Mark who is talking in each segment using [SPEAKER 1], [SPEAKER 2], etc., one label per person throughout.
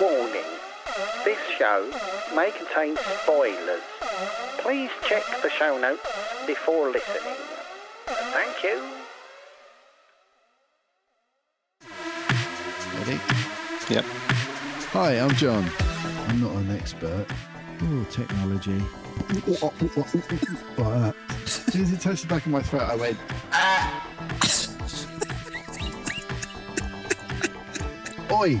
[SPEAKER 1] Warning This show may contain spoilers. Please check the show notes before listening. Thank you.
[SPEAKER 2] Ready?
[SPEAKER 3] Yep.
[SPEAKER 2] Hi, I'm John. I'm not an expert. Oh, technology. Like that. As soon as it touched the back of my throat, I went, ah! Oi!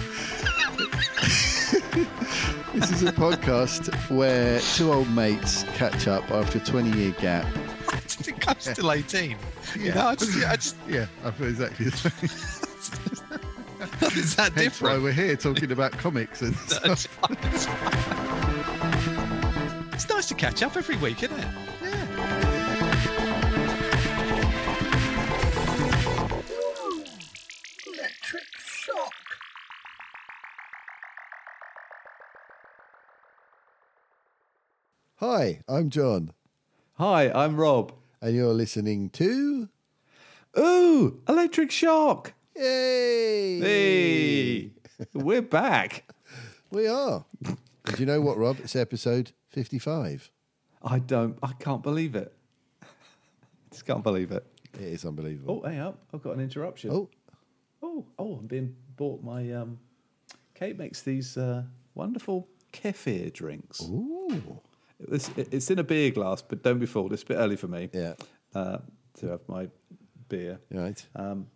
[SPEAKER 2] This is a podcast where two old mates catch up after a 20 year gap.
[SPEAKER 3] I think I'm still 18. You
[SPEAKER 2] Yeah.
[SPEAKER 3] know, I just, I just,
[SPEAKER 2] Yeah, I feel exactly the same.
[SPEAKER 3] it's that
[SPEAKER 2] That's why
[SPEAKER 3] different.
[SPEAKER 2] we're here talking about comics and stuff.
[SPEAKER 3] it's nice to catch up every week, isn't it?
[SPEAKER 2] Yeah.
[SPEAKER 1] Electric shock.
[SPEAKER 2] Hi, I'm John,
[SPEAKER 4] Hi, I'm Rob.
[SPEAKER 2] and you're listening to.
[SPEAKER 4] Ooh, electric shock.
[SPEAKER 2] Yay!
[SPEAKER 4] Hey, we're back.
[SPEAKER 2] We are. And do you know what, Rob? It's episode 55.
[SPEAKER 4] I don't, I can't believe it. Just can't believe it.
[SPEAKER 2] It is unbelievable.
[SPEAKER 4] Oh, hang up. I've got an interruption.
[SPEAKER 2] Oh,
[SPEAKER 4] oh, oh, I'm being bought my, um, Kate makes these uh, wonderful kefir drinks.
[SPEAKER 2] Oh. Ooh.
[SPEAKER 4] It's, it's in a beer glass, but don't be fooled. It's a bit early for me
[SPEAKER 2] Yeah.
[SPEAKER 4] uh, to have my beer.
[SPEAKER 2] Right.
[SPEAKER 4] Um,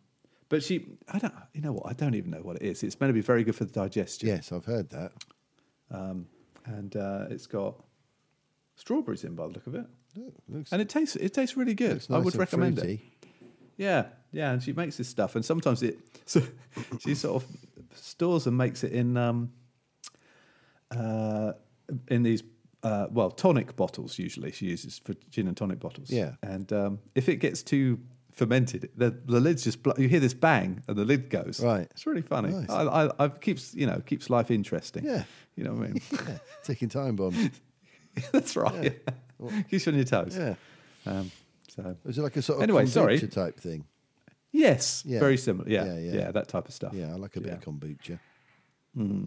[SPEAKER 4] but she, I don't, you know what? I don't even know what it is. It's meant to be very good for the digestion.
[SPEAKER 2] Yes, I've heard that.
[SPEAKER 4] and uh, it's got strawberries in by the look of it,
[SPEAKER 2] Looks,
[SPEAKER 4] and it tastes it tastes really good.
[SPEAKER 2] looks
[SPEAKER 4] I
[SPEAKER 2] nice
[SPEAKER 4] would
[SPEAKER 2] and
[SPEAKER 4] recommend it.
[SPEAKER 2] fruity.
[SPEAKER 4] Yeah, yeah, and she makes this stuff, and sometimes it so she sort of stores and makes it in um uh in these. Uh, well, tonic bottles usually she uses for gin and tonic bottles.
[SPEAKER 2] Yeah.
[SPEAKER 4] and um, if it gets too fermented, the the lid's just bl- you hear this bang and the lid goes.
[SPEAKER 2] Right.
[SPEAKER 4] it's really funny.
[SPEAKER 2] Nice.
[SPEAKER 4] I, I, I keeps you know keeps life interesting.
[SPEAKER 2] Yeah.
[SPEAKER 4] you know what I mean.
[SPEAKER 2] Yeah. Ticking time bomb.
[SPEAKER 4] That's right. Keeps you on your toes.
[SPEAKER 2] Yeah.
[SPEAKER 4] Um, so
[SPEAKER 2] Is it like a sort of
[SPEAKER 4] Anyway,
[SPEAKER 2] kombucha
[SPEAKER 4] sorry.
[SPEAKER 2] type thing?
[SPEAKER 4] yes,
[SPEAKER 2] Yeah.
[SPEAKER 4] very similar. Yeah,
[SPEAKER 2] Yeah,
[SPEAKER 4] yeah,
[SPEAKER 2] yeah.
[SPEAKER 4] that type of stuff.
[SPEAKER 2] Yeah, I like a bit
[SPEAKER 4] Yeah.
[SPEAKER 2] of kombucha.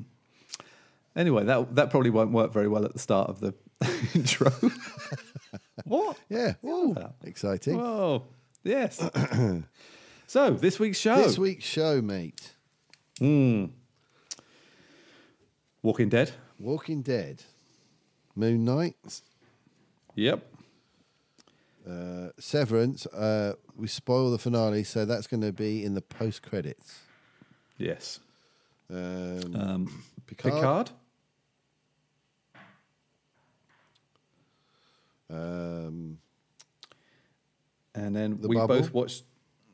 [SPEAKER 4] Anyway, that that probably won't work very well at the start of the intro. what?
[SPEAKER 2] Yeah. Ooh,
[SPEAKER 4] that.
[SPEAKER 2] exciting.
[SPEAKER 4] Whoa! Yes. so this week's show,
[SPEAKER 2] This week's show, mate
[SPEAKER 4] Walking Dead.
[SPEAKER 2] Walking Dead, Moon Knight,
[SPEAKER 4] Yep.
[SPEAKER 2] uh, Severance. Uh, we spoil the finale, so that's going to be in the post credits.
[SPEAKER 4] Yes.
[SPEAKER 2] Um,
[SPEAKER 4] Um,
[SPEAKER 2] Picard.
[SPEAKER 4] Picard.
[SPEAKER 2] Um,
[SPEAKER 4] And then
[SPEAKER 2] The
[SPEAKER 4] we
[SPEAKER 2] Bubble.
[SPEAKER 4] both watched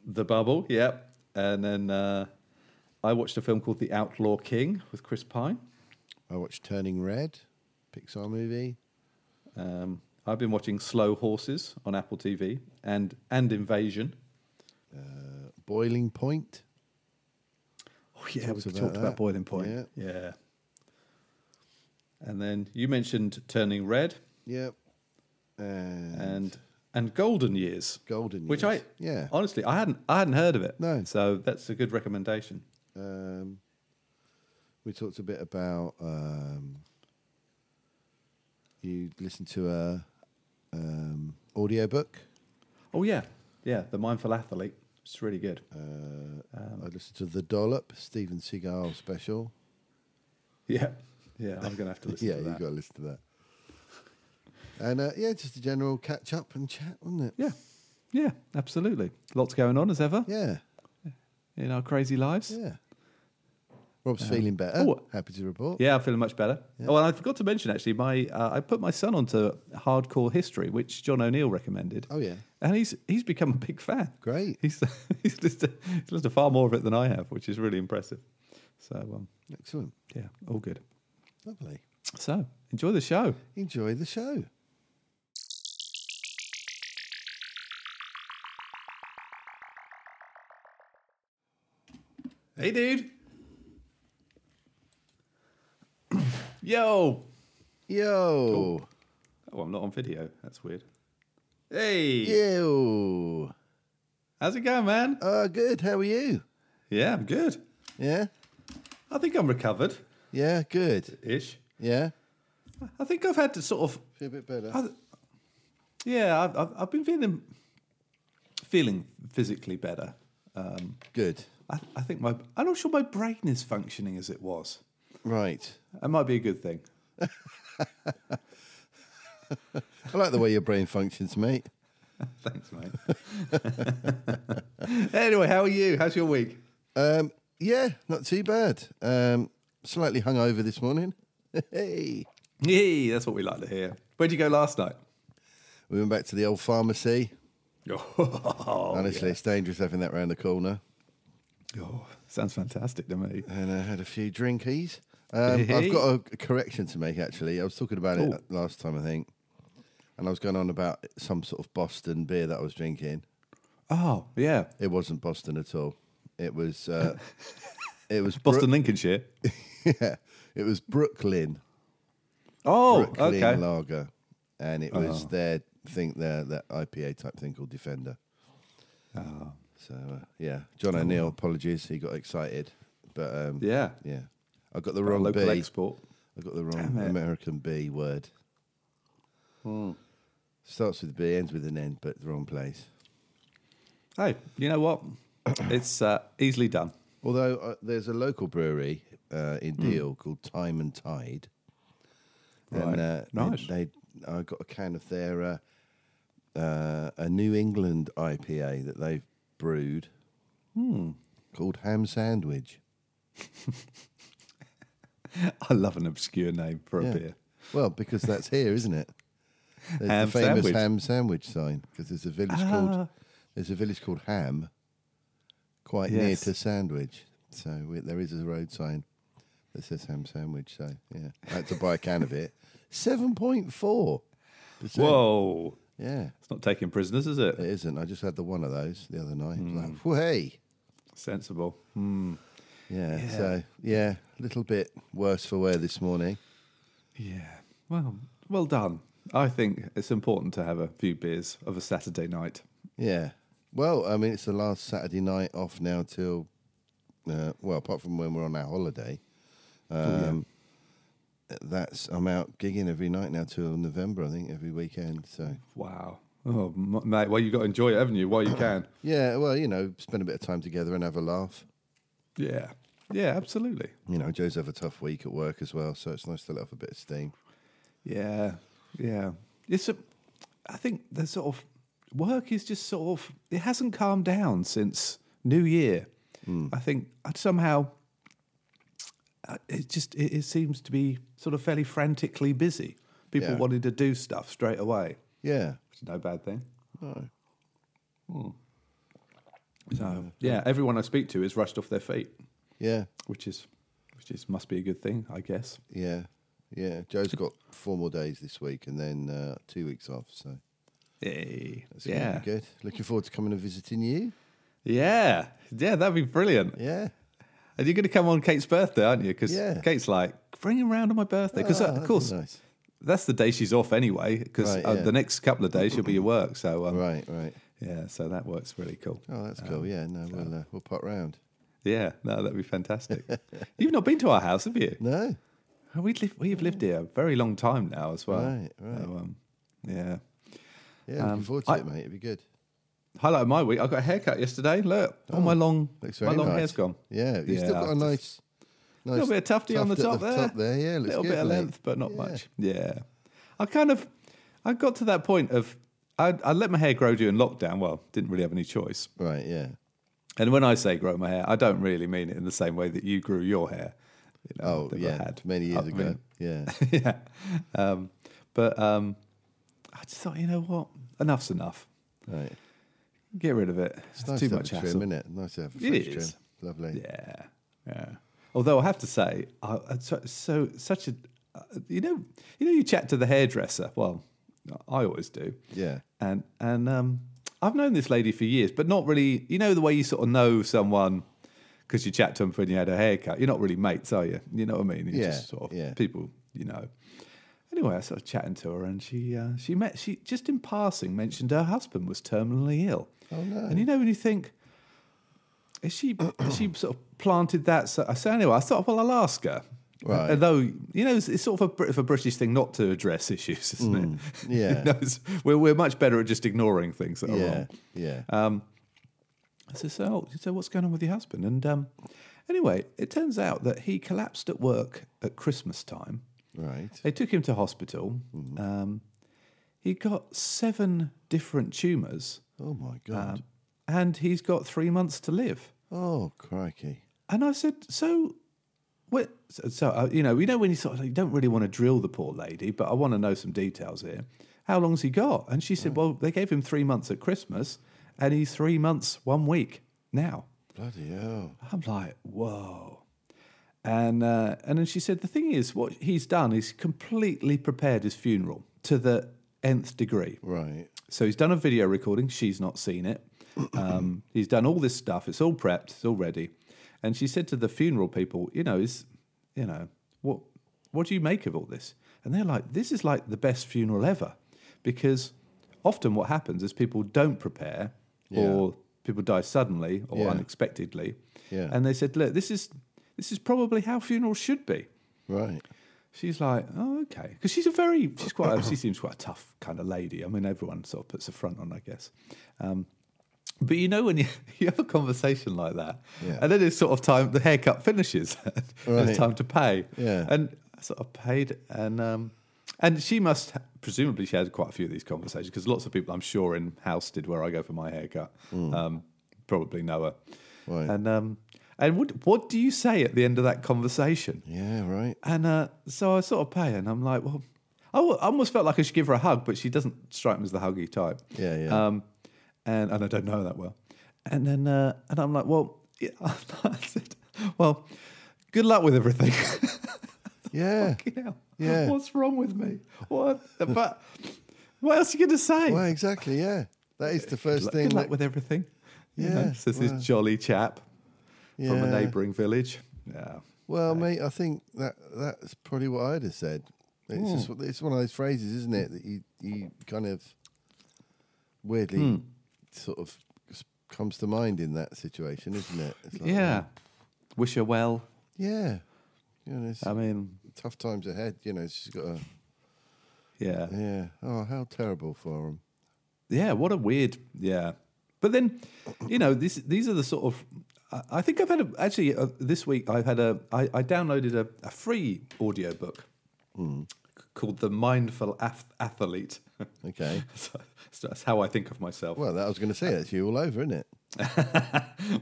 [SPEAKER 4] The Bubble, yep. And then uh, I watched a film called The Outlaw King with Chris Pine.
[SPEAKER 2] I watched Turning Red, Pixar movie.
[SPEAKER 4] Um, I've been watching Slow Horses on Apple TV and and Invasion.
[SPEAKER 2] Uh, Boiling Point.
[SPEAKER 4] Oh yeah,
[SPEAKER 2] Talked
[SPEAKER 4] we
[SPEAKER 2] about
[SPEAKER 4] talked
[SPEAKER 2] that.
[SPEAKER 4] about Boiling Point.
[SPEAKER 2] Yeah.
[SPEAKER 4] yeah. And then you mentioned Turning Red
[SPEAKER 2] Yep. And,
[SPEAKER 4] and and Golden Years,
[SPEAKER 2] Golden
[SPEAKER 4] which
[SPEAKER 2] Years.
[SPEAKER 4] I
[SPEAKER 2] yeah.
[SPEAKER 4] honestly I hadn't I hadn't heard of it.
[SPEAKER 2] No.
[SPEAKER 4] so that's a good recommendation.
[SPEAKER 2] Um, we talked a bit about um, you listened to a um, audiobook.
[SPEAKER 4] Oh yeah, yeah, The Mindful Athlete. It's really good. Um,
[SPEAKER 2] Uh, I listened to the Dollop Steven Seagal special.
[SPEAKER 4] Yeah, yeah, I'm gonna have to listen
[SPEAKER 2] yeah,
[SPEAKER 4] to
[SPEAKER 2] you
[SPEAKER 4] that.
[SPEAKER 2] got to listen to that. And uh, yeah, just a general catch up and chat, wasn't it?
[SPEAKER 4] Yeah, yeah, absolutely. Lots going on as ever
[SPEAKER 2] Yeah,
[SPEAKER 4] in our crazy lives.
[SPEAKER 2] yeah. Rob's feeling better.
[SPEAKER 4] oh.
[SPEAKER 2] Happy to report.
[SPEAKER 4] Yeah, I'm feeling much better. Oh, and I forgot to mention actually, my uh, I put my son onto Hardcore History, which John O'Neill recommended.
[SPEAKER 2] Oh yeah,
[SPEAKER 4] and he's he's become a big fan.
[SPEAKER 2] Great.
[SPEAKER 4] He's he's listened, to, he's listened to far more of it than I have, which is really impressive. So um,
[SPEAKER 2] excellent,
[SPEAKER 4] yeah, all good.
[SPEAKER 2] lovely.
[SPEAKER 4] So enjoy the show.
[SPEAKER 2] Enjoy the show.
[SPEAKER 4] Hey, dude. Yo.
[SPEAKER 2] Yo.
[SPEAKER 4] Oh, I'm not on video. That's weird. Hey.
[SPEAKER 2] Yo.
[SPEAKER 4] How's it going, man?
[SPEAKER 2] Uh, good. How are you?
[SPEAKER 4] Yeah, I'm good.
[SPEAKER 2] Yeah.
[SPEAKER 4] I think I'm recovered
[SPEAKER 2] Yeah. Good.
[SPEAKER 4] ish.
[SPEAKER 2] Yeah.
[SPEAKER 4] I think I've had to sort of
[SPEAKER 2] Feel a bit better.
[SPEAKER 4] I- yeah, I've, I've, I've been feeling feeling physically better. Um,
[SPEAKER 2] Good.
[SPEAKER 4] I, I think my I'm not sure my brain is functioning as it was.
[SPEAKER 2] Right.
[SPEAKER 4] That might be a good thing.
[SPEAKER 2] I like the way your brain functions, mate.
[SPEAKER 4] Thanks, mate. anyway, how are you? How's your week?
[SPEAKER 2] Um, yeah, not too bad. Um, slightly hungover this morning. hey.
[SPEAKER 4] Yay, that's what we like to hear. Where'd you go last night?
[SPEAKER 2] We went back to the old pharmacy.
[SPEAKER 4] Oh,
[SPEAKER 2] Honestly, it's dangerous having that round the corner.
[SPEAKER 4] oh, sounds fantastic to me.
[SPEAKER 2] and I had a few drinkies. Um,
[SPEAKER 4] Hey.
[SPEAKER 2] I've got a, a correction to make. Actually, I was talking about
[SPEAKER 4] Oh.
[SPEAKER 2] it last time, I think, and I was going on about some sort of Boston beer that I was drinking.
[SPEAKER 4] Oh, yeah.
[SPEAKER 2] It wasn't Boston at all. It was uh, it was Bro-
[SPEAKER 4] Boston, Lincolnshire.
[SPEAKER 2] yeah, it was Brooklyn.
[SPEAKER 4] Oh,
[SPEAKER 2] Brooklyn
[SPEAKER 4] okay. Uh-huh.
[SPEAKER 2] Lager, and it was their thing, their that IPA type thing called Defender.
[SPEAKER 4] Uh-huh.
[SPEAKER 2] So uh, yeah, John O'Neill. Apologies, he got excited, but um, yeah.
[SPEAKER 4] Yeah.
[SPEAKER 2] I got the wrong
[SPEAKER 4] Local
[SPEAKER 2] beer.
[SPEAKER 4] export.
[SPEAKER 2] I got the
[SPEAKER 4] Damn
[SPEAKER 2] wrong
[SPEAKER 4] it. Hmm.
[SPEAKER 2] American B word. Starts with B, ends with an N, but the wrong place.
[SPEAKER 4] Hey, you know what? It's uh, easily done.
[SPEAKER 2] Although uh, there's a local brewery uh, in
[SPEAKER 4] Hmm.
[SPEAKER 2] Deal called Time and Tide,
[SPEAKER 4] Right.
[SPEAKER 2] and uh, they-
[SPEAKER 4] Nice.
[SPEAKER 2] They, I got a can of their uh, uh, a New England IPA that they've brewed
[SPEAKER 4] Hmm.
[SPEAKER 2] called Ham Sandwich.
[SPEAKER 4] I love an obscure name for a
[SPEAKER 2] Yeah.
[SPEAKER 4] beer.
[SPEAKER 2] Well, because that's here, isn't it? There's
[SPEAKER 4] Ham
[SPEAKER 2] the famous
[SPEAKER 4] sandwich. Ah.
[SPEAKER 2] ham sandwich sign because there's a village called there's a village called Ham, quite near
[SPEAKER 4] Yes.
[SPEAKER 2] to Sandwich. So we, there is a road sign that says Ham Sandwich. So yeah, I had to buy a can of it. Seven point four.
[SPEAKER 4] Whoa.
[SPEAKER 2] Yeah,
[SPEAKER 4] It's not taking prisoners, is it?
[SPEAKER 2] it isn't. I just had the one of those the other night.
[SPEAKER 4] Hmm.
[SPEAKER 2] Like, whey.
[SPEAKER 4] Sensible.
[SPEAKER 2] Yeah, So yeah, a little bit worse for wear this morning.
[SPEAKER 4] Yeah. Well, well done. I think it's important to have a few beers of a Saturday night.
[SPEAKER 2] Yeah. Well, I mean, it's the last Saturday night off now till, uh, well, apart from when we're on our holiday.
[SPEAKER 4] Oh,
[SPEAKER 2] Um, That's I'm out gigging every night now till November. I think every weekend. So
[SPEAKER 4] Wow. Oh, m- mate. Well, you've got to enjoy it, haven't you? While you can.
[SPEAKER 2] yeah, well, you know, spend a bit of time together and have a laugh.
[SPEAKER 4] yeah. Yeah, absolutely.
[SPEAKER 2] You know, Joe's have a tough week at work as well, so it's nice to let off a bit of steam.
[SPEAKER 4] Yeah. Yeah. It's a, I think the sort of work is just sort of, it hasn't calmed down since New Year.
[SPEAKER 2] Hmm.
[SPEAKER 4] I think I'd somehow, uh, it just, it, it seems to be sort of fairly frantically busy. People
[SPEAKER 2] Yeah.
[SPEAKER 4] wanting to do stuff straight away.
[SPEAKER 2] Yeah,
[SPEAKER 4] which is no bad thing. No. So yeah, everyone I speak to is rushed off their feet,
[SPEAKER 2] yeah,
[SPEAKER 4] which is which is must be a good thing, I guess.
[SPEAKER 2] yeah, yeah. Joe's got four more days this week and then uh, two weeks off, so
[SPEAKER 4] Hey.
[SPEAKER 2] that's gonna be
[SPEAKER 4] Yeah.
[SPEAKER 2] good. Looking forward to coming and visiting you.
[SPEAKER 4] Yeah. Yeah, that'd be brilliant.
[SPEAKER 2] Yeah.
[SPEAKER 4] And you're going to come on Kate's birthday, aren't you? Because
[SPEAKER 2] Yeah.
[SPEAKER 4] Kate's like, bring him round on my birthday. Because,
[SPEAKER 2] Ah,
[SPEAKER 4] of
[SPEAKER 2] that'd be
[SPEAKER 4] course,
[SPEAKER 2] nice.
[SPEAKER 4] that's the day she's off anyway. Because
[SPEAKER 2] Right,
[SPEAKER 4] uh,
[SPEAKER 2] yeah.
[SPEAKER 4] the next couple of days she'll be at work. So, um,
[SPEAKER 2] Right, right.
[SPEAKER 4] yeah, so that works really cool.
[SPEAKER 2] Oh, that's cool. Yeah, no, we'll uh, we'll pot round.
[SPEAKER 4] Yeah, no, that'd be fantastic. You've not been to our house, have you?
[SPEAKER 2] No,
[SPEAKER 4] Well, We'd live, we've lived here a very long time now as well.
[SPEAKER 2] Right, right.
[SPEAKER 4] So, um, yeah.
[SPEAKER 2] yeah, looking forward to
[SPEAKER 4] Um, I-
[SPEAKER 2] it, mate. It'd be good.
[SPEAKER 4] Highlight of my week. I got a haircut yesterday. Look, all my long,
[SPEAKER 2] Oh, Looks
[SPEAKER 4] my
[SPEAKER 2] very
[SPEAKER 4] long
[SPEAKER 2] nice.
[SPEAKER 4] hair's gone.
[SPEAKER 2] Yeah, you've still
[SPEAKER 4] Yeah,
[SPEAKER 2] got a
[SPEAKER 4] just-
[SPEAKER 2] nice, nice
[SPEAKER 4] little bit of tufty on the
[SPEAKER 2] tuft at
[SPEAKER 4] top there.
[SPEAKER 2] Yeah,
[SPEAKER 4] a
[SPEAKER 2] looks
[SPEAKER 4] little
[SPEAKER 2] good,
[SPEAKER 4] bit of
[SPEAKER 2] mate.
[SPEAKER 4] length, but not
[SPEAKER 2] Yeah.
[SPEAKER 4] much. Yeah. I kind of, I got to that point of, I, I let my hair grow during lockdown. Well, didn't really have any choice.
[SPEAKER 2] Right. Yeah.
[SPEAKER 4] And when I say grow my hair, I don't really mean it in the same way that you grew your hair. You know,
[SPEAKER 2] Oh,
[SPEAKER 4] that I
[SPEAKER 2] yeah.
[SPEAKER 4] had.
[SPEAKER 2] Many years
[SPEAKER 4] I
[SPEAKER 2] ago.
[SPEAKER 4] mean,
[SPEAKER 2] yeah.
[SPEAKER 4] yeah. Um, but um, I just thought, you know what? Enough's enough.
[SPEAKER 2] Right.
[SPEAKER 4] Get rid of it. It's,
[SPEAKER 2] It's nice
[SPEAKER 4] too
[SPEAKER 2] to
[SPEAKER 4] much
[SPEAKER 2] have a trim, isn't
[SPEAKER 4] hassle.
[SPEAKER 2] it? Nice to have a
[SPEAKER 4] It
[SPEAKER 2] fresh
[SPEAKER 4] is.
[SPEAKER 2] trim. Lovely.
[SPEAKER 4] yeah, yeah. Although I have to say, I, I- so, so such a uh, you know you know you chat to the hairdresser. Well, I always do.
[SPEAKER 2] Yeah.
[SPEAKER 4] And and um, I've known this lady for years, but not really. You know the way you sort of know someone because you chat to them when you had a haircut. You're not really mates, are you? You know what I mean? You're
[SPEAKER 2] Yeah,
[SPEAKER 4] just sort of
[SPEAKER 2] yeah.
[SPEAKER 4] people you know. Anyway, I started chatting to her, and she uh, she met she just in passing mentioned her husband was terminally ill.
[SPEAKER 2] Oh, no.
[SPEAKER 4] And you know when you think, is she has she sort of planted that? So, so anyway, I thought, well, I'll ask her.
[SPEAKER 2] Right.
[SPEAKER 4] Although you know, it's, it's sort of a, Brit- of a British thing not to address issues, isn't it?
[SPEAKER 2] yeah.
[SPEAKER 4] You know, it's- we're we're much better at just ignoring things that are
[SPEAKER 2] Yeah,
[SPEAKER 4] wrong.
[SPEAKER 2] yeah.
[SPEAKER 4] Uh, I said, so, oh, so what's going on with your husband? And um, anyway, it turns out that he collapsed at work at Christmas time.
[SPEAKER 2] right.
[SPEAKER 4] They took him to hospital. Um, he got seven different tumours,
[SPEAKER 2] Oh my god.
[SPEAKER 4] um, and he's got three months to live.
[SPEAKER 2] oh crikey.
[SPEAKER 4] And I said, so, what? So, so, uh, you know, you know when you sort of you don't really want to drill the poor lady, but I want to know some details here. How long's he got? And she said, well, they gave him three months at Christmas, and he's three months one week now.
[SPEAKER 2] Bloody hell.
[SPEAKER 4] I'm like, whoa. And uh, and then she said, the thing is, what he's done is completely prepared his funeral to the nth degree.
[SPEAKER 2] Right.
[SPEAKER 4] So he's done a video recording. She's not seen it. Um, he's done all this stuff. It's all prepped. It's all ready. And she said to the funeral people, you know, is you know what what do you make of all this? And they're like, this is like the best funeral ever, because often what happens is people don't prepare or people die suddenly or
[SPEAKER 2] Yeah.
[SPEAKER 4] unexpectedly.
[SPEAKER 2] Yeah.
[SPEAKER 4] And they said, look, this is this is probably how funerals should be.
[SPEAKER 2] Right.
[SPEAKER 4] She's like, oh, okay, because she's a very, she's quite, a, she seems quite a tough kind of lady. I mean, everyone sort of puts a front on, I guess. Um, but you know, when you, you have a conversation like that,
[SPEAKER 2] Yeah.
[SPEAKER 4] and then it's sort of time the haircut finishes, and
[SPEAKER 2] Right.
[SPEAKER 4] it's time to pay.
[SPEAKER 2] Yeah.
[SPEAKER 4] and I sort of paid, and um, and she must presumably she had quite a few of these conversations because lots of people I'm sure in house did where I go for my haircut,
[SPEAKER 2] Mm.
[SPEAKER 4] um, probably know her,
[SPEAKER 2] Right.
[SPEAKER 4] and um, and what what do you say at the end of that conversation?
[SPEAKER 2] Yeah, right.
[SPEAKER 4] And uh, so I sort of pay her, and I'm like, well, I al- I almost felt like I should give her a hug, but she doesn't strike me as the huggy type.
[SPEAKER 2] Yeah, yeah.
[SPEAKER 4] Um, and, and I don't know her that well. And then uh, and I'm like, well, yeah, I said, well, good luck with everything.
[SPEAKER 2] yeah.
[SPEAKER 4] Fucking hell.
[SPEAKER 2] Yeah.
[SPEAKER 4] What's wrong with me? What? But what else are you going to say?
[SPEAKER 2] Well, exactly, yeah. That is the
[SPEAKER 4] Good
[SPEAKER 2] first
[SPEAKER 4] luck-
[SPEAKER 2] thing
[SPEAKER 4] good luck
[SPEAKER 2] that,
[SPEAKER 4] with everything. You
[SPEAKER 2] Yeah,
[SPEAKER 4] know, says
[SPEAKER 2] well.
[SPEAKER 4] this jolly chap from a
[SPEAKER 2] yeah.
[SPEAKER 4] neighbouring village. Yeah.
[SPEAKER 2] Well, mate, I think that that's probably what I'd have said. It's just
[SPEAKER 4] Hmm.
[SPEAKER 2] what- it's one of those phrases, isn't it, that you you kind of weirdly
[SPEAKER 4] Hmm.
[SPEAKER 2] sort of s- comes to mind in that situation, isn't it? It's like,
[SPEAKER 4] Yeah. Wish her well.
[SPEAKER 2] yeah. You know, it's
[SPEAKER 4] I mean,
[SPEAKER 2] tough times ahead. You know, she's got a
[SPEAKER 4] yeah.
[SPEAKER 2] yeah. Oh, how terrible for him.
[SPEAKER 4] yeah, what a weird, yeah. But then, you know, this these are the sort of. I- I think I've had a, actually uh, this week. I've had a. I, I downloaded a, a free audiobook c- called "The Mindful Ath- Athlete."
[SPEAKER 2] Okay.
[SPEAKER 4] so, so that's how I think of myself.
[SPEAKER 2] Well, that I was going to
[SPEAKER 4] Uh.
[SPEAKER 2] say that's you all over, isn't it?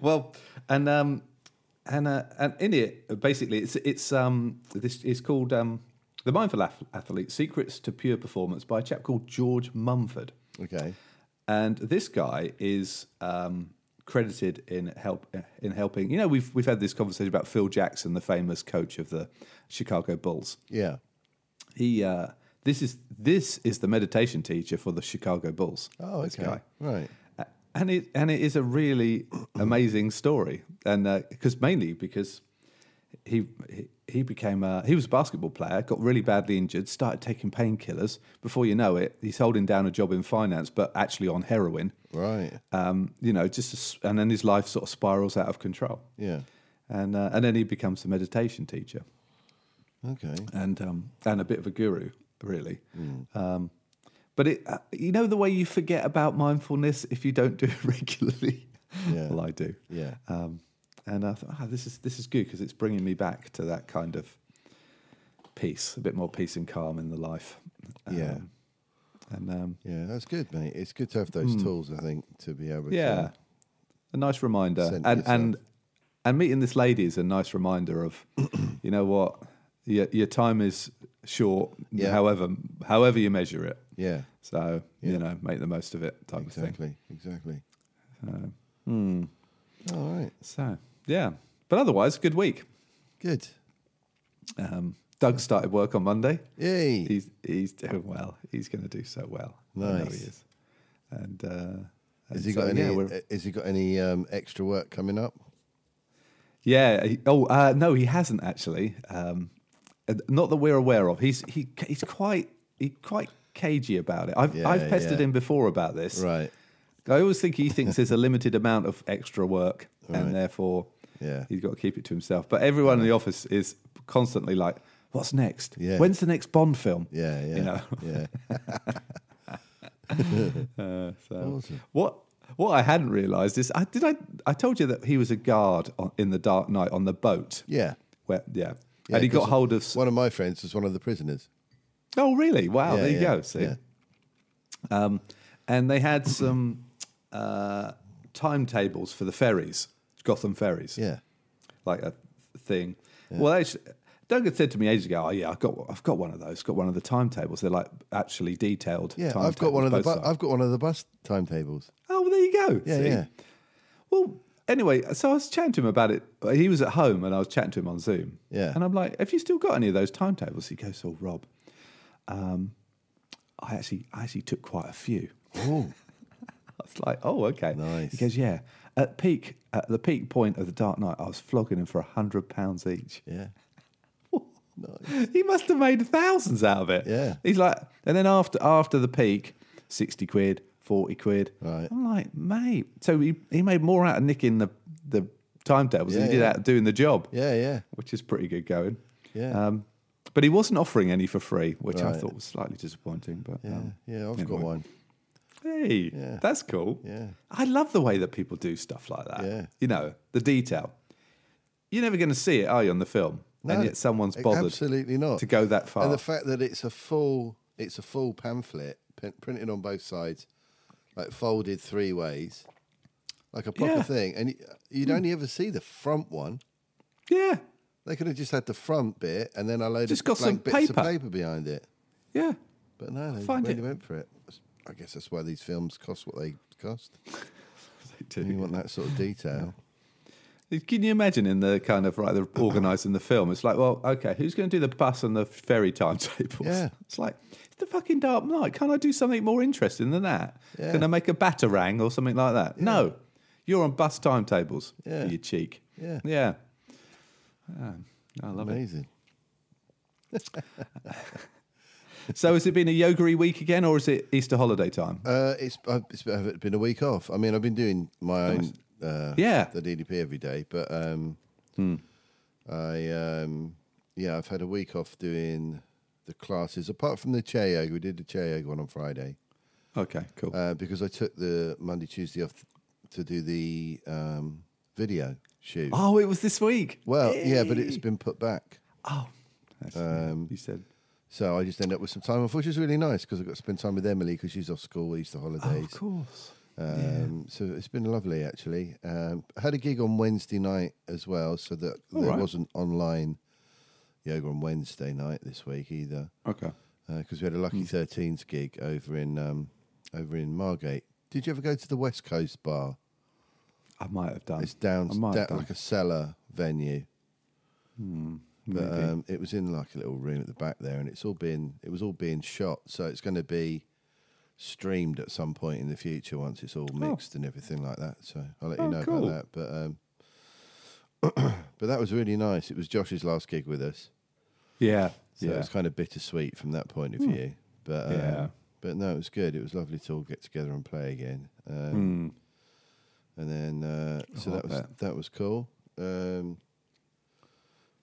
[SPEAKER 4] well, and um, and uh, and in it, basically, it's it's um, this is called um, "The Mindful Ath- Athlete: Secrets to Pure Performance" by a chap called George Mumford.
[SPEAKER 2] Okay.
[SPEAKER 4] and this guy is um, credited in help in helping. You know, we've we've had this conversation about Phil Jackson, the famous coach of the Chicago Bulls.
[SPEAKER 2] Yeah.
[SPEAKER 4] He uh, this is this is the meditation teacher for the Chicago Bulls.
[SPEAKER 2] Oh, okay.
[SPEAKER 4] This guy.
[SPEAKER 2] Right.
[SPEAKER 4] A- And it and it is a really amazing story, and because mainly because he he- he became a, he was a basketball player, got really badly injured, started taking painkillers. Before you know it, he's holding down a job in finance, but actually on heroin
[SPEAKER 2] Right.
[SPEAKER 4] um, you know, just a s and then his life sort of spirals out of control,
[SPEAKER 2] Yeah.
[SPEAKER 4] and uh, and then he becomes a meditation teacher
[SPEAKER 2] Okay.
[SPEAKER 4] and um, and a bit of a guru, really.
[SPEAKER 2] Mm.
[SPEAKER 4] Um, but it, uh, you know, the way you forget about mindfulness if you don't do it regularly.
[SPEAKER 2] Yeah.
[SPEAKER 4] well, I do.
[SPEAKER 2] Yeah.
[SPEAKER 4] Um, and I thought, ah, this is this is good because it's bringing me back to that kind of peace, a bit more peace and calm in the life.
[SPEAKER 2] Yeah.
[SPEAKER 4] Um, and um,
[SPEAKER 2] Yeah, that's good, mate. It's good to have those tools, I think, to be able
[SPEAKER 4] Hmm. Yeah,
[SPEAKER 2] to.
[SPEAKER 4] a nice reminder,
[SPEAKER 2] Send
[SPEAKER 4] and
[SPEAKER 2] yourself.
[SPEAKER 4] and and meeting this lady is a nice reminder of, you know what, your your time is short.
[SPEAKER 2] Yeah.
[SPEAKER 4] However, however you measure it,
[SPEAKER 2] Yeah,
[SPEAKER 4] so you know, make the most of it, type of thing.
[SPEAKER 2] exactly. Exactly.
[SPEAKER 4] Uh, hmm.
[SPEAKER 2] All right.
[SPEAKER 4] So yeah, but otherwise, good week.
[SPEAKER 2] Good.
[SPEAKER 4] Um, Doug started work on Monday.
[SPEAKER 2] Yay.
[SPEAKER 4] He's he's doing well. He's going to do so well. I know he
[SPEAKER 2] Nice.
[SPEAKER 4] is. And uh,
[SPEAKER 2] has
[SPEAKER 4] and
[SPEAKER 2] he
[SPEAKER 4] so,
[SPEAKER 2] got
[SPEAKER 4] yeah,
[SPEAKER 2] any
[SPEAKER 4] we're-
[SPEAKER 2] has he got any um, extra work coming up?
[SPEAKER 4] Yeah. he- oh uh, no, he hasn't actually. Um, uh, not that we're aware of. He's he he's quite he quite cagey about it. I've
[SPEAKER 2] Yeah,
[SPEAKER 4] I've pestered
[SPEAKER 2] yeah.
[SPEAKER 4] him before about this.
[SPEAKER 2] Right.
[SPEAKER 4] I always think he thinks there's a limited amount of extra work,
[SPEAKER 2] Right.
[SPEAKER 4] and therefore,
[SPEAKER 2] Yeah.
[SPEAKER 4] he's got to keep it to himself. But everyone in the office is constantly like, "What's next?
[SPEAKER 2] Yeah.
[SPEAKER 4] When's the next Bond film?"
[SPEAKER 2] Yeah, yeah.
[SPEAKER 4] You know.
[SPEAKER 2] Yeah.
[SPEAKER 4] Uh, so
[SPEAKER 2] Awesome.
[SPEAKER 4] what what I hadn't realised is, I did I I told you that he was a guard on, in the Dark Knight on the boat.
[SPEAKER 2] Yeah.
[SPEAKER 4] Where, yeah.
[SPEAKER 2] Yeah,
[SPEAKER 4] and he
[SPEAKER 2] 'cause
[SPEAKER 4] got hold of.
[SPEAKER 2] One of my friends was one of the prisoners.
[SPEAKER 4] Oh, really? Wow.
[SPEAKER 2] Yeah,
[SPEAKER 4] there you
[SPEAKER 2] yeah,
[SPEAKER 4] go. See.
[SPEAKER 2] yeah.
[SPEAKER 4] Um, and they had some uh, timetables for the ferries, Gotham ferries.
[SPEAKER 2] Yeah.
[SPEAKER 4] like a thing. Well, actually, Doug had said to me ages ago, "Oh yeah, I've got I've got one of those. Got one of the timetables. They're like actually detailed.
[SPEAKER 2] Yeah. I've got one of the bu-
[SPEAKER 4] timetables, both sides."
[SPEAKER 2] I've got one of the bus timetables.
[SPEAKER 4] oh, well, there you go.
[SPEAKER 2] Yeah,
[SPEAKER 4] See?
[SPEAKER 2] yeah.
[SPEAKER 4] Well, anyway, so I was chatting to him about it. He was at home, and I was chatting to him on Zoom.
[SPEAKER 2] Yeah.
[SPEAKER 4] And I'm like, "Have you still got any of those timetables?" He goes, "Oh, Rob, um, I actually I actually took quite a few."
[SPEAKER 2] Oh.
[SPEAKER 4] I was like, "Oh, okay."
[SPEAKER 2] Nice.
[SPEAKER 4] He goes, "Yeah." At peak, at the peak point of the Dark Knight, I was flogging him for a hundred pounds each.
[SPEAKER 2] Yeah.
[SPEAKER 4] He must have made thousands out of it.
[SPEAKER 2] Yeah.
[SPEAKER 4] He's like, and then after after the peak, sixty quid, forty quid.
[SPEAKER 2] Right.
[SPEAKER 4] I'm like, mate. So he, he made more out of nicking the the timetables than
[SPEAKER 2] Yeah,
[SPEAKER 4] he did
[SPEAKER 2] yeah.
[SPEAKER 4] out of doing the job,
[SPEAKER 2] Yeah, yeah.
[SPEAKER 4] which is pretty good going.
[SPEAKER 2] Yeah.
[SPEAKER 4] Um, but he wasn't offering any for free, which I
[SPEAKER 2] Right.
[SPEAKER 4] thought was slightly disappointing. But
[SPEAKER 2] Yeah.
[SPEAKER 4] um,
[SPEAKER 2] Yeah, I've
[SPEAKER 4] never
[SPEAKER 2] got
[SPEAKER 4] mind.
[SPEAKER 2] one.
[SPEAKER 4] Hey,
[SPEAKER 2] Yeah.
[SPEAKER 4] that's cool.
[SPEAKER 2] Yeah.
[SPEAKER 4] I love the way that people do stuff like that.
[SPEAKER 2] Yeah.
[SPEAKER 4] You know, the detail. You're never going to see it, are you, on the film?
[SPEAKER 2] No,
[SPEAKER 4] and yet someone's
[SPEAKER 2] a-
[SPEAKER 4] bothered
[SPEAKER 2] Absolutely not.
[SPEAKER 4] to go that far.
[SPEAKER 2] And the fact that it's a full it's a full pamphlet pin- printed on both sides, like folded three ways, like a proper
[SPEAKER 4] Yeah. Hmm.
[SPEAKER 2] thing, and y- you'd only ever see the front one.
[SPEAKER 4] yeah.
[SPEAKER 2] They could have just had the front bit and then I loaded
[SPEAKER 4] Just got
[SPEAKER 2] blank
[SPEAKER 4] some
[SPEAKER 2] bits
[SPEAKER 4] paper.
[SPEAKER 2] of paper behind it.
[SPEAKER 4] Yeah.
[SPEAKER 2] But no, they
[SPEAKER 4] Find
[SPEAKER 2] really
[SPEAKER 4] it.
[SPEAKER 2] went for it. I guess that's why these films cost what they cost.
[SPEAKER 4] They do.
[SPEAKER 2] You want that sort of detail.
[SPEAKER 4] Can you imagine in the kind of right, they're organising the film? It's like, well, okay, who's going to do the bus and the ferry timetables?
[SPEAKER 2] Yeah.
[SPEAKER 4] It's like, it's the fucking Dark Knight. Can't I do something more interesting than that?
[SPEAKER 2] Yeah.
[SPEAKER 4] Can I make a batarang or something like that? No, you're on bus timetables
[SPEAKER 2] Yeah.
[SPEAKER 4] for your cheek.
[SPEAKER 2] Yeah.
[SPEAKER 4] Yeah. Ah, I love
[SPEAKER 2] Amazing.
[SPEAKER 4] it. So, has it been a yogery week again, or is it Easter holiday time?
[SPEAKER 2] Uh, it's I've- it's I've been a week off. I mean, I've been doing my own uh,
[SPEAKER 4] Yeah.
[SPEAKER 2] the DDP every day, but um, I um, yeah, I've had a week off doing the classes. Apart from the chair yoga, we did the chair yoga one on Friday
[SPEAKER 4] Okay, cool.
[SPEAKER 2] uh, because I took the Monday Tuesday off to do the um, video shoot.
[SPEAKER 4] oh, it was this week.
[SPEAKER 2] Well, yeah, but it's um, been put back.
[SPEAKER 4] Oh, that's, you said.
[SPEAKER 2] So I just ended up with some time off, which is really nice because I got to spend time with Emily because she's off school, Easter
[SPEAKER 4] Oh,
[SPEAKER 2] holidays.
[SPEAKER 4] of course.
[SPEAKER 2] Um, So it's been lovely, actually. Um, I had a gig on Wednesday night as well, so that there
[SPEAKER 4] right.
[SPEAKER 2] wasn't online yoga on Wednesday night this week either,
[SPEAKER 4] Okay.
[SPEAKER 2] because we had a Lucky Thirteens gig over in um, over in Margate. Did you ever go to the West Coast Bar?
[SPEAKER 4] I might have done.
[SPEAKER 2] It's down,
[SPEAKER 4] I might
[SPEAKER 2] da-
[SPEAKER 4] have done. Hmm,
[SPEAKER 2] like a cellar venue. But um, it was in like a little room at the back there, and it's all been it was all being shot, so it's going to be streamed at some point in the future once it's all mixed and everything like that. So I'll let you
[SPEAKER 4] Oh,
[SPEAKER 2] know
[SPEAKER 4] cool.
[SPEAKER 2] about that. But um, but that was really nice. It was Josh's last gig with us,
[SPEAKER 4] Yeah.
[SPEAKER 2] so
[SPEAKER 4] yeah. Hmm.
[SPEAKER 2] it was kind of bittersweet from that point of view. But um,
[SPEAKER 4] Yeah.
[SPEAKER 2] but no, it was good. It was lovely to all get together and play again. Um,
[SPEAKER 4] Mm.
[SPEAKER 2] And then uh, so
[SPEAKER 4] Oh, I
[SPEAKER 2] that was
[SPEAKER 4] bet.
[SPEAKER 2] that was cool. Um,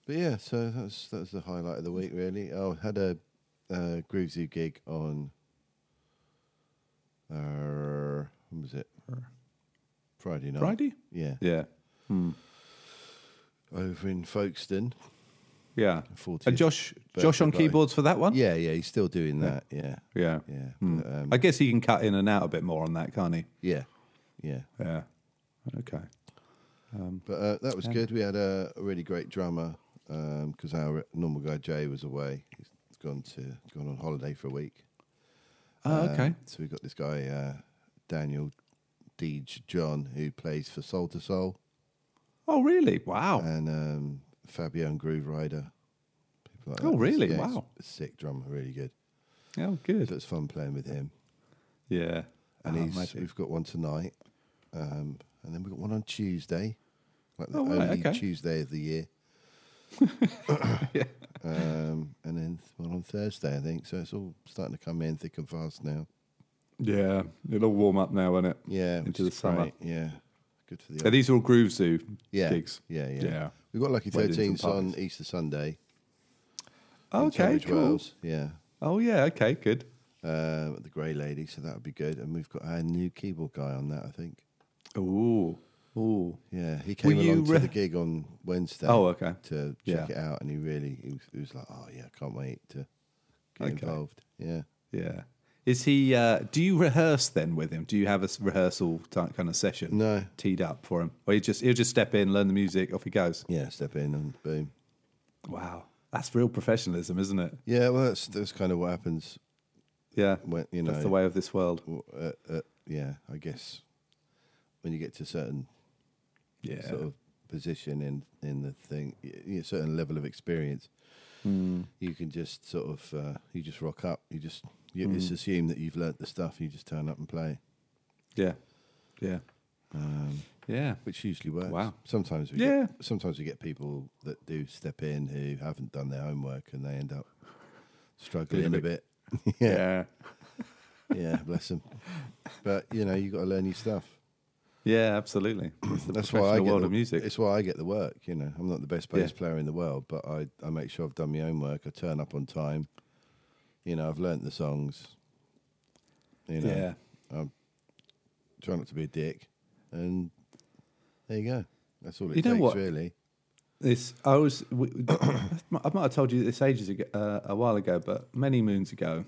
[SPEAKER 2] but yeah, so that was that was the highlight of the week really. Oh, I had a uh, Groovesy gig on. Uh, when was it? Friday night.
[SPEAKER 4] Friday?
[SPEAKER 2] Yeah.
[SPEAKER 4] Yeah.
[SPEAKER 2] Over in Folkestone.
[SPEAKER 4] Yeah.
[SPEAKER 2] 40th
[SPEAKER 4] And Josh
[SPEAKER 2] birthday
[SPEAKER 4] Josh on
[SPEAKER 2] party.
[SPEAKER 4] keyboards for that one?
[SPEAKER 2] Yeah, yeah. He's still doing that. Yeah.
[SPEAKER 4] Yeah.
[SPEAKER 2] Yeah.
[SPEAKER 4] Hmm.
[SPEAKER 2] But, um,
[SPEAKER 4] I guess he can cut in and out a bit more on that, can't he?
[SPEAKER 2] yeah. Yeah.
[SPEAKER 4] Yeah. Okay.
[SPEAKER 2] But uh, that was good. We had a, a really great drummer because our normal guy Jay was away. He's gone to gone on holiday for a week.
[SPEAKER 4] Oh,
[SPEAKER 2] Um,
[SPEAKER 4] okay.
[SPEAKER 2] So we got this guy uh, Daniel Deej John who plays for Soul to Soul
[SPEAKER 4] Oh, really? Wow.
[SPEAKER 2] and um, Fabio and Groove Rider. People like
[SPEAKER 4] Oh,
[SPEAKER 2] that.
[SPEAKER 4] really?
[SPEAKER 2] Yeah, he's
[SPEAKER 4] Wow.
[SPEAKER 2] a sick drummer, really good.
[SPEAKER 4] oh,
[SPEAKER 2] So
[SPEAKER 4] good.
[SPEAKER 2] it's fun playing with him.
[SPEAKER 4] Yeah.
[SPEAKER 2] And
[SPEAKER 4] Oh,
[SPEAKER 2] he's,
[SPEAKER 4] magic.
[SPEAKER 2] we've got one tonight, um, and then we've got one on Tuesday. like the
[SPEAKER 4] Oh, right,
[SPEAKER 2] only
[SPEAKER 4] okay.
[SPEAKER 2] Tuesday of the year.
[SPEAKER 4] Yeah.
[SPEAKER 2] Um, and then well on Thursday, I think. So it's all starting to come in thick and fast now.
[SPEAKER 4] Yeah, it'll all warm up now, won't it?
[SPEAKER 2] Yeah, which
[SPEAKER 4] into the
[SPEAKER 2] is
[SPEAKER 4] summer.
[SPEAKER 2] great. Yeah, good for the
[SPEAKER 4] Are these all Groove Zoo
[SPEAKER 2] yeah.
[SPEAKER 4] gigs?
[SPEAKER 2] yeah, yeah,
[SPEAKER 4] Yeah.
[SPEAKER 2] We've got Lucky
[SPEAKER 4] Wait, there's some
[SPEAKER 2] Thirteens on
[SPEAKER 4] parties.
[SPEAKER 2] Easter Sunday. in
[SPEAKER 4] Okay,
[SPEAKER 2] Tunbridge
[SPEAKER 4] cool.
[SPEAKER 2] Wells. Yeah,
[SPEAKER 4] Oh yeah, okay, good.
[SPEAKER 2] um, at the Grey Lady. So that would be good. And we've got our new keyboard guy on that. I think.
[SPEAKER 4] Ooh, ooh,
[SPEAKER 2] Yeah, he came
[SPEAKER 4] you
[SPEAKER 2] along to
[SPEAKER 4] re-
[SPEAKER 2] the gig on Wednesday.
[SPEAKER 4] Oh, okay.
[SPEAKER 2] To
[SPEAKER 4] Yeah.
[SPEAKER 2] check it out, and he really he was, he was like, "Oh yeah, I can't wait to get
[SPEAKER 4] Okay.
[SPEAKER 2] involved." Yeah.
[SPEAKER 4] yeah. Is he? Uh, do you rehearse then with him? Do you have a s- rehearsal type kind of session?
[SPEAKER 2] No.
[SPEAKER 4] teed up for him, or he just he'll just step in, learn the music, off he goes.
[SPEAKER 2] Yeah, step in and boom.
[SPEAKER 4] Wow, that's real professionalism, isn't it?
[SPEAKER 2] Yeah, well, that's that's kind of what happens
[SPEAKER 4] Yeah,
[SPEAKER 2] when you know.
[SPEAKER 4] that's the way of this world.
[SPEAKER 2] Uh, uh, yeah, I guess when you get to a certain
[SPEAKER 4] Yeah,
[SPEAKER 2] sort of position in in the thing, y- y- a certain level of experience,
[SPEAKER 4] Hmm.
[SPEAKER 2] you can just sort of uh, you just rock up. You just you
[SPEAKER 4] Hmm.
[SPEAKER 2] just assume that you've learnt the stuff. You just turn up and play,
[SPEAKER 4] yeah, yeah,
[SPEAKER 2] um,
[SPEAKER 4] yeah.
[SPEAKER 2] which usually works.
[SPEAKER 4] Wow.
[SPEAKER 2] Sometimes we
[SPEAKER 4] Yeah.
[SPEAKER 2] get, sometimes we get people that do step in who haven't done their homework and they end up struggling a bit. yeah.
[SPEAKER 4] Yeah,
[SPEAKER 2] Yeah, bless them. But you know, you got to learn your stuff.
[SPEAKER 4] yeah, absolutely. It's the
[SPEAKER 2] That's why I
[SPEAKER 4] professional
[SPEAKER 2] get
[SPEAKER 4] world
[SPEAKER 2] the,
[SPEAKER 4] of music.
[SPEAKER 2] It's why I get the work. You know, I'm not the best bass
[SPEAKER 4] Yeah.
[SPEAKER 2] player in the world, but I, I make sure I've done my own work. I turn up on time. You know, I've learnt the songs. You know,
[SPEAKER 4] Yeah,
[SPEAKER 2] try not to be a dick, and there you go. That's all it
[SPEAKER 4] You know
[SPEAKER 2] takes,
[SPEAKER 4] what?
[SPEAKER 2] really.
[SPEAKER 4] This I was. w- I might have told you this ages ago, uh, a while ago, but many moons ago,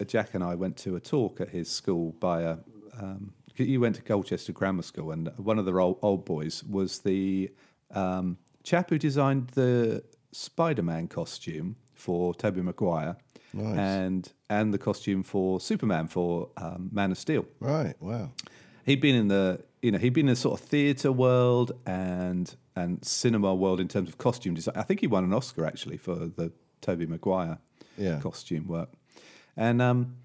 [SPEAKER 4] uh, Jack and I went to a talk at his school by a. Um, you went to Colchester Grammar School, and one of the old, old boys was the um, chap who designed the Spider-Man costume for Tobey Maguire,
[SPEAKER 2] Nice.
[SPEAKER 4] and and the costume for Superman for um, Man of Steel
[SPEAKER 2] Right? Wow.
[SPEAKER 4] he'd been in the you know he'd been in the sort of theatre world and and cinema world in terms of costume design. I think he won an Oscar actually for the Toby Maguire
[SPEAKER 2] Yeah.
[SPEAKER 4] costume work. And um,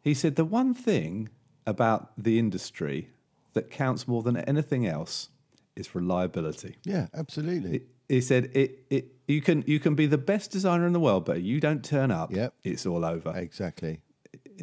[SPEAKER 4] he said the one thing about the industry that counts more than anything else is reliability.
[SPEAKER 2] Yeah, absolutely.
[SPEAKER 4] He said it it you can you can be the best designer in the world, but you don't turn up,
[SPEAKER 2] Yep.
[SPEAKER 4] it's all over
[SPEAKER 2] exactly.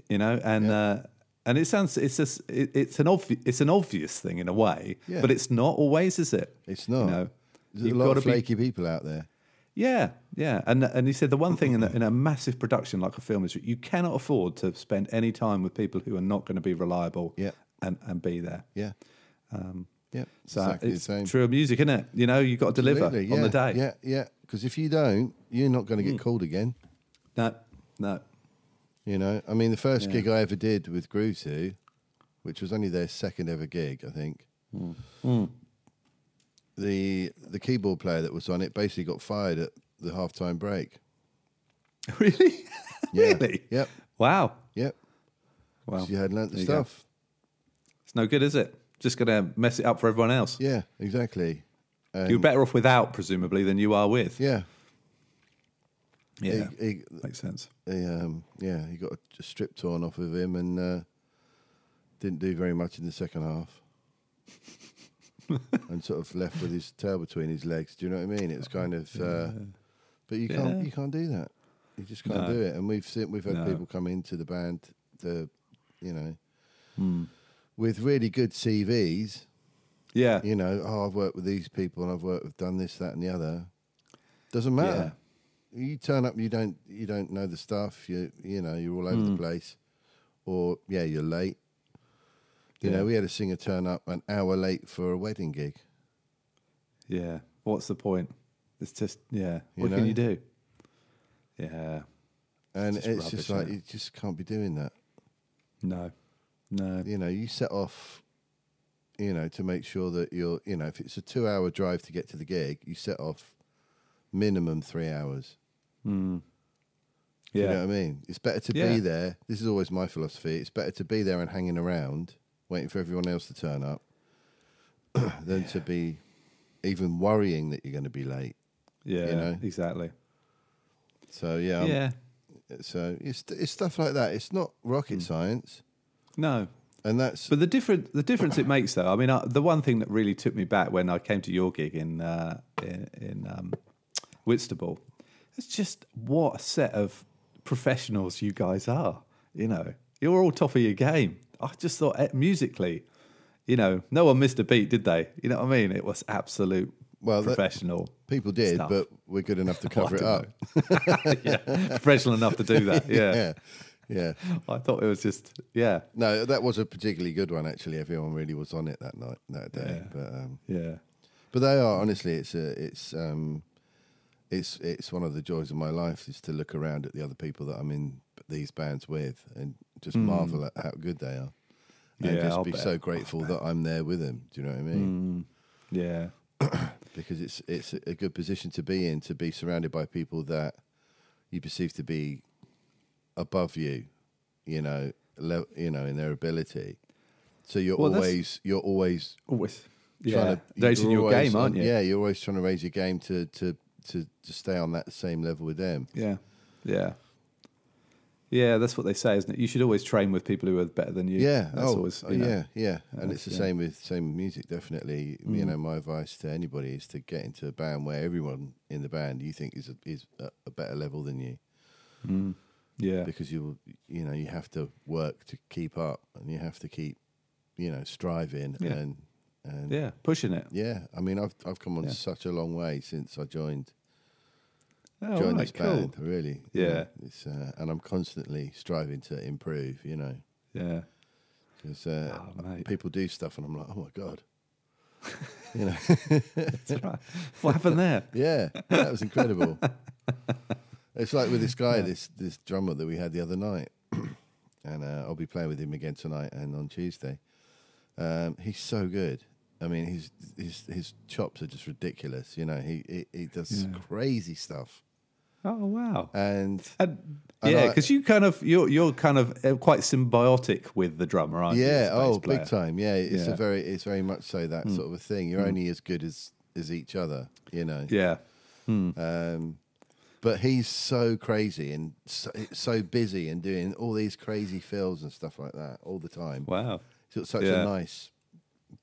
[SPEAKER 4] you know and uh, and it sounds it's just it, it's an obvious it's an obvious thing in a way
[SPEAKER 2] Yeah.
[SPEAKER 4] but it's not always is it
[SPEAKER 2] It's not.
[SPEAKER 4] you know
[SPEAKER 2] There's a
[SPEAKER 4] you've
[SPEAKER 2] lot
[SPEAKER 4] gotta
[SPEAKER 2] of
[SPEAKER 4] be-
[SPEAKER 2] flaky people out there.
[SPEAKER 4] yeah yeah and and he said the one thing in a, in a massive production like a film is you cannot afford to spend any time with people who are not going to be reliable
[SPEAKER 2] Yeah.
[SPEAKER 4] and and be there
[SPEAKER 2] Yeah. Um, yeah.
[SPEAKER 4] so
[SPEAKER 2] exactly
[SPEAKER 4] it's
[SPEAKER 2] the same.
[SPEAKER 4] true of music isn't it you know you've got to deliver
[SPEAKER 2] Absolutely,
[SPEAKER 4] on the
[SPEAKER 2] yeah,
[SPEAKER 4] day Hmm.
[SPEAKER 2] Yeah, yeah. Because if you don't, you're not going to get called again.
[SPEAKER 4] no no
[SPEAKER 2] You know, I mean, the first gig I ever did with Groove Zoo, which was only their second ever gig, I think.
[SPEAKER 4] Hmm.
[SPEAKER 2] Hmm. The the keyboard player that was on it basically got fired at the halftime break.
[SPEAKER 4] really
[SPEAKER 2] Yeah.
[SPEAKER 4] really
[SPEAKER 2] Yep.
[SPEAKER 4] wow
[SPEAKER 2] Yep.
[SPEAKER 4] wow
[SPEAKER 2] So you had learnt the
[SPEAKER 4] There you go.
[SPEAKER 2] stuff.
[SPEAKER 4] it's no good is it just going to mess it up for everyone else
[SPEAKER 2] Yeah. Exactly.
[SPEAKER 4] You're better off without, presumably, than you are with.
[SPEAKER 2] Yeah. e
[SPEAKER 4] Yeah,
[SPEAKER 2] He- he-
[SPEAKER 4] makes sense.
[SPEAKER 2] he, um, yeah. He got a, a strip torn off of him and uh, didn't do very much in the second half. and sort of left with his tail between his legs. Do you know what I mean? It was kind of, uh, but you can't
[SPEAKER 4] Yeah.
[SPEAKER 2] you can't do that. You just can't
[SPEAKER 4] No.
[SPEAKER 2] do it. And we've seen we've had
[SPEAKER 4] No.
[SPEAKER 2] people come into the band, the you know,
[SPEAKER 4] Hmm.
[SPEAKER 2] with really good CVs.
[SPEAKER 4] Yeah,
[SPEAKER 2] You know, oh, I've worked with these people and I've worked with done this, that, and the other. Doesn't matter. You turn up, you don't you don't know the stuff. You you know you're all over
[SPEAKER 4] Hmm.
[SPEAKER 2] the place, or yeah, you're late. You
[SPEAKER 4] Yeah.
[SPEAKER 2] know, we had a singer turn up an hour late for a wedding gig.
[SPEAKER 4] yeah. What's the point? It's just yeah.
[SPEAKER 2] You
[SPEAKER 4] what
[SPEAKER 2] know?
[SPEAKER 4] can you do? Yeah,
[SPEAKER 2] And
[SPEAKER 4] just
[SPEAKER 2] it's just
[SPEAKER 4] rubbish,
[SPEAKER 2] like
[SPEAKER 4] innit?
[SPEAKER 2] you just can't be doing that.
[SPEAKER 4] no, no.
[SPEAKER 2] You know, you set off, you know, to make sure that you're, you know, if it's a two-hour drive to get to the gig, you set off minimum three hours. Do
[SPEAKER 4] Hmm. Yeah,
[SPEAKER 2] You know what I mean? It's better to
[SPEAKER 4] Yeah.
[SPEAKER 2] be there. This is always my philosophy. It's better to be there and hanging around, waiting for everyone else to turn up, than to be even worrying that you're going to be late.
[SPEAKER 4] yeah.
[SPEAKER 2] you know? Um,
[SPEAKER 4] Exactly.
[SPEAKER 2] So yeah, I'm-
[SPEAKER 4] yeah.
[SPEAKER 2] So it's it's stuff like that. It's not rocket science.
[SPEAKER 4] No.
[SPEAKER 2] And that's
[SPEAKER 4] Hmm. But the different the difference it makes though, I mean, uh, the one thing that really took me back when I came to your gig in uh, in, in um, Whitstable, it's just what a set of professionals you guys are. You know, you're all top of your game. I just thought eh, musically, you know, no one missed a beat, did they? You know what I mean? It was absolute
[SPEAKER 2] Well, that-
[SPEAKER 4] professional.
[SPEAKER 2] people did,
[SPEAKER 4] stuff.
[SPEAKER 2] but we're good enough to cover it
[SPEAKER 4] don't
[SPEAKER 2] up.
[SPEAKER 4] yeah, professional enough to do that. Yeah.
[SPEAKER 2] yeah, yeah.
[SPEAKER 4] I thought it was just yeah,
[SPEAKER 2] No, that was a particularly good one. Actually, everyone really was on it that night, that day. But um,
[SPEAKER 4] yeah,
[SPEAKER 2] But they are honestly, it's a, it's um, it's it's one of the joys of my life is to look around at the other people that I'm in these bands with and just marvel at how good they are, and
[SPEAKER 4] Hmm. Yeah,
[SPEAKER 2] just
[SPEAKER 4] I'll
[SPEAKER 2] be
[SPEAKER 4] bet. Hmm.
[SPEAKER 2] so grateful that I'm there with them. Do you know what I mean?
[SPEAKER 4] yeah,
[SPEAKER 2] Because it's it's a good position to be in to be surrounded by people that you perceive to be above you, you know, le- you know, in their ability. So you're
[SPEAKER 4] Well, that's-
[SPEAKER 2] always you're always
[SPEAKER 4] always.
[SPEAKER 2] trying
[SPEAKER 4] Yeah,
[SPEAKER 2] to you're
[SPEAKER 4] raising your
[SPEAKER 2] always
[SPEAKER 4] game, aren't
[SPEAKER 2] on-
[SPEAKER 4] you?
[SPEAKER 2] Yeah, you're always trying to raise your game to to to, to stay on that same level with them.
[SPEAKER 4] Yeah. Yeah. Yeah, that's what they say, isn't it? You should always train with people who are better than you.
[SPEAKER 2] Yeah,
[SPEAKER 4] That's
[SPEAKER 2] oh,
[SPEAKER 4] always
[SPEAKER 2] oh,
[SPEAKER 4] you know,
[SPEAKER 2] yeah, yeah, and it's the
[SPEAKER 4] yeah. Mm.
[SPEAKER 2] same with same with music. Definitely, you know, my advice to anybody is to get into a band where everyone in the band you think is a, is a, a better level than you,
[SPEAKER 4] Mm. Yeah.
[SPEAKER 2] because you will- you know you have to work to keep up, and you have to keep you know striving
[SPEAKER 4] Yeah.
[SPEAKER 2] and and
[SPEAKER 4] Yeah. Pushing it.
[SPEAKER 2] yeah. I mean, I've I've come on
[SPEAKER 4] Yeah.
[SPEAKER 2] such a long way since I joined
[SPEAKER 4] Oh,
[SPEAKER 2] join
[SPEAKER 4] right,
[SPEAKER 2] this
[SPEAKER 4] cool.
[SPEAKER 2] band, really. you
[SPEAKER 4] Yeah.
[SPEAKER 2] know, it's, uh, and I'm constantly striving to improve, you know,
[SPEAKER 4] Yeah.
[SPEAKER 2] because uh,
[SPEAKER 4] Oh, mate.
[SPEAKER 2] people do stuff and I'm like, oh my God. you know,
[SPEAKER 4] That's right. what happened there?
[SPEAKER 2] yeah, that was incredible. it's like with this guy, this this drummer that we had the other night, and uh, I'll be playing with him again tonight and on Tuesday. Um, he's so good. I mean, his his his chops are just ridiculous. You know, he he, he does crazy stuff,
[SPEAKER 4] Oh, wow.
[SPEAKER 2] and
[SPEAKER 4] And,
[SPEAKER 2] Uh, And
[SPEAKER 4] yeah,
[SPEAKER 2] I-
[SPEAKER 4] because you kind of you're you're kind of uh, quite symbiotic with the drummer, aren't you?
[SPEAKER 2] Yeah,
[SPEAKER 4] as a bass
[SPEAKER 2] oh,
[SPEAKER 4] player?
[SPEAKER 2] big time. Yeah, it's
[SPEAKER 4] Yeah. Hmm.
[SPEAKER 2] a very, it's very much so that sort of a thing. You're only as good as as each other, you know.
[SPEAKER 4] Yeah,
[SPEAKER 2] Um, but he's so crazy and so, so busy and doing all these crazy fills and stuff like that all the time.
[SPEAKER 4] wow.
[SPEAKER 2] So it's such
[SPEAKER 4] Yeah.
[SPEAKER 2] a nice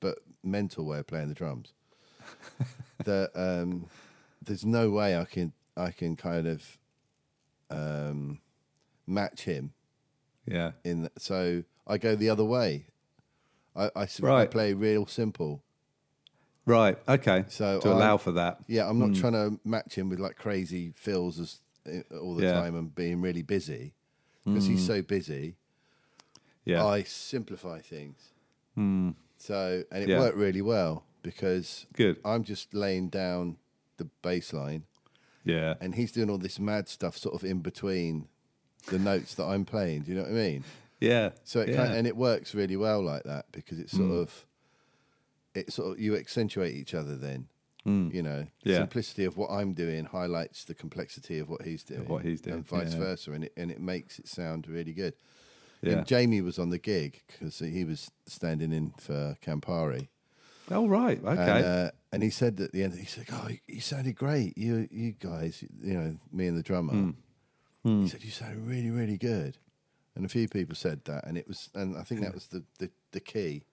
[SPEAKER 2] but mental way of playing the drums. that um, there's no way I can I can kind of um, match him
[SPEAKER 4] Yeah,
[SPEAKER 2] in th- so I go the other way. I I, s- I
[SPEAKER 4] Right.
[SPEAKER 2] play real simple.
[SPEAKER 4] right. Okay,
[SPEAKER 2] So
[SPEAKER 4] to
[SPEAKER 2] I'm-
[SPEAKER 4] allow for that.
[SPEAKER 2] Yeah, I'm not trying to match him with like crazy fills as, uh, all the
[SPEAKER 4] Yeah. Hmm.
[SPEAKER 2] time and being really busy because he's so busy.
[SPEAKER 4] Yeah, Hmm.
[SPEAKER 2] I simplify things. So and it
[SPEAKER 4] Yeah.
[SPEAKER 2] worked really well because
[SPEAKER 4] Good.
[SPEAKER 2] I'm just laying down the bass line
[SPEAKER 4] yeah,
[SPEAKER 2] and he's doing all this mad stuff sort of in between the notes that I'm playing. Do you know what I mean?
[SPEAKER 4] yeah.
[SPEAKER 2] So it
[SPEAKER 4] yeah. Mm.
[SPEAKER 2] kind and it works really well like that because it's sort of it sort of you accentuate each other then. You know, the
[SPEAKER 4] Mm. Yeah.
[SPEAKER 2] simplicity of what I'm doing highlights the complexity of what he's doing.
[SPEAKER 4] what he's doing,
[SPEAKER 2] and vice
[SPEAKER 4] yeah.
[SPEAKER 2] versa, and it and it makes it sound really good.
[SPEAKER 4] yeah.
[SPEAKER 2] And Jamie was on the gig because he was standing in for Campari,
[SPEAKER 4] oh right, okay.
[SPEAKER 2] and, uh, and he said at the end, he said, "Oh, you, you sounded great, you you guys, you know, me and the drummer."
[SPEAKER 4] Hmm.
[SPEAKER 2] He said, "You sounded really, really good," and a few people said that, and it was, and I think that was the the, the key.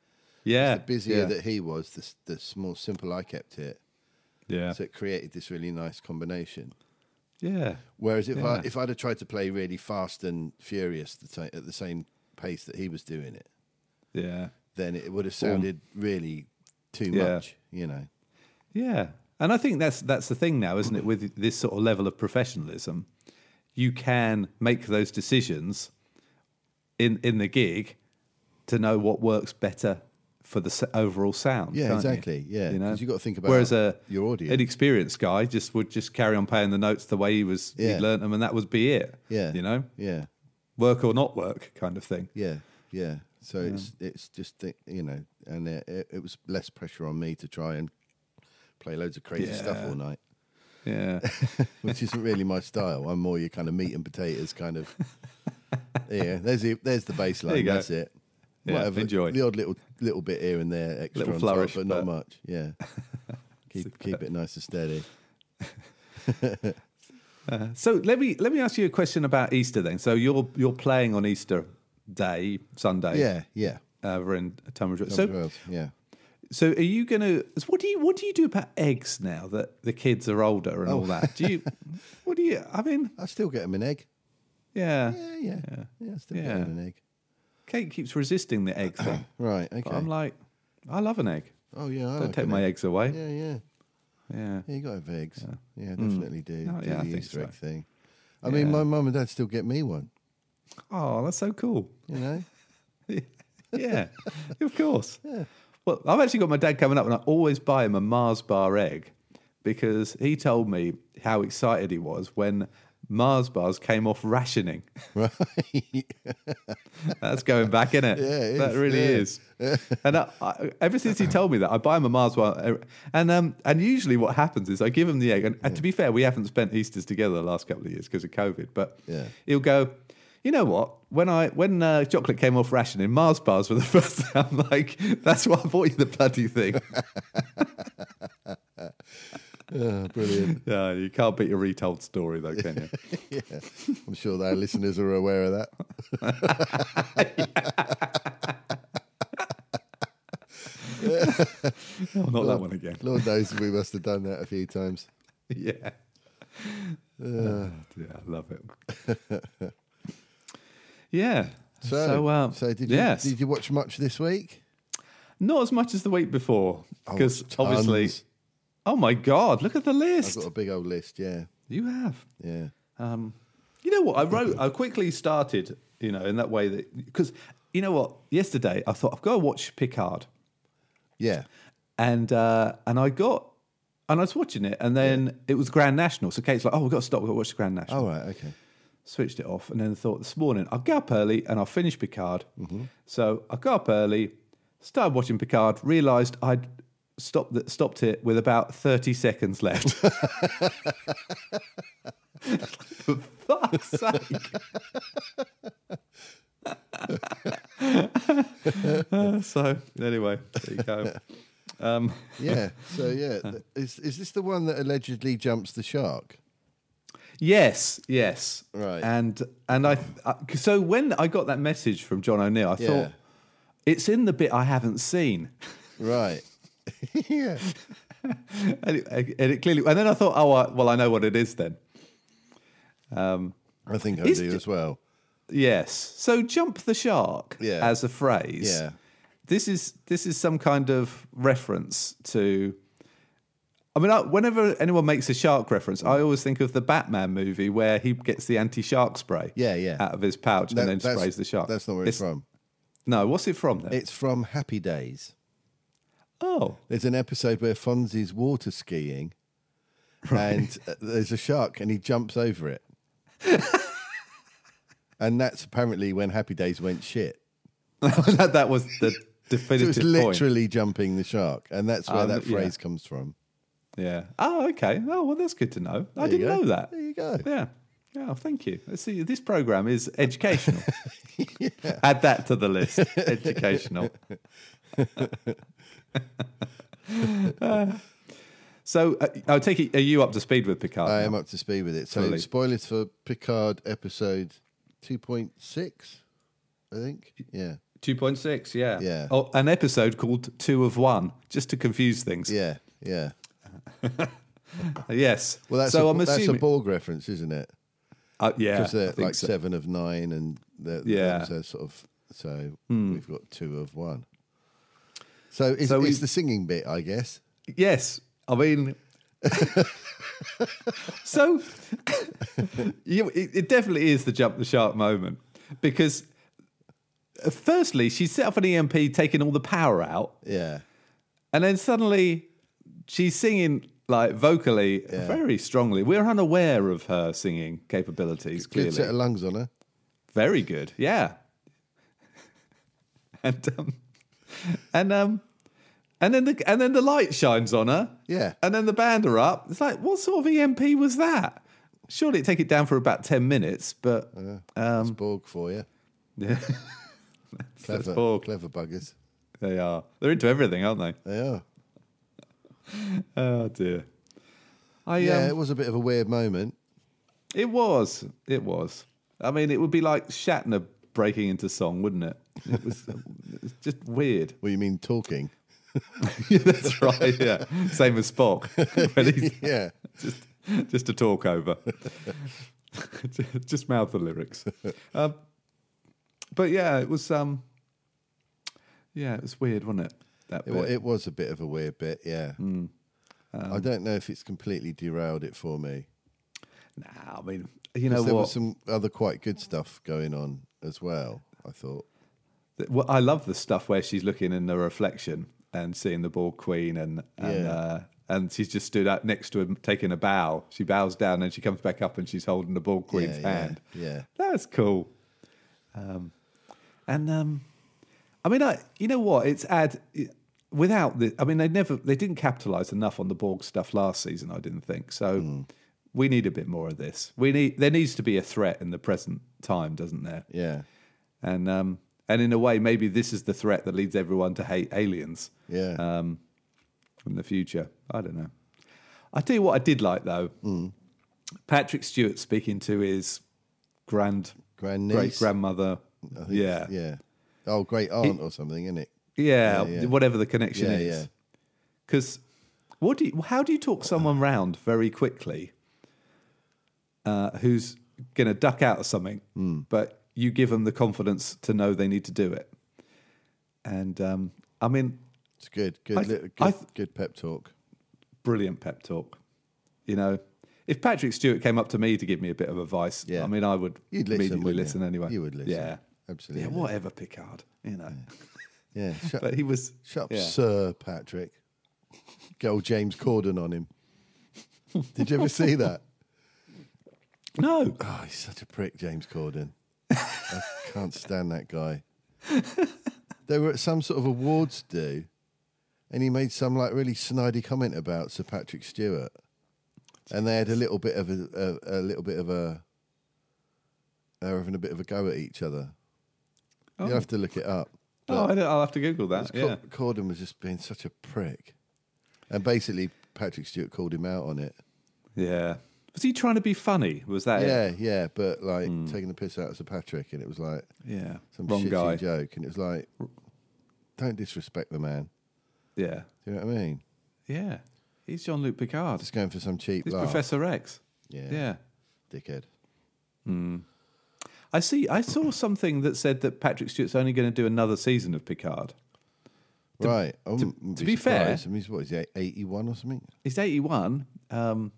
[SPEAKER 4] yeah,
[SPEAKER 2] The busier
[SPEAKER 4] yeah.
[SPEAKER 2] that he was, the s- the s- more simple I kept it.
[SPEAKER 4] yeah,
[SPEAKER 2] So it created this really nice combination.
[SPEAKER 4] yeah.
[SPEAKER 2] Whereas if I
[SPEAKER 4] Yeah.
[SPEAKER 2] if I'd have tried to play really fast and furious the ti- at the same pace that he was doing it,
[SPEAKER 4] Yeah.
[SPEAKER 2] then it would have sounded really too
[SPEAKER 4] Yeah.
[SPEAKER 2] much, you know.
[SPEAKER 4] Yeah. And I think that's that's the thing now, isn't it, with this sort of level of professionalism, you can make those decisions in in the gig to know what works better for the s- overall sound.
[SPEAKER 2] Yeah,
[SPEAKER 4] can't you?
[SPEAKER 2] exactly. Yeah, 'cause you gotta think about
[SPEAKER 4] Whereas a
[SPEAKER 2] your audience.
[SPEAKER 4] an experienced guy just would just carry on playing the notes the way he was
[SPEAKER 2] Yeah.
[SPEAKER 4] he'd learnt them, and that would be it.
[SPEAKER 2] Yeah.
[SPEAKER 4] you know,
[SPEAKER 2] Yeah.
[SPEAKER 4] work or not work kind of thing.
[SPEAKER 2] Yeah, yeah. So it's it's just thi- you know, and it, it, it was less pressure on me to try and play loads of crazy stuff
[SPEAKER 4] Yeah.
[SPEAKER 2] all night,
[SPEAKER 4] Yeah,
[SPEAKER 2] which isn't really my style. I'm more your kind of meat and potatoes kind of. Yeah, there's the there's the
[SPEAKER 4] There
[SPEAKER 2] baseline.
[SPEAKER 4] you go.
[SPEAKER 2] That's it.
[SPEAKER 4] Yeah, enjoy.
[SPEAKER 2] the odd little little bit here and there, extra
[SPEAKER 4] Little
[SPEAKER 2] on
[SPEAKER 4] flourish,
[SPEAKER 2] top, but not
[SPEAKER 4] but-
[SPEAKER 2] much. Yeah, keep keep it nice and steady.
[SPEAKER 4] So let me let me ask you a question about Easter then. So you're you're playing on Easter Day, Sunday.
[SPEAKER 2] Yeah, yeah.
[SPEAKER 4] over in Tunbridge. Wells.
[SPEAKER 2] So,
[SPEAKER 4] So,
[SPEAKER 2] yeah.
[SPEAKER 4] so are you going to? What do you What do you do about eggs now that the kids are older and all
[SPEAKER 2] Oh.
[SPEAKER 4] that? Do you? What do you? I mean,
[SPEAKER 2] I still get him an egg.
[SPEAKER 4] yeah,
[SPEAKER 2] Yeah, yeah. Yeah, I still
[SPEAKER 4] Yeah.
[SPEAKER 2] get him an egg.
[SPEAKER 4] Kate keeps resisting the egg thing,
[SPEAKER 2] Right, okay.
[SPEAKER 4] but I'm like, I love an egg.
[SPEAKER 2] oh, yeah. I
[SPEAKER 4] Don't
[SPEAKER 2] like
[SPEAKER 4] take
[SPEAKER 2] an
[SPEAKER 4] my
[SPEAKER 2] egg.
[SPEAKER 4] eggs away.
[SPEAKER 2] Yeah, yeah.
[SPEAKER 4] Yeah.
[SPEAKER 2] Yeah, you got to have eggs. Yeah, definitely do.
[SPEAKER 4] No,
[SPEAKER 2] do
[SPEAKER 4] yeah, I
[SPEAKER 2] the
[SPEAKER 4] think
[SPEAKER 2] Easter egg
[SPEAKER 4] so.
[SPEAKER 2] thing. I mean,
[SPEAKER 4] Yeah.
[SPEAKER 2] my mum and dad still get me one,
[SPEAKER 4] Oh, that's so cool.
[SPEAKER 2] you know?
[SPEAKER 4] yeah, of course. Well, I've actually got my dad coming up, and I always buy him a Mars bar egg because he told me how excited he was when Mars bars came off rationing.
[SPEAKER 2] right.
[SPEAKER 4] That's going back, isn't it?
[SPEAKER 2] it
[SPEAKER 4] that
[SPEAKER 2] is,
[SPEAKER 4] really is. and I, I, ever since he told me that, I buy him a Mars bar, and um, and usually what happens is I give him the egg, and, and to be fair, we haven't spent Easter's together the last couple of years because of COVID, but
[SPEAKER 2] Yeah.
[SPEAKER 4] he'll go. You know what? When I when uh, chocolate came off rationing, Mars bars were the first. I'm like, that's why I bought you the bloody thing.
[SPEAKER 2] Oh, brilliant.
[SPEAKER 4] yeah, you can't beat a retold story though, can you?
[SPEAKER 2] I'm sure our listeners are aware of that.
[SPEAKER 4] Oh, not that one again.
[SPEAKER 2] Lord knows we must have done that a few times.
[SPEAKER 4] yeah.
[SPEAKER 2] Uh,
[SPEAKER 4] yeah, I love it. yeah.
[SPEAKER 2] So, so,
[SPEAKER 4] um,
[SPEAKER 2] did you
[SPEAKER 4] yes,
[SPEAKER 2] did you watch much this week?
[SPEAKER 4] not as much as the week before
[SPEAKER 2] I
[SPEAKER 4] because
[SPEAKER 2] watched
[SPEAKER 4] obviously.
[SPEAKER 2] Oh, tons.
[SPEAKER 4] Oh my God! Look at the
[SPEAKER 2] I've
[SPEAKER 4] list.
[SPEAKER 2] got a big old list. Yeah,
[SPEAKER 4] You have.
[SPEAKER 2] yeah.
[SPEAKER 4] Um, you know what? I wrote. I quickly started. You know, in that way that because you know what? Yesterday I thought I've got to watch Picard.
[SPEAKER 2] Yeah.
[SPEAKER 4] and uh, and I got and I was watching it, and then it was Grand National. So Kate's like, "Oh, we've got to stop. We've got to watch the Grand National."
[SPEAKER 2] All right. Okay.
[SPEAKER 4] Switched it off, and then thought this morning I'll get up early and I'll finish Picard. So I got up early, started watching Picard, realised I'd stopped th- stopped it with about thirty seconds left. For fuck's sake! so anyway, there you go. Um,
[SPEAKER 2] Yeah. so yeah, th- is is this the one that allegedly jumps the shark?
[SPEAKER 4] Yes, yes.
[SPEAKER 2] Right.
[SPEAKER 4] And and I, I so when I got that message from John O'Neill, I
[SPEAKER 2] Yeah.
[SPEAKER 4] thought it's in the bit I haven't seen.
[SPEAKER 2] Right. yeah.
[SPEAKER 4] And it, and it clearly and then I thought, oh I, well, I know what it is then.
[SPEAKER 2] I think I
[SPEAKER 4] Is
[SPEAKER 2] do
[SPEAKER 4] j-
[SPEAKER 2] as well.
[SPEAKER 4] Yes. So jump the shark
[SPEAKER 2] Yeah.
[SPEAKER 4] as a phrase.
[SPEAKER 2] Yeah.
[SPEAKER 4] This is this is some kind of reference to I mean, I, whenever anyone makes a shark reference, I always think of the Batman movie where he gets the anti-shark spray
[SPEAKER 2] Yeah, yeah.
[SPEAKER 4] out of his pouch
[SPEAKER 2] That-
[SPEAKER 4] and then
[SPEAKER 2] that's-
[SPEAKER 4] sprays the shark.
[SPEAKER 2] That's not where it's,
[SPEAKER 4] It's-
[SPEAKER 2] from.
[SPEAKER 4] No, what's it from then?
[SPEAKER 2] It's from Happy Days.
[SPEAKER 4] Oh,
[SPEAKER 2] There's an episode where Fonzie's water skiing, and uh, there's a shark, and he jumps over it. and that's apparently when Happy Days went shit.
[SPEAKER 4] that, that was the
[SPEAKER 2] So
[SPEAKER 4] definitive
[SPEAKER 2] it's
[SPEAKER 4] point.
[SPEAKER 2] literally jumping the shark, and that's where
[SPEAKER 4] Um,
[SPEAKER 2] that
[SPEAKER 4] yeah.
[SPEAKER 2] phrase comes from.
[SPEAKER 4] Yeah. Oh, okay. Oh, well, that's good to know. I
[SPEAKER 2] There you
[SPEAKER 4] didn't
[SPEAKER 2] go.
[SPEAKER 4] know that.
[SPEAKER 2] There you go.
[SPEAKER 4] Yeah. Yeah. well, thank you. Let's see. This program is educational. Add that to the list. educational. Uh, so, uh, I'll take it. Are you up to speed with Picard?
[SPEAKER 2] I
[SPEAKER 4] now?
[SPEAKER 2] am up to speed with it. So,
[SPEAKER 4] Fully.
[SPEAKER 2] spoilers for Picard episode 2.6, I think. Yeah.
[SPEAKER 4] 2.6, yeah.
[SPEAKER 2] Yeah.
[SPEAKER 4] Oh, an episode called Two of One, just to confuse things.
[SPEAKER 2] Yeah. Yeah.
[SPEAKER 4] Yes.
[SPEAKER 2] Well, that's,
[SPEAKER 4] so
[SPEAKER 2] a,
[SPEAKER 4] I'm
[SPEAKER 2] that's
[SPEAKER 4] assuming.
[SPEAKER 2] a Borg reference, isn't it?
[SPEAKER 4] uh, yeah.
[SPEAKER 2] Because
[SPEAKER 4] I
[SPEAKER 2] they're
[SPEAKER 4] think
[SPEAKER 2] like
[SPEAKER 4] so.
[SPEAKER 2] seven of nine, and they're,
[SPEAKER 4] Yeah. Hmm.
[SPEAKER 2] those are sort of. So, we've got two of one. So, it's,
[SPEAKER 4] So we-
[SPEAKER 2] it's the singing bit, I guess.
[SPEAKER 4] Yes, I mean, so you, it, it definitely is the jump the shark moment because, uh, firstly, she set off an EMP, taking all the power out,
[SPEAKER 2] Yeah.
[SPEAKER 4] and then suddenly she's singing like vocally very strongly. We're unaware of her singing capabilities. Clearly,
[SPEAKER 2] Good set of lungs on her.
[SPEAKER 4] very good. Yeah. And um, and um, and then the and then the light shines on her.
[SPEAKER 2] Yeah.
[SPEAKER 4] And then the band are up. It's like, what sort of EMP was that? Surely it'd take it down for about ten minutes, but um,
[SPEAKER 2] That's Borg for you.
[SPEAKER 4] yeah,
[SPEAKER 2] Clever,
[SPEAKER 4] Borg.
[SPEAKER 2] clever buggers.
[SPEAKER 4] they are. They're into everything, aren't they?
[SPEAKER 2] They are.
[SPEAKER 4] Oh dear. I
[SPEAKER 2] Yeah,
[SPEAKER 4] um,
[SPEAKER 2] it was a bit of a weird moment.
[SPEAKER 4] It was. It was. I mean, it would be like Shatner breaking into song, wouldn't it? It was, it was just weird.
[SPEAKER 2] Well, you mean talking?
[SPEAKER 4] yeah, that's right. Yeah, same as Spock. when he's
[SPEAKER 2] Yeah.
[SPEAKER 4] just, just a talk over. just mouth the lyrics. Um, but yeah, it was. Um, yeah, it was weird, wasn't it? That
[SPEAKER 2] It,
[SPEAKER 4] bit. Hmm, um,
[SPEAKER 2] wa- it was a bit of a weird bit, yeah. I don't know if it's completely derailed it for me.
[SPEAKER 4] nah, I mean, you know
[SPEAKER 2] 'Cause there
[SPEAKER 4] what?
[SPEAKER 2] was some other quite good stuff going on as well, I thought.
[SPEAKER 4] Th- Well, I love the stuff where she's looking in the reflection and seeing the ball queen, and and,
[SPEAKER 2] Yeah.
[SPEAKER 4] uh, and she's just stood out next to him taking a bow. She bows down and she comes back up and she's holding the ball queen's
[SPEAKER 2] Yeah, yeah,
[SPEAKER 4] hand.
[SPEAKER 2] yeah.
[SPEAKER 4] that's cool. Um, and um, I mean, I you know what? It's ad it- without the. I mean, they never they didn't capitalize enough on the Borg stuff last season. I didn't think so. We need a bit more of this. We need there needs to be a threat in the present time, doesn't there?
[SPEAKER 2] Yeah.
[SPEAKER 4] and um, and in a way, maybe this is the threat that leads everyone to hate aliens
[SPEAKER 2] Yeah.
[SPEAKER 4] Uh, in the future. I don't know. I tell you what, I did like though. Patrick Stewart speaking to his grand
[SPEAKER 2] Grandniece.
[SPEAKER 4] great grandmother.
[SPEAKER 2] I think
[SPEAKER 4] Yeah.
[SPEAKER 2] it's-
[SPEAKER 4] yeah,
[SPEAKER 2] Yeah. Oh, great aunt or something, isn't it? Yeah, yeah.
[SPEAKER 4] whatever the connection
[SPEAKER 2] Yeah, yeah.
[SPEAKER 4] is. Because what do you, how do you talk someone round very quickly? Uh, who's going to duck out of something,
[SPEAKER 2] Hmm.
[SPEAKER 4] but you give them the confidence to know they need to do it. And um, I mean,
[SPEAKER 2] It's good. Good,
[SPEAKER 4] I th-
[SPEAKER 2] little-
[SPEAKER 4] I
[SPEAKER 2] good,
[SPEAKER 4] th-
[SPEAKER 2] good pep talk.
[SPEAKER 4] brilliant pep talk. You know, if Patrick Stewart came up to me to give me a bit of advice,
[SPEAKER 2] Yeah.
[SPEAKER 4] I mean, I would
[SPEAKER 2] You'd listen,
[SPEAKER 4] immediately
[SPEAKER 2] wouldn't you?
[SPEAKER 4] listen anyway.
[SPEAKER 2] You would listen.
[SPEAKER 4] yeah,
[SPEAKER 2] Absolutely.
[SPEAKER 4] yeah, whatever Picard, you know.
[SPEAKER 2] Yeah. Shut,
[SPEAKER 4] But he was
[SPEAKER 2] shut up,
[SPEAKER 4] yeah.
[SPEAKER 2] Sir Patrick. Get old James Corden on him. Did you ever see that?
[SPEAKER 4] No,
[SPEAKER 2] Oh, he's such a prick, James Corden. I can't stand that guy. they were at some sort of awards do, and he made some like really snidey comment about Sir Patrick Stewart, and they had a little bit of a, a, a little bit of a they were having a bit of a go at each other. You'll have to look it up.
[SPEAKER 4] oh, I don't, I'll have to Google that.
[SPEAKER 2] Cor-
[SPEAKER 4] Yeah,
[SPEAKER 2] Corden was just being such a prick, and basically Patrick Stewart called him out on it.
[SPEAKER 4] yeah. Was he trying to be funny? Was that? it?
[SPEAKER 2] Yeah, yeah, but like
[SPEAKER 4] Hmm.
[SPEAKER 2] taking the piss out of Sir Patrick, and it was like.
[SPEAKER 4] yeah.
[SPEAKER 2] some
[SPEAKER 4] Wrong
[SPEAKER 2] shitty
[SPEAKER 4] guy.
[SPEAKER 2] joke, and it was like, don't disrespect the man.
[SPEAKER 4] Yeah,
[SPEAKER 2] Do you know what I mean?
[SPEAKER 4] yeah. He's Jean Luc Picard.
[SPEAKER 2] Just going for some cheap
[SPEAKER 4] He's
[SPEAKER 2] laugh,
[SPEAKER 4] Professor X.
[SPEAKER 2] Yeah.
[SPEAKER 4] yeah.
[SPEAKER 2] dickhead.
[SPEAKER 4] I see. I saw something that said that Patrick Stewart's only going to do another season of Picard.
[SPEAKER 2] right. I wouldn't
[SPEAKER 4] to be fair-
[SPEAKER 2] surprised. I mean, he's- what is he, eighty-one or something?
[SPEAKER 4] he's 81 um,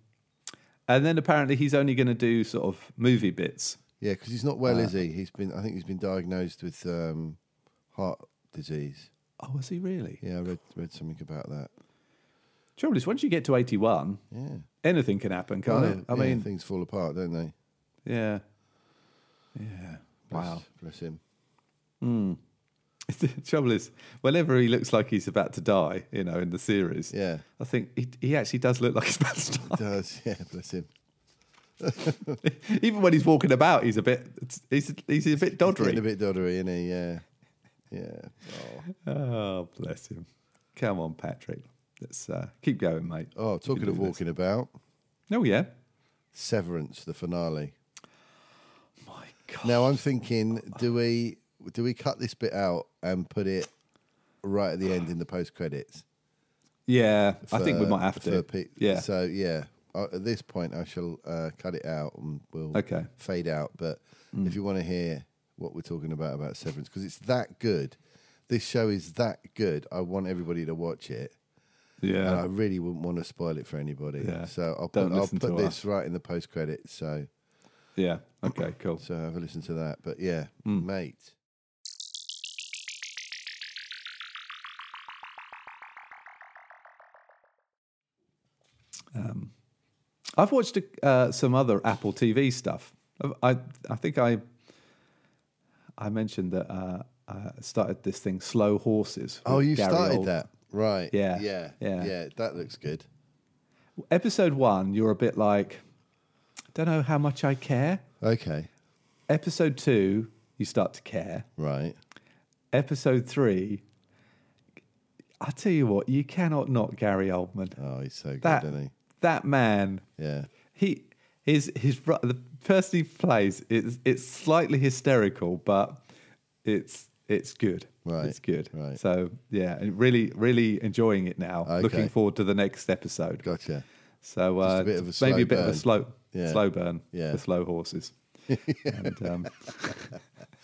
[SPEAKER 4] and then apparently he's only going to do sort of movie bits
[SPEAKER 2] Yeah, because he's not well, is he? He's been. I think he's been diagnosed with um, heart disease.
[SPEAKER 4] oh is he really
[SPEAKER 2] Yeah, I read read something about that.
[SPEAKER 4] trouble is once you get to 81
[SPEAKER 2] Yeah.
[SPEAKER 4] anything can happen can't
[SPEAKER 2] Well,
[SPEAKER 4] it i
[SPEAKER 2] Oh, yeah,
[SPEAKER 4] mean
[SPEAKER 2] things fall apart, don't they?
[SPEAKER 4] yeah yeah wow
[SPEAKER 2] Bless- Bless him.
[SPEAKER 4] Hmm. the trouble is whenever he looks like he's about to die you know in the series
[SPEAKER 2] Yeah.
[SPEAKER 4] i think he, he actually does look like he's about to die
[SPEAKER 2] Does yeah, bless him.
[SPEAKER 4] even when he's walking about he's a bit he's, he's a
[SPEAKER 2] He's
[SPEAKER 4] bit
[SPEAKER 2] getting
[SPEAKER 4] doddery
[SPEAKER 2] a bit doddery, isn't he? Yeah. Yeah. Oh.
[SPEAKER 4] oh bless him come on patrick let's uh, keep going mate
[SPEAKER 2] Oh, talking of walking about,
[SPEAKER 4] oh yeah
[SPEAKER 2] Severance, the finale.
[SPEAKER 4] my god
[SPEAKER 2] Now I'm thinking, do we do we cut this bit out and put it right at the end in the post credits?
[SPEAKER 4] Yeah, I think we might have to. yeah.
[SPEAKER 2] So yeah, I- at this point I shall uh, cut it out and we'll
[SPEAKER 4] Okay. Mm.
[SPEAKER 2] fade out. But if you want to hear what we're talking about about Severance, because it's that good, this show is that good. I want everybody to watch it. And I
[SPEAKER 4] yeah.
[SPEAKER 2] really wouldn't want to spoil it for anybody.
[SPEAKER 4] Yeah.
[SPEAKER 2] So I'll
[SPEAKER 4] Don't
[SPEAKER 2] put, I'll
[SPEAKER 4] listen to
[SPEAKER 2] put
[SPEAKER 4] us.
[SPEAKER 2] this right in the post credits. So
[SPEAKER 4] Yeah. Okay, cool.
[SPEAKER 2] so have a listen to that. But yeah,
[SPEAKER 4] Hmm.
[SPEAKER 2] mate.
[SPEAKER 4] Um, I've watched uh, some other Apple TV stuff. I, I I think I I mentioned that uh, I started this thing Slow Horses.
[SPEAKER 2] Oh,
[SPEAKER 4] with
[SPEAKER 2] you
[SPEAKER 4] Gary
[SPEAKER 2] started
[SPEAKER 4] Old-
[SPEAKER 2] that, right?
[SPEAKER 4] Yeah,
[SPEAKER 2] yeah,
[SPEAKER 4] yeah.
[SPEAKER 2] yeah, That looks good.
[SPEAKER 4] Episode 1, you're a bit like don't know how much I care.
[SPEAKER 2] Okay,
[SPEAKER 4] Episode 2, you start to care.
[SPEAKER 2] right.
[SPEAKER 4] Episode 3, I tell you what, you cannot not Gary Oldman.
[SPEAKER 2] Oh, he's so good,
[SPEAKER 4] that
[SPEAKER 2] isn't
[SPEAKER 4] that man
[SPEAKER 2] he? Yeah,
[SPEAKER 4] he his his the person he plays is it's slightly hysterical, but it's it's good.
[SPEAKER 2] Right,
[SPEAKER 4] It's good.
[SPEAKER 2] right.
[SPEAKER 4] So yeah, and really, really enjoying it now.
[SPEAKER 2] Okay.
[SPEAKER 4] Looking forward to the next episode.
[SPEAKER 2] Gotcha.
[SPEAKER 4] So
[SPEAKER 2] Just
[SPEAKER 4] uh,
[SPEAKER 2] a bit of a
[SPEAKER 4] maybe
[SPEAKER 2] slow
[SPEAKER 4] a bit of
[SPEAKER 2] burn.
[SPEAKER 4] a slow,
[SPEAKER 2] Yeah.
[SPEAKER 4] slow burn
[SPEAKER 2] Yeah.
[SPEAKER 4] for slow horses. and um,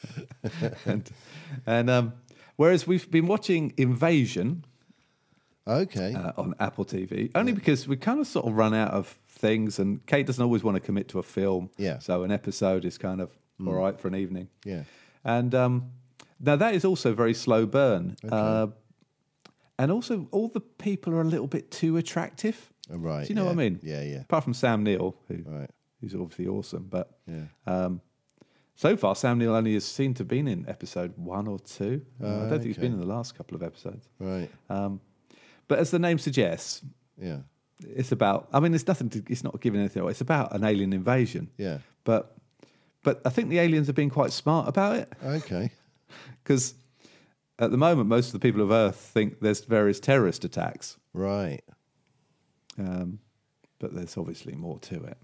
[SPEAKER 4] and, and um, whereas we've been watching Invasion
[SPEAKER 2] Okay.
[SPEAKER 4] uh, on Apple TV only because we kind of sort of run out of things, and Kate doesn't always want to commit to a film.
[SPEAKER 2] Yeah. Hmm.
[SPEAKER 4] So an episode is kind of all right for an evening.
[SPEAKER 2] yeah.
[SPEAKER 4] And um, now that is also very slow burn. Uh, and also, all the people are a little bit too attractive.
[SPEAKER 2] Oh, Right.
[SPEAKER 4] Do you know
[SPEAKER 2] yeah.
[SPEAKER 4] what I mean?
[SPEAKER 2] Yeah, yeah.
[SPEAKER 4] Apart from Sam Neill, who,
[SPEAKER 2] Right.
[SPEAKER 4] who's obviously awesome, but
[SPEAKER 2] Yeah.
[SPEAKER 4] Uh, so far Sam Neill only has seen to have been in episode one or two. Uh, I don't think he's
[SPEAKER 2] okay.
[SPEAKER 4] been in the last couple of episodes.
[SPEAKER 2] Right.
[SPEAKER 4] uh, But as the name suggests,
[SPEAKER 2] yeah.
[SPEAKER 4] it's about. I mean, it's nothing. To, it's not giving anything away. It's about an alien invasion.
[SPEAKER 2] Yeah.
[SPEAKER 4] But, but I think the aliens are being quite smart about it.
[SPEAKER 2] Okay.
[SPEAKER 4] because at the moment most of the people of earth think there's various terrorist attacks
[SPEAKER 2] Right.
[SPEAKER 4] um, but there's obviously more to it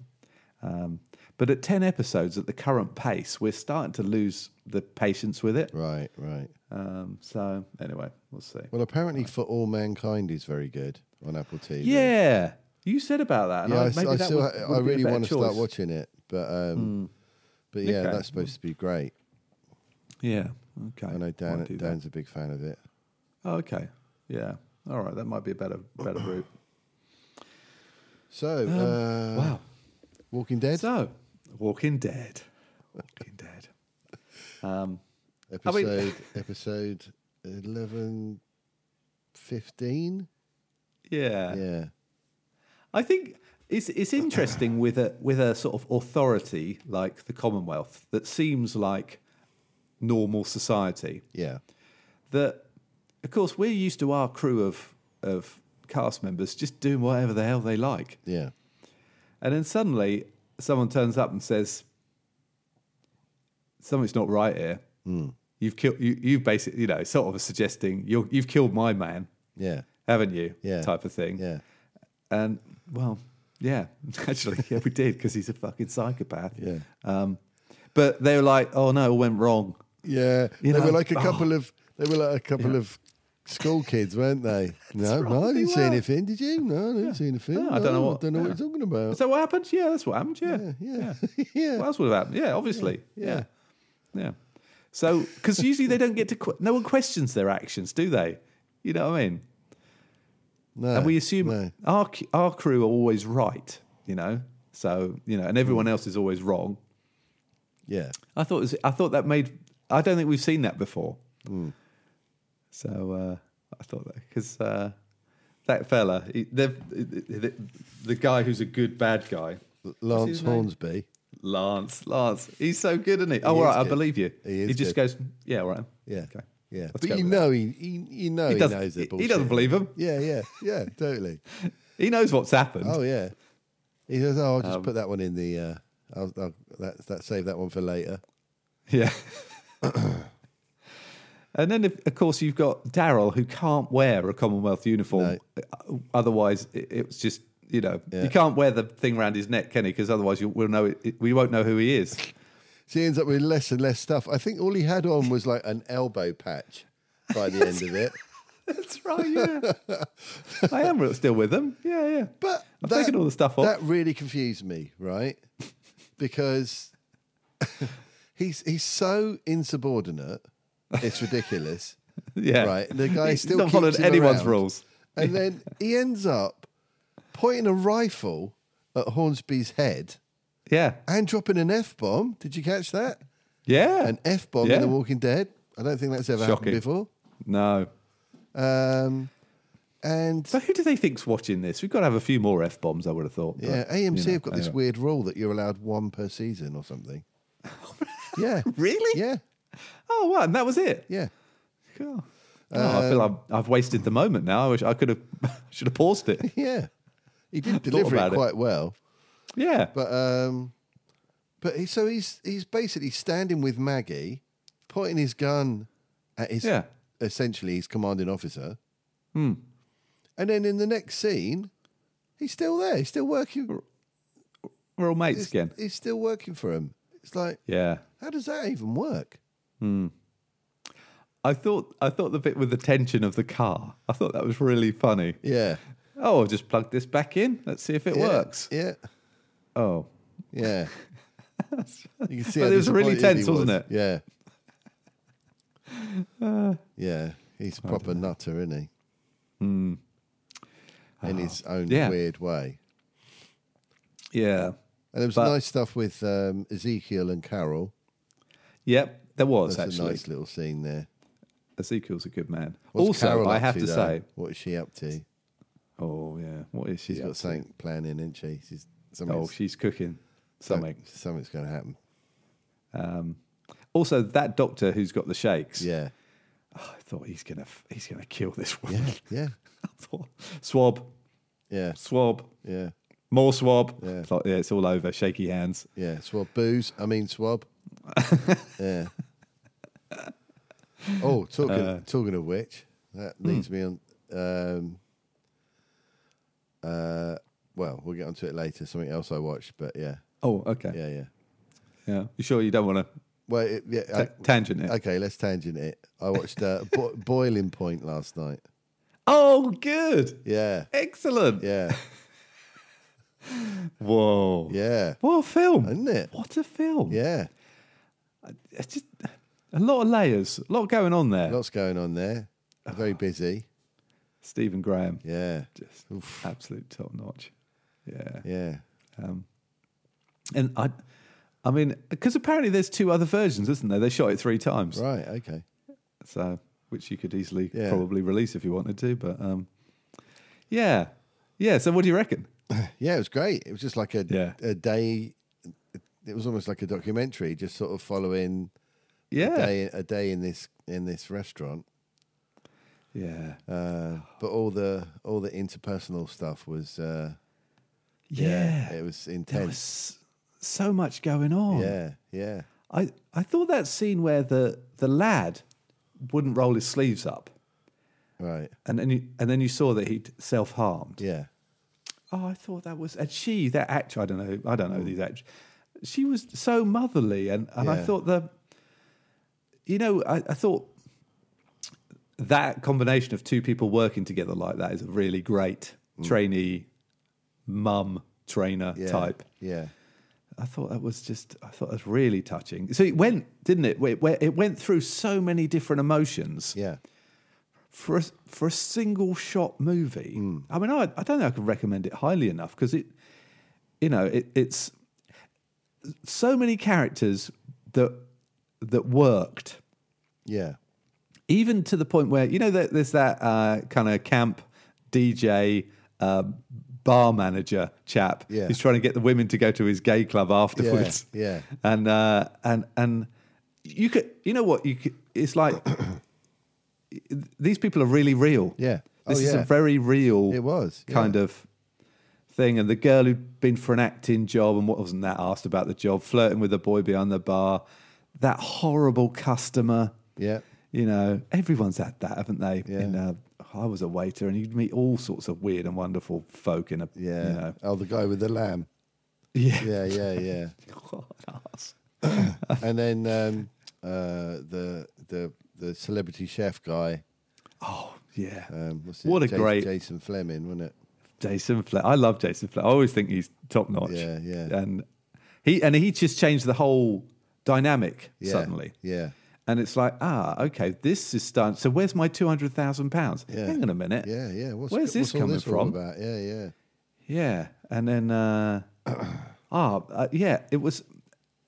[SPEAKER 4] um, but at 10 episodes at the current pace we're starting to lose the patience with it
[SPEAKER 2] Right. Right.
[SPEAKER 4] um, so anyway we'll see
[SPEAKER 2] Well, apparently, for all mankind is very good on Apple TV.
[SPEAKER 4] yeah you said about that and
[SPEAKER 2] Yeah,
[SPEAKER 4] I,
[SPEAKER 2] I, s-
[SPEAKER 4] maybe
[SPEAKER 2] I
[SPEAKER 4] that
[SPEAKER 2] still,
[SPEAKER 4] would-
[SPEAKER 2] I-
[SPEAKER 4] would
[SPEAKER 2] I
[SPEAKER 4] be a
[SPEAKER 2] really
[SPEAKER 4] better
[SPEAKER 2] want to start
[SPEAKER 4] choice. Hmm.
[SPEAKER 2] watching it, but um, but yeah,
[SPEAKER 4] Okay.
[SPEAKER 2] that's supposed to be great.
[SPEAKER 4] yeah okay
[SPEAKER 2] I know Dan,
[SPEAKER 4] Might do that.
[SPEAKER 2] Dan's a big fan of it.
[SPEAKER 4] oh, okay yeah all right that might be a better better route
[SPEAKER 2] So, uh,
[SPEAKER 4] Um, wow
[SPEAKER 2] Walking Dead
[SPEAKER 4] so walking dead walking dead um I
[SPEAKER 2] episode
[SPEAKER 4] mean-
[SPEAKER 2] episode eleven fifteen.
[SPEAKER 4] yeah
[SPEAKER 2] Yeah,
[SPEAKER 4] I think it's it's interesting with a with a sort of authority like the Commonwealth that seems like normal society.
[SPEAKER 2] yeah,
[SPEAKER 4] That, of course, we're used to our crew of of cast members just doing whatever the hell they like,
[SPEAKER 2] yeah,
[SPEAKER 4] and then suddenly someone turns up and says, "Something's not right here.
[SPEAKER 2] Hmm.
[SPEAKER 4] You've killed. You, you've basically, you know, sort of suggesting you're, you've killed my man,
[SPEAKER 2] yeah,
[SPEAKER 4] haven't you?
[SPEAKER 2] Yeah.
[SPEAKER 4] type of thing.
[SPEAKER 2] yeah,
[SPEAKER 4] And well, yeah, actually, yeah, we did because he's a fucking psychopath.
[SPEAKER 2] Yeah.
[SPEAKER 4] Um, but they were like, "Oh no, it went wrong."
[SPEAKER 2] yeah.
[SPEAKER 4] You
[SPEAKER 2] they
[SPEAKER 4] know,
[SPEAKER 2] were like a
[SPEAKER 4] oh.
[SPEAKER 2] couple of they were like a couple of school kids, weren't they? no, no, I
[SPEAKER 4] right, they
[SPEAKER 2] didn't see
[SPEAKER 4] were.
[SPEAKER 2] anything. Did you? No, I didn't see anything.
[SPEAKER 4] No, Oh, I don't know what-
[SPEAKER 2] I don't know
[SPEAKER 4] yeah.
[SPEAKER 2] what you're talking about.
[SPEAKER 4] Is that what happened? Yeah, that's what happened. Yeah,
[SPEAKER 2] yeah, yeah,
[SPEAKER 4] What else would have happened? Yeah, obviously.
[SPEAKER 2] yeah.
[SPEAKER 4] Yeah, yeah. So, because usually they don't get to, que- no one questions their actions, do they? You know what I mean?
[SPEAKER 2] No,
[SPEAKER 4] and we assume
[SPEAKER 2] no.
[SPEAKER 4] our c- our crew are always right, you know. So you know, and everyone
[SPEAKER 2] Hmm.
[SPEAKER 4] else is always wrong.
[SPEAKER 2] Yeah,
[SPEAKER 4] I thought it was, I thought that made. I don't think we've seen that before.
[SPEAKER 2] Hmm.
[SPEAKER 4] So uh, I thought that because uh, that fella, he, the, the the guy who's a good bad guy,
[SPEAKER 2] Lance
[SPEAKER 4] his name?
[SPEAKER 2] Hornsby.
[SPEAKER 4] Lance, Lance, he's so good, isn't he? oh,
[SPEAKER 2] He
[SPEAKER 4] all
[SPEAKER 2] is
[SPEAKER 4] right, I
[SPEAKER 2] good.
[SPEAKER 4] believe you.
[SPEAKER 2] He is
[SPEAKER 4] he just
[SPEAKER 2] good.
[SPEAKER 4] goes, yeah, all right.
[SPEAKER 2] Yeah,
[SPEAKER 4] Okay.
[SPEAKER 2] yeah.
[SPEAKER 4] Let's go
[SPEAKER 2] but you
[SPEAKER 4] with
[SPEAKER 2] know, he, he you know
[SPEAKER 4] He
[SPEAKER 2] he,
[SPEAKER 4] doesn't.
[SPEAKER 2] knows
[SPEAKER 4] he-
[SPEAKER 2] that
[SPEAKER 4] he
[SPEAKER 2] bullshit.
[SPEAKER 4] doesn't believe him.
[SPEAKER 2] Yeah, yeah, yeah, totally.
[SPEAKER 4] He knows what's happened.
[SPEAKER 2] Oh yeah. He says, "Oh, I'll
[SPEAKER 4] Um,
[SPEAKER 2] just put that one in the. Uh, I'll, I'll that, that save that one for later."
[SPEAKER 4] Yeah. and then, of- of course, you've got Daryl who can't wear a Commonwealth uniform. Uh, Otherwise, it, it was just you know
[SPEAKER 2] Yeah.
[SPEAKER 4] you can't wear the thing around his neck, can he? Because otherwise, you, we'll know it, it- we won't know who he is.
[SPEAKER 2] So he ends up with less and less stuff. I think all he had on was like an elbow patch by the end of it.
[SPEAKER 4] That's right. Yeah. I am real- still with him. Yeah, yeah.
[SPEAKER 2] But
[SPEAKER 4] I've taken all the stuff off.
[SPEAKER 2] That really confused me, right? Because he's he's so insubordinate. It's ridiculous.
[SPEAKER 4] yeah.
[SPEAKER 2] Right. The guy
[SPEAKER 4] He's
[SPEAKER 2] still
[SPEAKER 4] not
[SPEAKER 2] keeps
[SPEAKER 4] following
[SPEAKER 2] him
[SPEAKER 4] anyone's
[SPEAKER 2] around.
[SPEAKER 4] rules.
[SPEAKER 2] And then he ends up pointing a rifle at Hornsby's head
[SPEAKER 4] Yeah.
[SPEAKER 2] and dropping an F bomb. Did you catch that?
[SPEAKER 4] Yeah.
[SPEAKER 2] An F bomb in
[SPEAKER 4] Yeah.
[SPEAKER 2] The Walking Dead. I don't think that's ever
[SPEAKER 4] Shocking.
[SPEAKER 2] happened before.
[SPEAKER 4] no.
[SPEAKER 2] Um, and
[SPEAKER 4] So who do they think's watching this? We've got to have a few more f bombs. I would have thought. but,
[SPEAKER 2] yeah, AMC
[SPEAKER 4] you know,
[SPEAKER 2] have got this
[SPEAKER 4] anyway.
[SPEAKER 2] weird rule that you're allowed one per season or something. yeah.
[SPEAKER 4] Really?
[SPEAKER 2] Yeah.
[SPEAKER 4] Oh, wow. And that was it.
[SPEAKER 2] Yeah.
[SPEAKER 4] Cool. Oh, I feel
[SPEAKER 2] Um,
[SPEAKER 4] I'm, I've wasted the moment now. I wish I could have should have paused it.
[SPEAKER 2] Yeah. He did deliver it
[SPEAKER 4] about it.
[SPEAKER 2] quite well.
[SPEAKER 4] Yeah,
[SPEAKER 2] But um, but he, so he's he's basically standing with Maggie, pointing his gun at his
[SPEAKER 4] Yeah.
[SPEAKER 2] essentially his commanding officer.
[SPEAKER 4] Hmm.
[SPEAKER 2] And then in the next scene, he's still there. He's still working.
[SPEAKER 4] we're all mates
[SPEAKER 2] He's,
[SPEAKER 4] again.
[SPEAKER 2] he's still working for him. It's like
[SPEAKER 4] Yeah,
[SPEAKER 2] how does that even work?
[SPEAKER 4] I thought I thought the bit with the tension of the car. I thought that was really funny.
[SPEAKER 2] Yeah.
[SPEAKER 4] Oh, I'll just plug this back in. Let's see if it
[SPEAKER 2] Yeah.
[SPEAKER 4] works.
[SPEAKER 2] Yeah.
[SPEAKER 4] Oh,
[SPEAKER 2] Yeah. you can see
[SPEAKER 4] But
[SPEAKER 2] how
[SPEAKER 4] it was really
[SPEAKER 2] disappointed he
[SPEAKER 4] tense, wasn't it? Uh.
[SPEAKER 2] Yeah. yeah. He's proper nutter, isn't he? In his own
[SPEAKER 4] Hmm. Ah. Yeah.
[SPEAKER 2] weird way.
[SPEAKER 4] yeah.
[SPEAKER 2] And there was
[SPEAKER 4] But-
[SPEAKER 2] nice stuff with um, Ezekiel and Carol.
[SPEAKER 4] Yep, there was
[SPEAKER 2] That's
[SPEAKER 4] actually.
[SPEAKER 2] a nice little scene there.
[SPEAKER 4] Ezekiel's a good man.
[SPEAKER 2] What's
[SPEAKER 4] also,
[SPEAKER 2] Carol
[SPEAKER 4] I
[SPEAKER 2] up
[SPEAKER 4] have to
[SPEAKER 2] though?
[SPEAKER 4] say,
[SPEAKER 2] What is she up to?
[SPEAKER 4] oh yeah, what is she?
[SPEAKER 2] She's
[SPEAKER 4] up
[SPEAKER 2] got
[SPEAKER 4] to?
[SPEAKER 2] something planning, isn't she? She's,
[SPEAKER 4] Oh,
[SPEAKER 2] something's,
[SPEAKER 4] she's cooking something.
[SPEAKER 2] Something's going to happen.
[SPEAKER 4] Um, also, that doctor who's got the shakes.
[SPEAKER 2] Yeah.
[SPEAKER 4] I thought he's gonna f- he's gonna kill this woman.
[SPEAKER 2] Yeah. Yeah.
[SPEAKER 4] I thought, swab,
[SPEAKER 2] Yeah.
[SPEAKER 4] swab,
[SPEAKER 2] Yeah.
[SPEAKER 4] more swab.
[SPEAKER 2] Yeah.
[SPEAKER 4] It's like, yeah, it's all over. Shaky hands.
[SPEAKER 2] Yeah, swab booze. I mean swab. yeah. Oh, talking
[SPEAKER 4] Uh.
[SPEAKER 2] talking of which, that
[SPEAKER 4] Hmm.
[SPEAKER 2] leads me on. Um, uh, well, we'll get onto it later. Something else I watched, but yeah,
[SPEAKER 4] Oh, okay. Yeah.
[SPEAKER 2] yeah, yeah.
[SPEAKER 4] You sure you don't want
[SPEAKER 2] Well, it, yeah.
[SPEAKER 4] to
[SPEAKER 2] I-
[SPEAKER 4] tangent it?
[SPEAKER 2] okay, let's tangent it. I watched uh, Bo- Boiling Point last night.
[SPEAKER 4] oh, good.
[SPEAKER 2] Yeah,
[SPEAKER 4] Excellent.
[SPEAKER 2] yeah,
[SPEAKER 4] Whoa.
[SPEAKER 2] yeah,
[SPEAKER 4] What a film.
[SPEAKER 2] Isn't it?
[SPEAKER 4] What a film.
[SPEAKER 2] yeah.
[SPEAKER 4] It's just a lot of layers, a lot going on there.
[SPEAKER 2] Lots going on there.
[SPEAKER 4] Ah.
[SPEAKER 2] Very busy.
[SPEAKER 4] Stephen Graham,
[SPEAKER 2] Yeah,
[SPEAKER 4] just absolute top notch. Yeah.
[SPEAKER 2] yeah.
[SPEAKER 4] And I, I mean, because apparently there's two other versions, isn't there? They shot it three times.
[SPEAKER 2] Right. Okay.
[SPEAKER 4] so which you could easily
[SPEAKER 2] Yeah.
[SPEAKER 4] probably release if you wanted to but um yeah yeah so what do you reckon
[SPEAKER 2] Yeah, it was great. It was just like a
[SPEAKER 4] Yeah.
[SPEAKER 2] a day. It was almost like a documentary, just sort of following a
[SPEAKER 4] yeah
[SPEAKER 2] day a day in this in this restaurant.
[SPEAKER 4] yeah
[SPEAKER 2] Uh, but all the all the interpersonal stuff was uh,
[SPEAKER 4] yeah,
[SPEAKER 2] it was
[SPEAKER 4] there
[SPEAKER 2] intense.
[SPEAKER 4] was so much going on
[SPEAKER 2] Yeah, yeah,
[SPEAKER 4] i i thought that scene where the the lad wouldn't roll his sleeves up
[SPEAKER 2] right,
[SPEAKER 4] and then you and then you saw that he'd self-harmed
[SPEAKER 2] yeah,
[SPEAKER 4] oh i thought that was and she that actor i don't know i don't know these actors she was so motherly and and i
[SPEAKER 2] Hmm. Yeah.
[SPEAKER 4] thought the you know I, I thought that combination of two people working together like that is a really great trainee mum trainer
[SPEAKER 2] Hmm. yeah,
[SPEAKER 4] type
[SPEAKER 2] Yeah,
[SPEAKER 4] i thought that was just i thought that was really touching so it went didn't it it went, it went through so many different emotions
[SPEAKER 2] yeah,
[SPEAKER 4] for a, for a single shot movie.
[SPEAKER 2] Hmm.
[SPEAKER 4] I mean, I, I don't know I could recommend it highly enough because it, you know, it, it's so many characters that that worked,
[SPEAKER 2] yeah,
[SPEAKER 4] even to the point where you know there, there's that uh, kind of camp DJ. Uh, bar manager chap
[SPEAKER 2] Yeah.
[SPEAKER 4] who's trying to get the women to go to his gay club
[SPEAKER 2] yeah,
[SPEAKER 4] afterwards
[SPEAKER 2] yeah,
[SPEAKER 4] and uh, and and you could you know what you could, it's like these people are really real.
[SPEAKER 2] Yeah. Oh,
[SPEAKER 4] this is
[SPEAKER 2] yeah.
[SPEAKER 4] a very real.
[SPEAKER 2] It was, yeah.
[SPEAKER 4] kind of thing. And the girl who'd been for an acting job and what wasn't that asked about the job, flirting with the boy behind the bar, that horrible customer.
[SPEAKER 2] yeah,
[SPEAKER 4] You know, everyone's had that, haven't they?
[SPEAKER 2] Yeah.
[SPEAKER 4] In, uh, I was a waiter, and you'd meet all sorts of weird and wonderful folk in a
[SPEAKER 2] yeah.
[SPEAKER 4] you know,
[SPEAKER 2] Oh, the guy with the lamb.
[SPEAKER 4] yeah,
[SPEAKER 2] Yeah, yeah, yeah.
[SPEAKER 4] God, arse.
[SPEAKER 2] and then um, uh, the the the celebrity chef guy.
[SPEAKER 4] oh yeah.
[SPEAKER 2] Um, what's
[SPEAKER 4] What a
[SPEAKER 2] Jas-
[SPEAKER 4] great-
[SPEAKER 2] Jason Fleming, wasn't it?
[SPEAKER 4] Jason Fle I love Jason Fle I always think he's top notch.
[SPEAKER 2] Yeah, yeah.
[SPEAKER 4] And he and he just changed the whole dynamic
[SPEAKER 2] Yeah,
[SPEAKER 4] suddenly.
[SPEAKER 2] yeah.
[SPEAKER 4] And it's like, ah, okay, this is starting. So where's my two hundred thousand pounds?
[SPEAKER 2] Yeah.
[SPEAKER 4] Hang on a minute.
[SPEAKER 2] Yeah, yeah. What's,
[SPEAKER 4] Where's this
[SPEAKER 2] what's all
[SPEAKER 4] coming
[SPEAKER 2] this all
[SPEAKER 4] from?
[SPEAKER 2] about? Yeah, yeah,
[SPEAKER 4] Yeah. And then, uh, ah, uh, yeah, it was,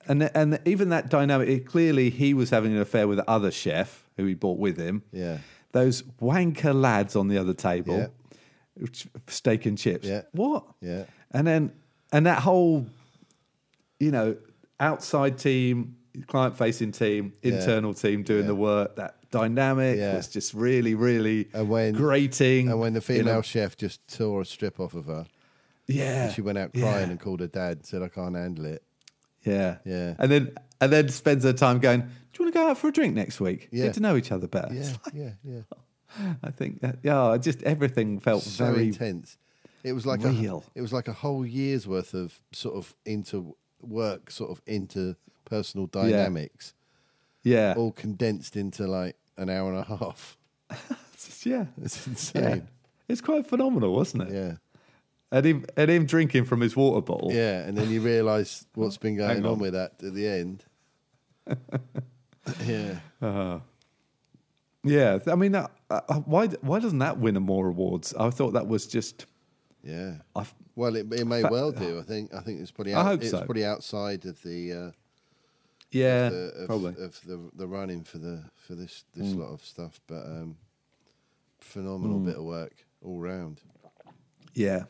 [SPEAKER 4] and and even that dynamic. It, clearly, he was having an affair with the other chef who he brought with him.
[SPEAKER 2] Yeah.
[SPEAKER 4] Those wanker lads on the other table,
[SPEAKER 2] Yeah.
[SPEAKER 4] which- steak and chips.
[SPEAKER 2] Yeah.
[SPEAKER 4] What?
[SPEAKER 2] yeah,
[SPEAKER 4] And then, and that whole, you know, outside team, client facing team, internal team doing the work, that dynamic
[SPEAKER 2] Yeah.
[SPEAKER 4] was just really, really
[SPEAKER 2] And when-
[SPEAKER 4] grating.
[SPEAKER 2] And when the
[SPEAKER 4] Mm. you
[SPEAKER 2] female
[SPEAKER 4] know.
[SPEAKER 2] chef just tore a strip off of her,
[SPEAKER 4] yeah.
[SPEAKER 2] she went out
[SPEAKER 4] yeah,
[SPEAKER 2] crying and called her dad and said, "I can't handle it."
[SPEAKER 4] Yeah.
[SPEAKER 2] Yeah.
[SPEAKER 4] And then, and then spends her time going, Do you want to go out for a drink next week?
[SPEAKER 2] Yeah.
[SPEAKER 4] Get to know each other better.
[SPEAKER 2] Yeah, yeah, yeah.
[SPEAKER 4] I think that, yeah, I just everything felt
[SPEAKER 2] So
[SPEAKER 4] very.
[SPEAKER 2] intense. It was like
[SPEAKER 4] real.
[SPEAKER 2] a it was like a whole year's worth of sort of into work, sort of interpersonal dynamics,
[SPEAKER 4] Yeah.
[SPEAKER 2] all condensed into like an hour and a half.
[SPEAKER 4] It's just- yeah.
[SPEAKER 2] It's
[SPEAKER 4] yeah.
[SPEAKER 2] insane.
[SPEAKER 4] It's quite phenomenal, wasn't it?
[SPEAKER 2] Yeah. yeah.
[SPEAKER 4] And him, and him drinking from his water bottle.
[SPEAKER 2] and then you realise what's been going
[SPEAKER 4] Hang
[SPEAKER 2] on.
[SPEAKER 4] on.
[SPEAKER 2] with that at the end. yeah,
[SPEAKER 4] Yeah, th- I mean, that, uh, uh, why why doesn't that win more awards? I thought that was just.
[SPEAKER 2] yeah.
[SPEAKER 4] I f-
[SPEAKER 2] Well, it, it may
[SPEAKER 4] Fa-
[SPEAKER 2] well do. I think. I think it's probably.
[SPEAKER 4] I
[SPEAKER 2] Out,
[SPEAKER 4] hope
[SPEAKER 2] it's
[SPEAKER 4] so.
[SPEAKER 2] probably outside of the. Uh,
[SPEAKER 4] yeah,
[SPEAKER 2] the, of,
[SPEAKER 4] probably. Hmm.
[SPEAKER 2] of the the running for the for this this lot of stuff, but um, phenomenal bit of work all round.
[SPEAKER 4] yeah,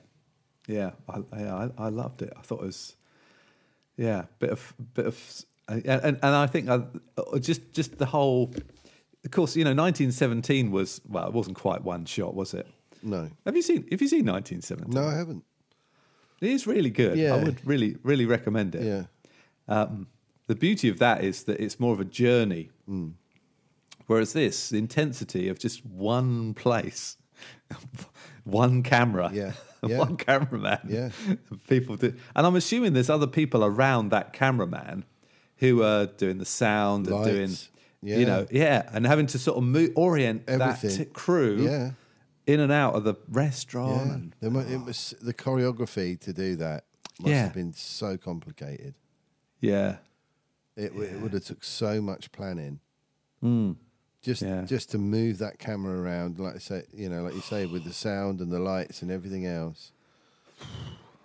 [SPEAKER 4] yeah. I, yeah, I I loved it. I thought it was. Yeah, bit of bit of, s- and and, and I think I, uh, just just the whole. Of course, you know, 1917 was well, it wasn't quite one shot, was it?
[SPEAKER 2] No,
[SPEAKER 4] Have you seen? Have you seen 1917?
[SPEAKER 2] no, I haven't.
[SPEAKER 4] It is really good.
[SPEAKER 2] Yeah.
[SPEAKER 4] I would really, really recommend it.
[SPEAKER 2] Yeah,
[SPEAKER 4] Um, the beauty of that is that it's more of a journey.
[SPEAKER 2] Hmm.
[SPEAKER 4] Whereas this, the intensity of just one place, one camera,
[SPEAKER 2] Yeah, yeah.
[SPEAKER 4] one cameraman.
[SPEAKER 2] Yeah.
[SPEAKER 4] People do. And I'm assuming there's other people around that cameraman who are doing the sound and doing,
[SPEAKER 2] Lights. Yeah.
[SPEAKER 4] you know, yeah, and having to sort of move, orient that
[SPEAKER 2] Everything.
[SPEAKER 4] t- crew
[SPEAKER 2] Yeah.
[SPEAKER 4] in and out of the restaurant.
[SPEAKER 2] yeah.
[SPEAKER 4] And,
[SPEAKER 2] The, mo- it was the choreography to do that must
[SPEAKER 4] Oh. Yeah.
[SPEAKER 2] have been so complicated.
[SPEAKER 4] yeah.
[SPEAKER 2] It, w it would have took so much planning. Just
[SPEAKER 4] Hmm. Yeah.
[SPEAKER 2] just to move that camera around, like I say, you know, like you say, with the sound and the lights and everything else,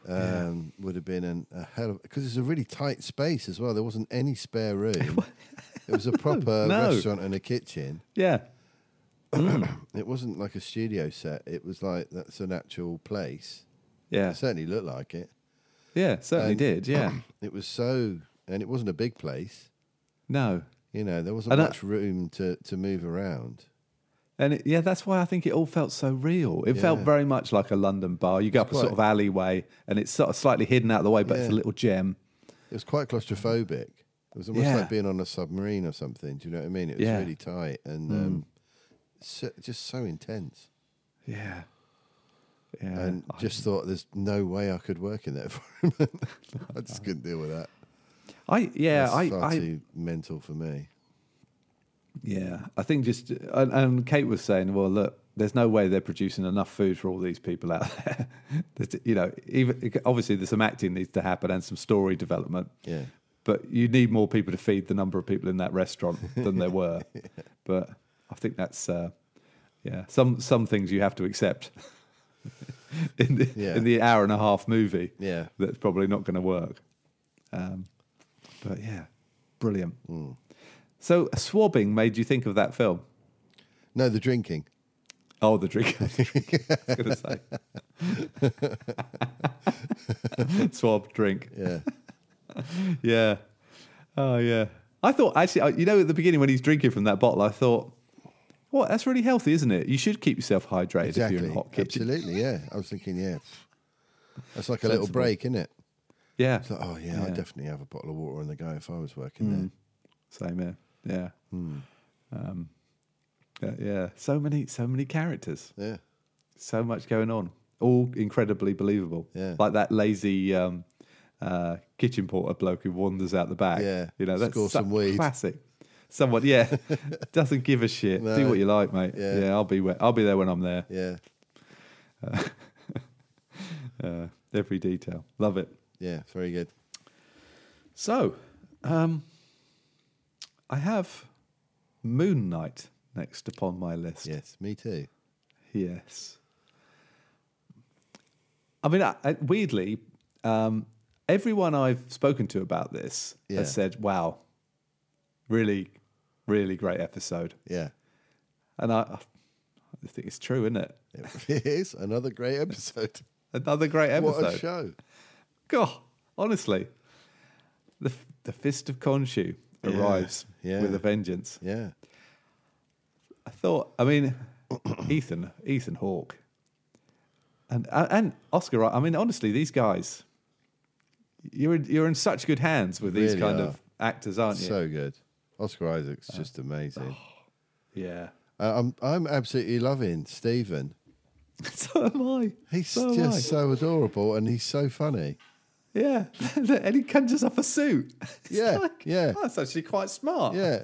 [SPEAKER 2] um, would have been an, a hell of because it's a really tight space as well. There wasn't any spare room. it was a proper
[SPEAKER 4] No.
[SPEAKER 2] restaurant and a kitchen.
[SPEAKER 4] Yeah.
[SPEAKER 2] It wasn't like a studio set. It was like that's an actual place.
[SPEAKER 4] Yeah.
[SPEAKER 2] It certainly looked like it.
[SPEAKER 4] Yeah. Certainly
[SPEAKER 2] And-
[SPEAKER 4] did. Yeah.
[SPEAKER 2] It was so, and it wasn't a big place.
[SPEAKER 4] no.
[SPEAKER 2] You know, there wasn't
[SPEAKER 4] And I-
[SPEAKER 2] much room to, to move around.
[SPEAKER 4] And it, yeah, that's why I think it all felt so real. It felt
[SPEAKER 2] Yeah.
[SPEAKER 4] very much like a London bar. You go up a sort
[SPEAKER 2] quite-
[SPEAKER 4] of alleyway, and it's sort of slightly hidden out of the way, but it's a
[SPEAKER 2] Yeah.
[SPEAKER 4] little gem.
[SPEAKER 2] It was quite claustrophobic. It was almost
[SPEAKER 4] Yeah.
[SPEAKER 2] like being on a submarine or something. Do you know what I mean? It was
[SPEAKER 4] Yeah. Hmm.
[SPEAKER 2] really tight and um, so, just so intense.
[SPEAKER 4] Yeah, yeah.
[SPEAKER 2] And
[SPEAKER 4] I-
[SPEAKER 2] just thought, there's no way I could work in that environment. I just couldn't deal with that.
[SPEAKER 4] I yeah,
[SPEAKER 2] That's
[SPEAKER 4] I,
[SPEAKER 2] far
[SPEAKER 4] I
[SPEAKER 2] too mental for me.
[SPEAKER 4] yeah. I think just and, and Kate was saying, well, look, there's no way they're producing enough food for all these people out there. That, you know, even obviously there's some acting needs to happen and some story development.
[SPEAKER 2] Yeah.
[SPEAKER 4] but you need more people to feed the number of people in that restaurant than there were. But I think that's uh, yeah, some some things you have to accept in the
[SPEAKER 2] Yeah.
[SPEAKER 4] in the hour and a half movie.
[SPEAKER 2] Yeah.
[SPEAKER 4] that's probably not going to work. Um, but yeah, brilliant. So swabbing made you think of that film?
[SPEAKER 2] No, the drinking.
[SPEAKER 4] Oh, the drink. I was going to say swab drink.
[SPEAKER 2] Yeah.
[SPEAKER 4] Yeah. Oh yeah. I thought actually, I- you know, at the beginning when he's drinking from that bottle, I thought, "What? That's really healthy, isn't it? You should keep yourself hydrated if you're
[SPEAKER 2] exactly.
[SPEAKER 4] in a hot kitchen."
[SPEAKER 2] Absolutely. Yeah. I was thinking, yeah. That's like a little
[SPEAKER 4] Sensible.
[SPEAKER 2] break, isn't it?
[SPEAKER 4] Yeah.
[SPEAKER 2] It's like, oh, yeah, I'd
[SPEAKER 4] Yeah.
[SPEAKER 2] definitely have a bottle of water on the go if I was working there.
[SPEAKER 4] Same here. Yeah.
[SPEAKER 2] Hmm.
[SPEAKER 4] Um, yeah, yeah. So many, so many characters.
[SPEAKER 2] Yeah.
[SPEAKER 4] So much going on. All incredibly believable.
[SPEAKER 2] Yeah.
[SPEAKER 4] Like that lazy um, uh, kitchen porter bloke who wanders out the back.
[SPEAKER 2] Yeah.
[SPEAKER 4] You know, that's
[SPEAKER 2] Score
[SPEAKER 4] so
[SPEAKER 2] some weed.
[SPEAKER 4] classic. Someone, yeah, doesn't give a shit. Do
[SPEAKER 2] No.
[SPEAKER 4] what you like, mate.
[SPEAKER 2] Yeah.
[SPEAKER 4] I'll be where, I'll be there when I'm there.
[SPEAKER 2] Yeah.
[SPEAKER 4] uh, every detail. Love it.
[SPEAKER 2] Yeah. Very good.
[SPEAKER 4] So, um, I have Moon Knight next upon my list.
[SPEAKER 2] Yes. Me too.
[SPEAKER 4] Yes. I mean, I, I, weirdly, um, everyone I've spoken to about this
[SPEAKER 2] Yeah.
[SPEAKER 4] has said, "Wow, really, really great episode,"
[SPEAKER 2] Yeah.
[SPEAKER 4] and I, I think it's true, isn't it?
[SPEAKER 2] It is another great episode.
[SPEAKER 4] Another great episode.
[SPEAKER 2] What a show.
[SPEAKER 4] God, honestly, the the fist of Khonshu arrives
[SPEAKER 2] yeah.
[SPEAKER 4] with a vengeance.
[SPEAKER 2] Yeah.
[SPEAKER 4] I thought, I mean, Ethan, Ethan Hawke, and and Oscar. I mean, honestly, these guys, you're in, you're in such good hands with these
[SPEAKER 2] Really
[SPEAKER 4] kind
[SPEAKER 2] are.
[SPEAKER 4] of actors, aren't you?
[SPEAKER 2] So good. Oscar Isaac's
[SPEAKER 4] Uh,
[SPEAKER 2] just amazing.
[SPEAKER 4] yeah.
[SPEAKER 2] Uh, I'm I'm absolutely loving Stephen.
[SPEAKER 4] so am I.
[SPEAKER 2] He's
[SPEAKER 4] so am
[SPEAKER 2] just so adorable and he's so funny.
[SPEAKER 4] I. yeah, and he conjures up a suit. It's
[SPEAKER 2] Yeah,
[SPEAKER 4] like,
[SPEAKER 2] yeah.
[SPEAKER 4] oh, that's actually quite smart.
[SPEAKER 2] Yeah.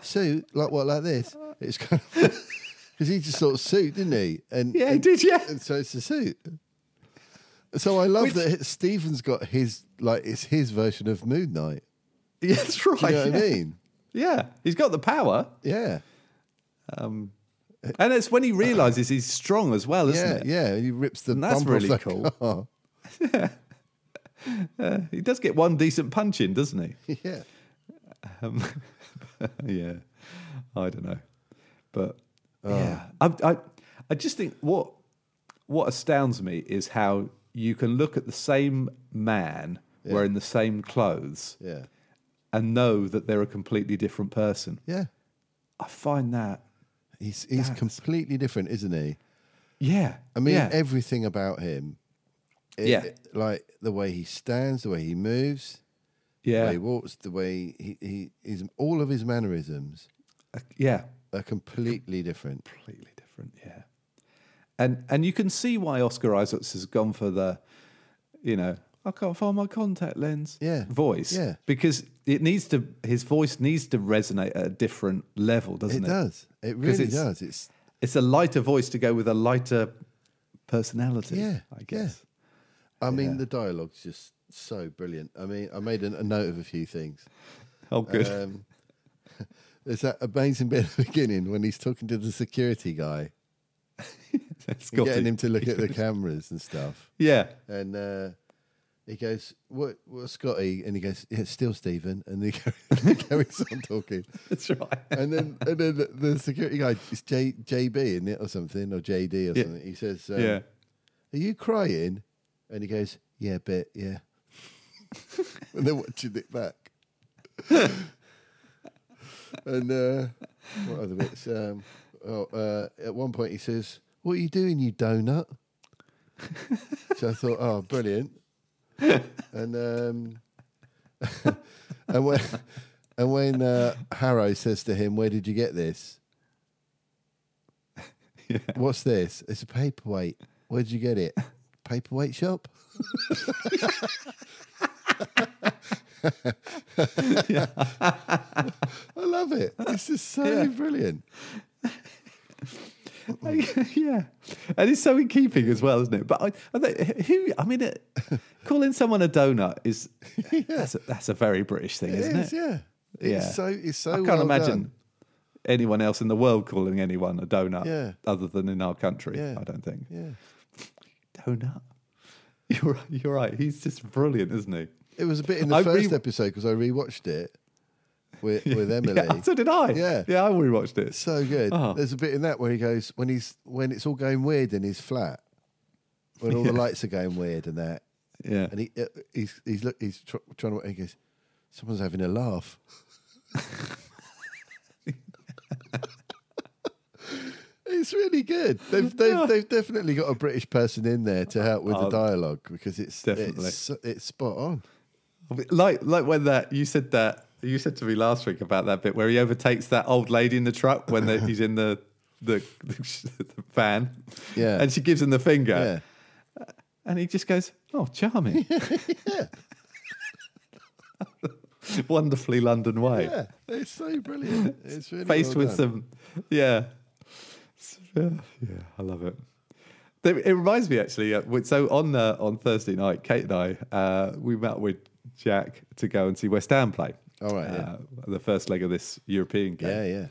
[SPEAKER 2] Sue, like what, like this? It's kind of because he just sort of suit, didn't he? And
[SPEAKER 4] Yeah, he
[SPEAKER 2] and-
[SPEAKER 4] did, yeah.
[SPEAKER 2] And so it's a suit. So I love
[SPEAKER 4] Which-
[SPEAKER 2] that Stephen's got his like it's his version of Moon Knight.
[SPEAKER 4] Yeah, that's right.
[SPEAKER 2] Do you know
[SPEAKER 4] yeah.
[SPEAKER 2] what I mean?
[SPEAKER 4] Yeah, he's got the power,
[SPEAKER 2] Yeah,
[SPEAKER 4] and it's when he realizes he's strong as well, isn't
[SPEAKER 2] yeah,
[SPEAKER 4] it?
[SPEAKER 2] yeah. He rips the
[SPEAKER 4] And that's
[SPEAKER 2] bumper
[SPEAKER 4] really
[SPEAKER 2] off the
[SPEAKER 4] cool.
[SPEAKER 2] car.
[SPEAKER 4] He does get one decent punch in, doesn't he?
[SPEAKER 2] Yeah,
[SPEAKER 4] Um, yeah, I don't know, but
[SPEAKER 2] Oh.
[SPEAKER 4] yeah, I, I, I just think what what astounds me is how you can look at the same man wearing the same clothes
[SPEAKER 2] yeah,
[SPEAKER 4] and know that they're a completely different person.
[SPEAKER 2] yeah.
[SPEAKER 4] I find that,
[SPEAKER 2] He's he's completely different, isn't he?
[SPEAKER 4] yeah,
[SPEAKER 2] I mean,
[SPEAKER 4] yeah,
[SPEAKER 2] everything about him. it-
[SPEAKER 4] Yeah.
[SPEAKER 2] like the way he stands, the way he moves, the way
[SPEAKER 4] yeah,
[SPEAKER 2] he walks, the way he he is. All of his mannerisms
[SPEAKER 4] yeah,
[SPEAKER 2] are completely different.
[SPEAKER 4] completely different. Yeah, and and you can see why Oscar Isaacs has gone for the, you know, I can't find my contact lens.
[SPEAKER 2] Yeah.
[SPEAKER 4] voice.
[SPEAKER 2] Yeah.
[SPEAKER 4] because it needs to. His voice needs to resonate at a different level, doesn't
[SPEAKER 2] It
[SPEAKER 4] it?
[SPEAKER 2] does. It really
[SPEAKER 4] it's-
[SPEAKER 2] does. It's
[SPEAKER 4] It's a lighter voice to go with a lighter personality.
[SPEAKER 2] Yeah, yeah.
[SPEAKER 4] I guess.
[SPEAKER 2] I mean, the dialogue's just so brilliant. I mean, I made a, a note of a few things.
[SPEAKER 4] Oh, good.
[SPEAKER 2] Um, there's that amazing bit at the beginning when he's talking to the security guy, and
[SPEAKER 4] Scotty.
[SPEAKER 2] getting him to look at the cameras and stuff.
[SPEAKER 4] Yeah,
[SPEAKER 2] And uh, he goes, "What, what, Scotty?" And he goes, "Yeah, it's still Stephen." And he carries, carries on talking.
[SPEAKER 4] that's right.
[SPEAKER 2] And then, and then the- the security guy, it's J, JB in it or something, or JD or
[SPEAKER 4] Yeah.
[SPEAKER 2] something. He says, um,
[SPEAKER 4] yeah.
[SPEAKER 2] are you crying? And he goes, yeah, a bit, yeah. and they're watching it back. and uh, what other bits? Um, oh, uh, at one point he says, what are you doing, you donut? so I thought, oh, brilliant. and um, and when and when uh, Harrow says to him, where did you get this?
[SPEAKER 4] Yeah.
[SPEAKER 2] What's this? It's a paperweight. Where'd you get it? Paperweight shop. I love it. This is so
[SPEAKER 4] Yeah.
[SPEAKER 2] brilliant.
[SPEAKER 4] yeah, and it's so in keeping as well, isn't it? But I, I think, who? I mean, it, calling someone a donut is that's, a, that's a very British thing,
[SPEAKER 2] It
[SPEAKER 4] isn't
[SPEAKER 2] is,
[SPEAKER 4] it?
[SPEAKER 2] yeah. It's
[SPEAKER 4] Yeah.
[SPEAKER 2] so it's so
[SPEAKER 4] I can't
[SPEAKER 2] well
[SPEAKER 4] imagine
[SPEAKER 2] done.
[SPEAKER 4] anyone else in the world calling anyone a donut,
[SPEAKER 2] Yeah.
[SPEAKER 4] other than in our country.
[SPEAKER 2] Yeah.
[SPEAKER 4] I don't think
[SPEAKER 2] Yeah.
[SPEAKER 4] donut. You're right, you're right. He's just brilliant, isn't he?
[SPEAKER 2] It was a bit in the
[SPEAKER 4] I
[SPEAKER 2] first
[SPEAKER 4] re-
[SPEAKER 2] episode because I rewatched it with with Emily.
[SPEAKER 4] Yeah, so did I.
[SPEAKER 2] Yeah.
[SPEAKER 4] yeah. I rewatched it.
[SPEAKER 2] So good.
[SPEAKER 4] Oh.
[SPEAKER 2] There's a bit in that where he goes when he's when it's all going weird in his flat, when all the lights are going weird and that,
[SPEAKER 4] Yeah,
[SPEAKER 2] and he uh, he's he's look he's tr- trying to he goes, someone's having a laugh. it's really good. They've they've, they've definitely got a British person in there to help with the
[SPEAKER 4] Oh,
[SPEAKER 2] dialogue because it's
[SPEAKER 4] definitely.
[SPEAKER 2] it's, it's spot on.
[SPEAKER 4] like like when that you said that you said to me last week about that bit where he overtakes that old lady in the truck when the, he's in the the, the van,
[SPEAKER 2] Yeah.
[SPEAKER 4] and she gives him the
[SPEAKER 2] Yeah.
[SPEAKER 4] finger, and he just goes, "Oh, charming." Wonderfully London way.
[SPEAKER 2] Yeah, it's so brilliant. It's really
[SPEAKER 4] Faced
[SPEAKER 2] well
[SPEAKER 4] with
[SPEAKER 2] done.
[SPEAKER 4] some, yeah. S- yeah, yeah, I love it. There- It reminds me actually. Uh, with- so on uh, on Thursday night, Kate and I uh, we met with Jack to go and see West Ham play.
[SPEAKER 2] All Oh, right, yeah.
[SPEAKER 4] uh, the first leg of this European game
[SPEAKER 2] Yeah, yeah.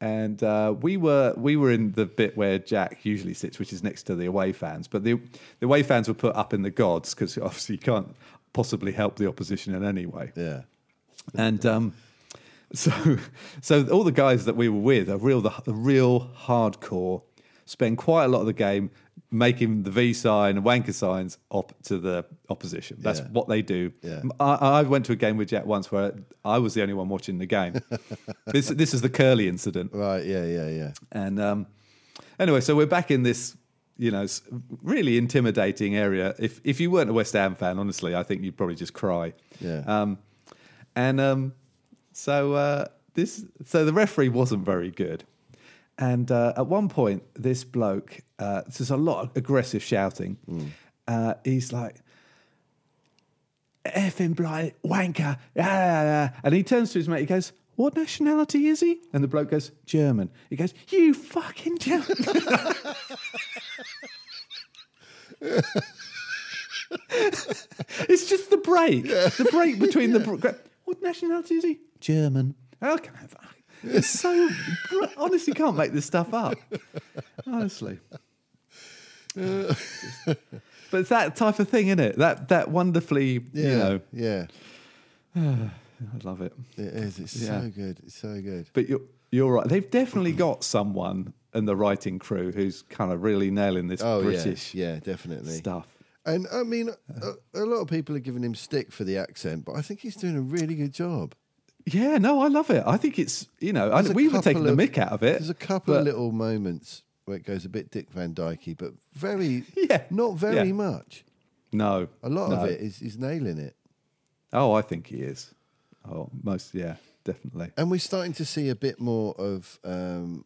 [SPEAKER 4] and uh, we were we were in the bit where Jack usually sits, which is next to the away fans. But the the away fans were put up in the gods because obviously you can't possibly help the opposition in any way.
[SPEAKER 2] Yeah.
[SPEAKER 4] And um, so so all the guys that we were with are real the, the real hardcore. Spend quite a lot of the game making the V sign and wanker signs up to the opposition. That's
[SPEAKER 2] Yeah.
[SPEAKER 4] what they do.
[SPEAKER 2] Yeah.
[SPEAKER 4] I, I went to a game with Jack once where I was the only one watching the game. this this is the Curly incident.
[SPEAKER 2] Right, yeah, yeah, yeah.
[SPEAKER 4] And um, anyway, so we're back in this, you know, s- really intimidating area. If if you weren't a West Ham fan, honestly, I think you'd probably just cry.
[SPEAKER 2] Yeah.
[SPEAKER 4] Um, and um, so uh, this, so the referee wasn't very good. And uh, at one point, this bloke, uh, there's a lot of aggressive shouting. Uh, he's like, effing blind wanker. ah, ah, ah." And he turns to his mate, he goes, What nationality is he? And the bloke goes, German. He goes, You fucking German. it's just the break. The break between the. br- gra- What nationality is he? German. How can I? It's so. br- Honestly, can't make this stuff up. Honestly. but it's that type of thing, isn't it? That that wonderfully,
[SPEAKER 2] Yeah,
[SPEAKER 4] you know,
[SPEAKER 2] yeah,
[SPEAKER 4] I love it.
[SPEAKER 2] it is. It's
[SPEAKER 4] Yeah.
[SPEAKER 2] so good. It's so good.
[SPEAKER 4] But you're you're right. They've definitely got someone in the writing crew who's kind of really nailing this
[SPEAKER 2] Oh
[SPEAKER 4] British
[SPEAKER 2] yeah, yeah, definitely.
[SPEAKER 4] stuff.
[SPEAKER 2] And I mean,
[SPEAKER 4] Uh-huh.
[SPEAKER 2] a, a lot of people are giving him stick for the accent, but I think he's doing a really good job.
[SPEAKER 4] Yeah, no, I love it. I think it's you know I,
[SPEAKER 2] There's a
[SPEAKER 4] we were taking
[SPEAKER 2] couple
[SPEAKER 4] the
[SPEAKER 2] of-
[SPEAKER 4] mick out of it.
[SPEAKER 2] There's a couple
[SPEAKER 4] but-
[SPEAKER 2] of little moments where it goes a bit Dick Van Dyke, but very,
[SPEAKER 4] Yeah,
[SPEAKER 2] not very
[SPEAKER 4] yeah.
[SPEAKER 2] much.
[SPEAKER 4] No,
[SPEAKER 2] A lot
[SPEAKER 4] no.
[SPEAKER 2] of it is is nailing it,
[SPEAKER 4] Oh, I think he is. Oh, most yeah, definitely.
[SPEAKER 2] and we're starting to see a bit more of um,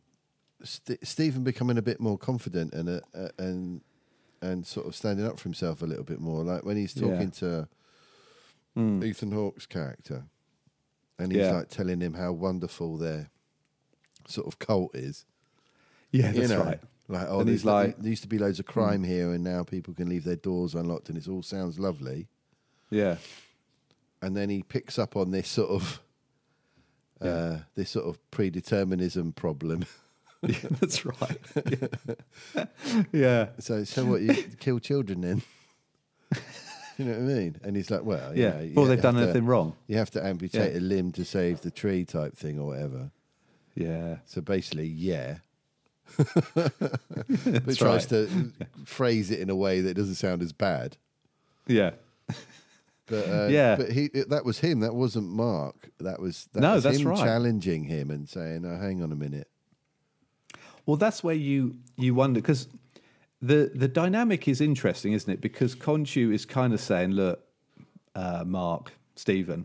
[SPEAKER 2] St- Stephen becoming a bit more confident and a, a, and and sort of standing up for himself a little bit more, like when he's
[SPEAKER 4] Yeah. Hmm.
[SPEAKER 2] talking to Ethan Hawke's character, and he's
[SPEAKER 4] Yeah.
[SPEAKER 2] like telling him how wonderful their sort of cult is.
[SPEAKER 4] Yeah,
[SPEAKER 2] you
[SPEAKER 4] that's
[SPEAKER 2] know,
[SPEAKER 4] right.
[SPEAKER 2] Like, oh,
[SPEAKER 4] And
[SPEAKER 2] there's
[SPEAKER 4] he's
[SPEAKER 2] the-
[SPEAKER 4] like- Hmm.
[SPEAKER 2] there used to be loads of crime here, and now people can leave their doors unlocked, and it all sounds lovely.
[SPEAKER 4] Yeah,
[SPEAKER 2] And then he picks up on this sort of, uh, this sort of predeterminism problem.
[SPEAKER 4] yeah that's right. Yeah. yeah.
[SPEAKER 2] so, so what? You kill children then? you know what I mean? And he's like, well, you
[SPEAKER 4] Yeah,
[SPEAKER 2] know, you
[SPEAKER 4] before they've
[SPEAKER 2] have
[SPEAKER 4] done
[SPEAKER 2] to-
[SPEAKER 4] anything wrong.
[SPEAKER 2] you have to amputate
[SPEAKER 4] Yeah.
[SPEAKER 2] a limb to save the tree, type thing, or whatever.
[SPEAKER 4] Yeah.
[SPEAKER 2] So basically, yeah. but tries
[SPEAKER 4] right.
[SPEAKER 2] to phrase it in a way that doesn't sound as bad.
[SPEAKER 4] Yeah.
[SPEAKER 2] But uh,
[SPEAKER 4] Yeah.
[SPEAKER 2] but he that was him. That wasn't Mark. That was that
[SPEAKER 4] No,
[SPEAKER 2] was
[SPEAKER 4] that's
[SPEAKER 2] him
[SPEAKER 4] right.
[SPEAKER 2] challenging him and saying, "Oh, hang on a minute."
[SPEAKER 4] Well, that's where you you wonder because the the dynamic is interesting, isn't it? Because Conchu is kind of saying, "Look, uh, Mark, Stephen,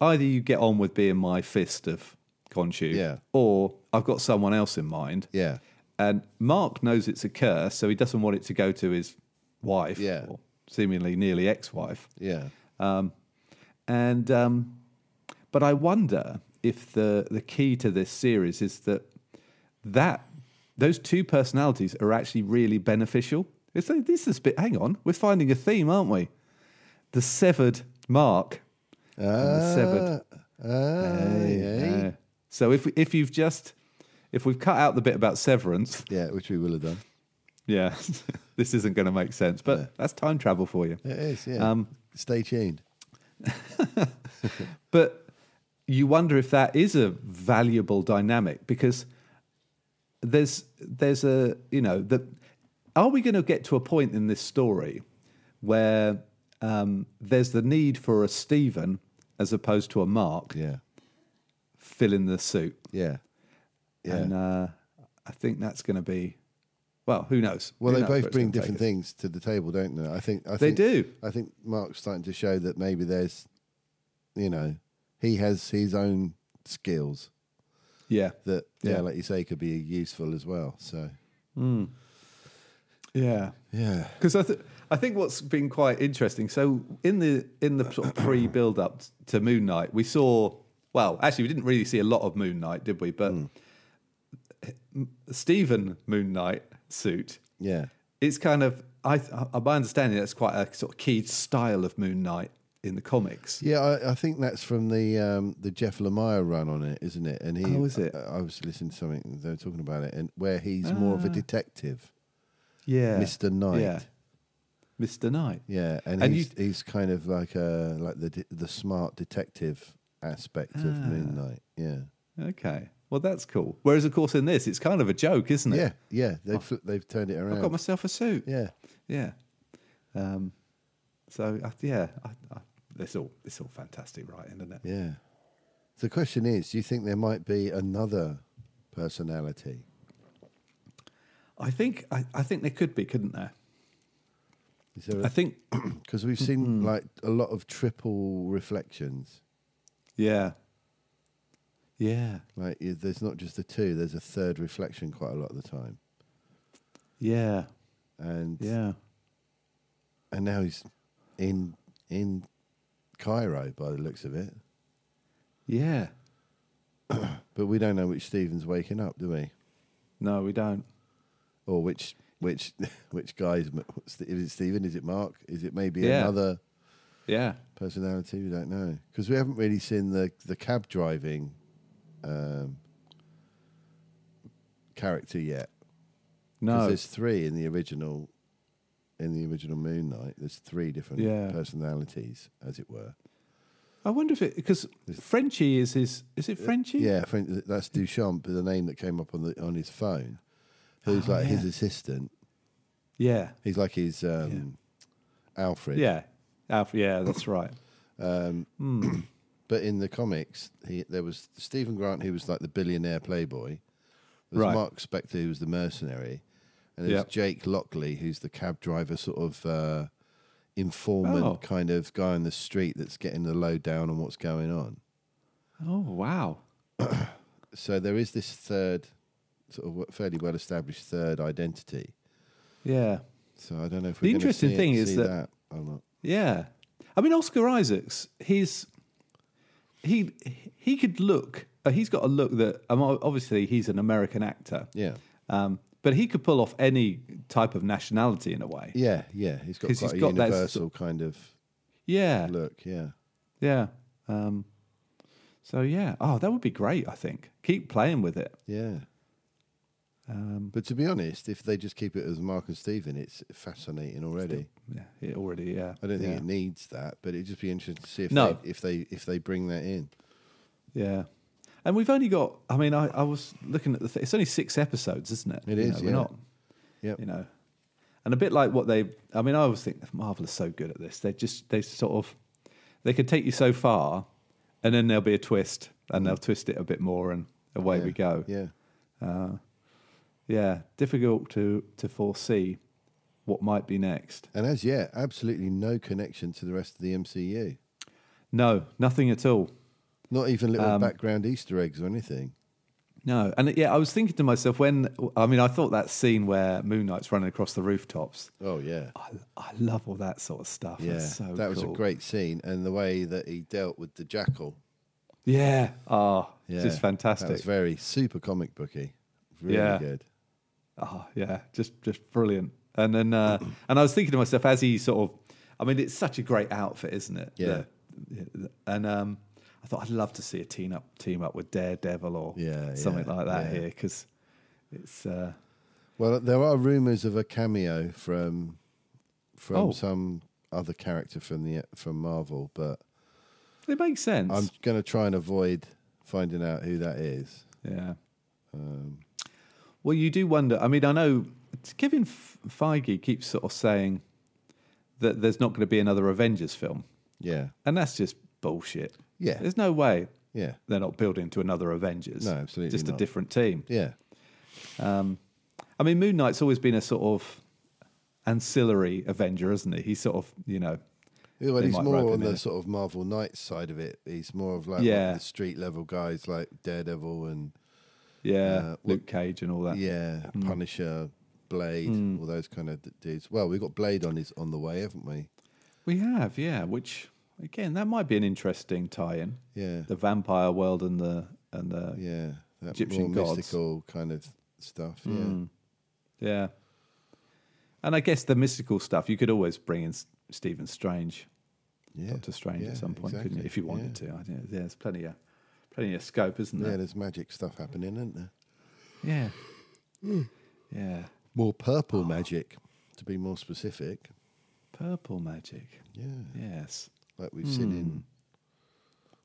[SPEAKER 4] either you get on with being my fist of Conchu,
[SPEAKER 2] Yeah.
[SPEAKER 4] or I've got someone else in mind."
[SPEAKER 2] Yeah,
[SPEAKER 4] And Mark knows it's a curse, so he doesn't want it to go to his wife,
[SPEAKER 2] Yeah.
[SPEAKER 4] or seemingly nearly ex-wife.
[SPEAKER 2] yeah,
[SPEAKER 4] And um, but I wonder if the the key to this series is that that those two personalities are actually really beneficial. It's like, this is a bit. Hang on, we're finding a theme, aren't we? The severed Mark and the severed.
[SPEAKER 2] Ah, Aye, aye.
[SPEAKER 4] Uh, so if if you've just if we've cut out the bit about severance,
[SPEAKER 2] yeah, which we will have done.
[SPEAKER 4] yeah, this isn't going to make sense. But that's time travel for you.
[SPEAKER 2] It is. Yeah. Um, Stay tuned.
[SPEAKER 4] But you wonder if that is a valuable dynamic because there's there's a you know that are we going to get to a point in this story where um, there's the need for a Stephen as opposed to a Mark
[SPEAKER 2] Yeah,
[SPEAKER 4] filling the suit,
[SPEAKER 2] yeah, yeah.
[SPEAKER 4] and uh, I think that's going to be well, who knows?
[SPEAKER 2] well,
[SPEAKER 4] Who
[SPEAKER 2] they
[SPEAKER 4] knows where
[SPEAKER 2] both
[SPEAKER 4] it's
[SPEAKER 2] bring
[SPEAKER 4] gonna take
[SPEAKER 2] different
[SPEAKER 4] us.
[SPEAKER 2] things to the table, don't they? I think. I
[SPEAKER 4] They
[SPEAKER 2] think,
[SPEAKER 4] do.
[SPEAKER 2] I think Mark's starting to show that maybe there's, you know, he has his own skills
[SPEAKER 4] Yeah,
[SPEAKER 2] that, yeah,
[SPEAKER 4] Yeah.
[SPEAKER 2] like you say, could be useful as well. So,
[SPEAKER 4] yeah.
[SPEAKER 2] yeah,
[SPEAKER 4] because I, th- I think what's been quite interesting. So in the in the sort of pre build up to Moon Knight, we saw well, actually, we didn't really see a lot of Moon Knight, did we? But Stephen Moon Knight suit,
[SPEAKER 2] yeah,
[SPEAKER 4] it's kind of I, I my understanding that's quite a sort of key style of Moon Knight in the comics.
[SPEAKER 2] Yeah, I, I think that's from the um, the Jeff Lemire run on it, isn't it? And he,
[SPEAKER 4] Oh, is it?
[SPEAKER 2] I, I was listening to something they were talking about it, and where he's more
[SPEAKER 4] Ah.
[SPEAKER 2] of a detective,
[SPEAKER 4] Yeah,
[SPEAKER 2] Mr. Knight.
[SPEAKER 4] Yeah, Mr. Knight.
[SPEAKER 2] Yeah, and,
[SPEAKER 4] And
[SPEAKER 2] he's he's kind of like a like the de- the smart detective aspect of
[SPEAKER 4] Ah.
[SPEAKER 2] Moon Knight. Yeah,
[SPEAKER 4] Okay, well that's cool. Whereas of course in this, it's kind of a joke, isn't it?
[SPEAKER 2] yeah, yeah. They've fl- they've turned it around.
[SPEAKER 4] Oh. I've got myself a suit.
[SPEAKER 2] yeah,
[SPEAKER 4] Yeah. Um, so I, yeah, I, I, it's all it's all fantastic writing, isn't it?
[SPEAKER 2] yeah. The question is, do you think there might be another personality?
[SPEAKER 4] I think I, I think there could be, couldn't there?
[SPEAKER 2] Is there?
[SPEAKER 4] I think
[SPEAKER 2] Because we've seen like a lot of triple reflections.
[SPEAKER 4] yeah, yeah,
[SPEAKER 2] Like you- there's not just the two, there's a third reflection quite a lot of the time.
[SPEAKER 4] yeah,
[SPEAKER 2] And
[SPEAKER 4] yeah.
[SPEAKER 2] and now he's in in Cairo by the looks of it.
[SPEAKER 4] Yeah.
[SPEAKER 2] But we don't know which Stephen's waking up, do we?
[SPEAKER 4] No, we don't.
[SPEAKER 2] Or which which which guy's m- what's the- is it Stephen? Is it Mark? Is it maybe
[SPEAKER 4] Yeah.
[SPEAKER 2] another
[SPEAKER 4] Yeah.
[SPEAKER 2] personality? We don't know because we haven't really seen the the cab driving um, character yet. 'Cause
[SPEAKER 4] No.
[SPEAKER 2] there's three in the original in the original Moon Knight. There's three different
[SPEAKER 4] Yeah.
[SPEAKER 2] personalities, as it were.
[SPEAKER 4] I wonder if it because Frenchie is his. Is it Frenchie?
[SPEAKER 2] Yeah, I think that- that's Duchamp, the name that came up on the on his phone, who's like his
[SPEAKER 4] Oh, yeah.
[SPEAKER 2] assistant.
[SPEAKER 4] Yeah.
[SPEAKER 2] He's like his um, Alfred.
[SPEAKER 4] Yeah. Alf- yeah. That's right.
[SPEAKER 2] But in the comics, he, there was Stephen Grant, who was like the billionaire playboy. There was
[SPEAKER 4] Right.
[SPEAKER 2] Mark Spector, who was the mercenary, and there's
[SPEAKER 4] Yep.
[SPEAKER 2] Jake Lockley, who's the cab driver, sort of uh, informant
[SPEAKER 4] Oh.
[SPEAKER 2] kind of guy on the street that's getting the lowdown on what's going on.
[SPEAKER 4] Oh wow.
[SPEAKER 2] So there is this third, sort of fairly well established third identity.
[SPEAKER 4] Yeah.
[SPEAKER 2] So I don't know if
[SPEAKER 4] The
[SPEAKER 2] we're gonna
[SPEAKER 4] interesting
[SPEAKER 2] see it-
[SPEAKER 4] thing is
[SPEAKER 2] see
[SPEAKER 4] that-
[SPEAKER 2] or not.
[SPEAKER 4] Yeah. I mean Oscar Isaacs. He's he he could look. uh, He's got a look that um, o- obviously he's an American actor.
[SPEAKER 2] Yeah,
[SPEAKER 4] Um, but he could pull off any type of nationality in a way.
[SPEAKER 2] yeah, yeah. He's got
[SPEAKER 4] 'Cause
[SPEAKER 2] quite
[SPEAKER 4] he's
[SPEAKER 2] a
[SPEAKER 4] got that
[SPEAKER 2] universal kind of
[SPEAKER 4] Yeah.
[SPEAKER 2] look. Yeah,
[SPEAKER 4] Yeah. Um, so yeah. Oh, that would be great. I think keep playing with it.
[SPEAKER 2] yeah.
[SPEAKER 4] Um,
[SPEAKER 2] But to be honest, if they just keep it as Mark and Stephen, it's fascinating already.
[SPEAKER 4] yeah, it already. Yeah.
[SPEAKER 2] I don't think
[SPEAKER 4] yeah.
[SPEAKER 2] it needs that, but it'd just be interesting to see if
[SPEAKER 4] No.
[SPEAKER 2] they, if they if they bring that in.
[SPEAKER 4] Yeah. And we've only got. I mean, I, I was looking at the. Th- it's only six episodes, isn't it?
[SPEAKER 2] It
[SPEAKER 4] It is.
[SPEAKER 2] is,
[SPEAKER 4] We're
[SPEAKER 2] yeah.
[SPEAKER 4] not.
[SPEAKER 2] Yep.
[SPEAKER 4] You know, and a bit like what they. I mean, I always think Marvel is so good at this. They just they sort of they can take you so far, and then there'll be a twist, and they'll twist it a bit more, and away
[SPEAKER 2] Yeah.
[SPEAKER 4] we go.
[SPEAKER 2] Yeah,
[SPEAKER 4] Yeah, difficult to to foresee what might be next.
[SPEAKER 2] and as yet, absolutely no connection to the rest of the MCU.
[SPEAKER 4] No, nothing at all.
[SPEAKER 2] Not even little
[SPEAKER 4] Um,
[SPEAKER 2] background Easter eggs or anything.
[SPEAKER 4] No, and yeah, I was thinking to myself when I mean, I thought that scene where Moon Knight's running across the rooftops.
[SPEAKER 2] Oh yeah,
[SPEAKER 4] I, I love all that sort of stuff.
[SPEAKER 2] yeah.
[SPEAKER 4] That's so
[SPEAKER 2] that was a
[SPEAKER 4] cool.
[SPEAKER 2] great scene, and the way that he dealt with the jackal.
[SPEAKER 4] Yeah. Oh,
[SPEAKER 2] Yeah,
[SPEAKER 4] just fantastic.
[SPEAKER 2] That was very super comic booky. Really
[SPEAKER 4] Yeah.
[SPEAKER 2] good.
[SPEAKER 4] Oh, yeah, just just brilliant. And then uh, and I was thinking to myself as he sort of, I mean, it's such a great outfit, isn't it?
[SPEAKER 2] Yeah.
[SPEAKER 4] The- and um, I thought I'd love to see a team up team up with Daredevil or
[SPEAKER 2] Yeah,
[SPEAKER 4] something
[SPEAKER 2] yeah,
[SPEAKER 4] like that
[SPEAKER 2] yeah.
[SPEAKER 4] here because it's uh,
[SPEAKER 2] Well, there are rumours of a cameo from from
[SPEAKER 4] Oh.
[SPEAKER 2] some other character from the from Marvel, but
[SPEAKER 4] it makes sense.
[SPEAKER 2] I'm going to try and avoid finding out who that is.
[SPEAKER 4] Yeah.
[SPEAKER 2] Um,
[SPEAKER 4] well, you do wonder. I mean, I know Kevin F- Feige keeps sort of saying that there's not going to be another Avengers film,
[SPEAKER 2] Yeah,
[SPEAKER 4] and that's just bullshit.
[SPEAKER 2] Yeah.
[SPEAKER 4] There's no way
[SPEAKER 2] yeah,
[SPEAKER 4] they're not building to another Avengers.
[SPEAKER 2] No, absolutely
[SPEAKER 4] Just
[SPEAKER 2] not.
[SPEAKER 4] a different team.
[SPEAKER 2] yeah,
[SPEAKER 4] I mean, Moon Knight's always been a sort of ancillary Avenger, isn't he? He's sort of, you know,
[SPEAKER 2] yeah. Well,
[SPEAKER 4] They
[SPEAKER 2] he's
[SPEAKER 4] might
[SPEAKER 2] more
[SPEAKER 4] rope
[SPEAKER 2] on
[SPEAKER 4] him
[SPEAKER 2] the
[SPEAKER 4] in.
[SPEAKER 2] sort of Marvel Knights side of it. He's more of like
[SPEAKER 4] Yeah.
[SPEAKER 2] the street level guys like Daredevil and
[SPEAKER 4] yeah,
[SPEAKER 2] Uh, well-
[SPEAKER 4] Luke Cage and all that.
[SPEAKER 2] yeah,
[SPEAKER 4] hmm.
[SPEAKER 2] Punisher, Blade, all those kind of d- dudes. Well, we've got Blade on his on the way, haven't we?
[SPEAKER 4] We have, yeah. Which again, that might be an interesting tie-in.
[SPEAKER 2] Yeah,
[SPEAKER 4] The vampire world and the and the
[SPEAKER 2] yeah, that
[SPEAKER 4] Egyptian
[SPEAKER 2] more
[SPEAKER 4] gods. Hmm.
[SPEAKER 2] mystical kind of stuff. Yeah.
[SPEAKER 4] Mm. Yeah. And I guess the mystical stuff, you could always bring in S- Stephen Strange,
[SPEAKER 2] Yeah,
[SPEAKER 4] Doctor Strange
[SPEAKER 2] yeah,
[SPEAKER 4] at some point, couldn't you?
[SPEAKER 2] exactly,
[SPEAKER 4] If you wanted
[SPEAKER 2] yeah.
[SPEAKER 4] to. I don't, there's plenty of plenty of scope, isn't
[SPEAKER 2] Yeah,
[SPEAKER 4] there?
[SPEAKER 2] there's magic stuff happening, isn't there?
[SPEAKER 4] Yeah.
[SPEAKER 2] Hmm.
[SPEAKER 4] Yeah.
[SPEAKER 2] More purple magic, to be more specific.
[SPEAKER 4] Purple magic.
[SPEAKER 2] Yeah,
[SPEAKER 4] Yes.
[SPEAKER 2] like we've seen in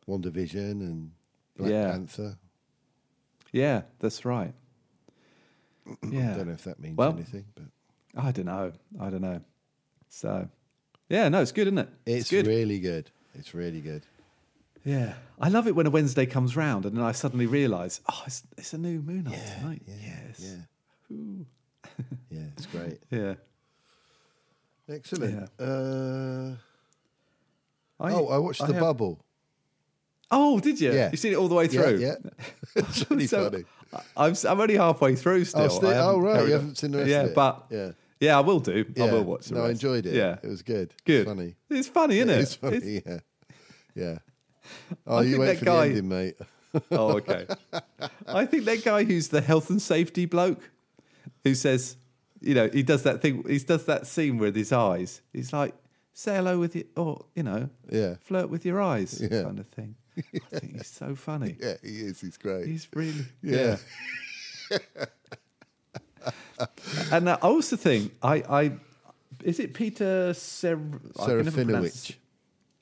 [SPEAKER 2] One Division and Black
[SPEAKER 4] Hmm. Yeah.
[SPEAKER 2] Panther.
[SPEAKER 4] Yeah, that's right.
[SPEAKER 2] I
[SPEAKER 4] Yeah.
[SPEAKER 2] don't know if that means
[SPEAKER 4] Well-
[SPEAKER 2] anything, but
[SPEAKER 4] I don't know. I don't know. So, yeah, no, it's good, isn't it?
[SPEAKER 2] it's,
[SPEAKER 4] good.
[SPEAKER 2] really good. It's really good.
[SPEAKER 4] Yeah. I love it when a Wednesday comes round and then I suddenly realise, oh, it's, it's a new moon night tonight. yes.
[SPEAKER 2] Yeah. yeah, it's great.
[SPEAKER 4] Yeah.
[SPEAKER 2] Excellent.
[SPEAKER 4] Yeah.
[SPEAKER 2] Uh,
[SPEAKER 4] I-
[SPEAKER 2] oh, I watched The
[SPEAKER 4] have-
[SPEAKER 2] Bubble.
[SPEAKER 4] Oh, did you?
[SPEAKER 2] Yeah.
[SPEAKER 4] You seen it all the way
[SPEAKER 2] Yeah,
[SPEAKER 4] through?
[SPEAKER 2] yeah. it's really
[SPEAKER 4] So,
[SPEAKER 2] funny.
[SPEAKER 4] I- I'm s- I'm only halfway through still.
[SPEAKER 2] Oh, still-
[SPEAKER 4] I haven't
[SPEAKER 2] oh, right,
[SPEAKER 4] carried
[SPEAKER 2] you
[SPEAKER 4] on.
[SPEAKER 2] haven't seen the rest
[SPEAKER 4] yeah,
[SPEAKER 2] of it.
[SPEAKER 4] but
[SPEAKER 2] Yeah.
[SPEAKER 4] yeah, I will do. I
[SPEAKER 2] Yeah.
[SPEAKER 4] will watch. The
[SPEAKER 2] No, I
[SPEAKER 4] rest.
[SPEAKER 2] enjoyed it.
[SPEAKER 4] Yeah,
[SPEAKER 2] It was good.
[SPEAKER 4] good.
[SPEAKER 2] Funny.
[SPEAKER 4] It's funny, isn't it?
[SPEAKER 2] It's funny, yeah. Yeah. Oh, you
[SPEAKER 4] think
[SPEAKER 2] wait
[SPEAKER 4] that
[SPEAKER 2] for
[SPEAKER 4] guy-
[SPEAKER 2] the ending, mate.
[SPEAKER 4] Oh, okay. I think that guy who's the health and safety bloke who says, you know, he does that thing, he does that scene with his eyes. He's like, say hello with your, or, you know,
[SPEAKER 2] Yeah.
[SPEAKER 4] flirt with your eyes
[SPEAKER 2] Yeah.
[SPEAKER 4] kind of thing. I think he's so funny.
[SPEAKER 2] Yeah, he is. He's great.
[SPEAKER 4] He's really,
[SPEAKER 2] yeah.
[SPEAKER 4] and I also think I, I is it Peter Ser- I can never pronounce-
[SPEAKER 2] Serafinovich.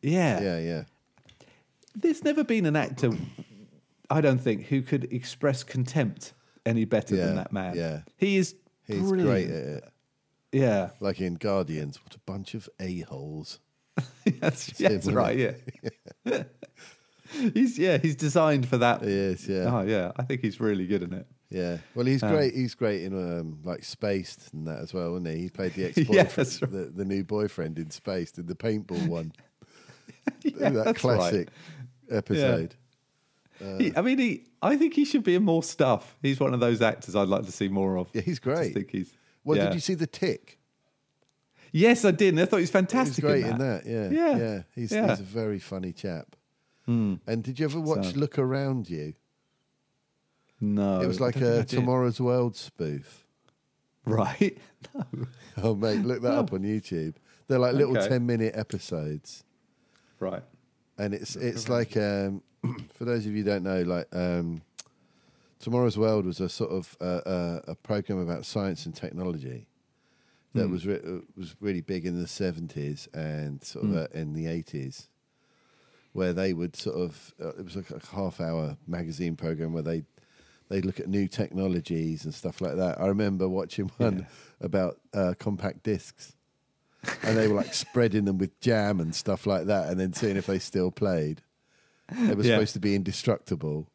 [SPEAKER 4] Yeah.
[SPEAKER 2] Yeah, yeah.
[SPEAKER 4] there's never been an actor, I don't think, who could express contempt any better
[SPEAKER 2] Yeah,
[SPEAKER 4] than that man.
[SPEAKER 2] yeah.
[SPEAKER 4] he is.
[SPEAKER 2] He's
[SPEAKER 4] brilliant.
[SPEAKER 2] great at it.
[SPEAKER 4] Yeah,
[SPEAKER 2] Like in Guardians, what a bunch of a-holes.
[SPEAKER 4] that's, yeah, that's
[SPEAKER 2] isn't
[SPEAKER 4] right. Yeah, he's yeah, he's designed for that.
[SPEAKER 2] Yes, yeah.
[SPEAKER 4] Oh yeah, I think he's really good in it.
[SPEAKER 2] Yeah. Well, he's great. He's great in um, like Spaced and that as well, isn't he? He played the ex
[SPEAKER 4] Yeah,
[SPEAKER 2] boyfriend,
[SPEAKER 4] that's right.
[SPEAKER 2] the, the new boyfriend in Spaced, in the paintball one.
[SPEAKER 4] Yeah,
[SPEAKER 2] that
[SPEAKER 4] that's right.
[SPEAKER 2] classic uh, episode.
[SPEAKER 4] He- I mean, he. I think he should be in more stuff. He's one of those actors I'd like to see more of.
[SPEAKER 2] Yeah, he's
[SPEAKER 4] I
[SPEAKER 2] great.
[SPEAKER 4] just think he's.
[SPEAKER 2] Well,
[SPEAKER 4] yeah.
[SPEAKER 2] did you see the tick?
[SPEAKER 4] Yes, I did. And I thought he was
[SPEAKER 2] He's
[SPEAKER 4] fantastic.
[SPEAKER 2] great
[SPEAKER 4] in, that.
[SPEAKER 2] Yeah,
[SPEAKER 4] Yeah,
[SPEAKER 2] yeah. He's
[SPEAKER 4] yeah. Hmm.
[SPEAKER 2] he's a very funny chap. And did you ever watch
[SPEAKER 4] So-
[SPEAKER 2] Look Around You?
[SPEAKER 4] No,
[SPEAKER 2] It was
[SPEAKER 4] Oh, I
[SPEAKER 2] like
[SPEAKER 4] don't think I
[SPEAKER 2] a
[SPEAKER 4] did.
[SPEAKER 2] Tomorrow's World spoof.
[SPEAKER 4] Right. No.
[SPEAKER 2] Oh mate, look that up on YouTube. They're like little
[SPEAKER 4] Okay.
[SPEAKER 2] ten minute episodes.
[SPEAKER 4] Right.
[SPEAKER 2] and it's it's like um, for those of you who don't know, like um, Tomorrow's World was a sort of uh, uh, a program about science and technology that was re- uh, was really big in the seventies and sort of uh, in the eighties, where they would sort of uh, it was like a half hour magazine program where they they look at new technologies and stuff like that. I remember watching one about uh, compact discs and they were like spreading them with jam and stuff like that, and then seeing if they still played. They were
[SPEAKER 4] Yeah.
[SPEAKER 2] supposed to be indestructible.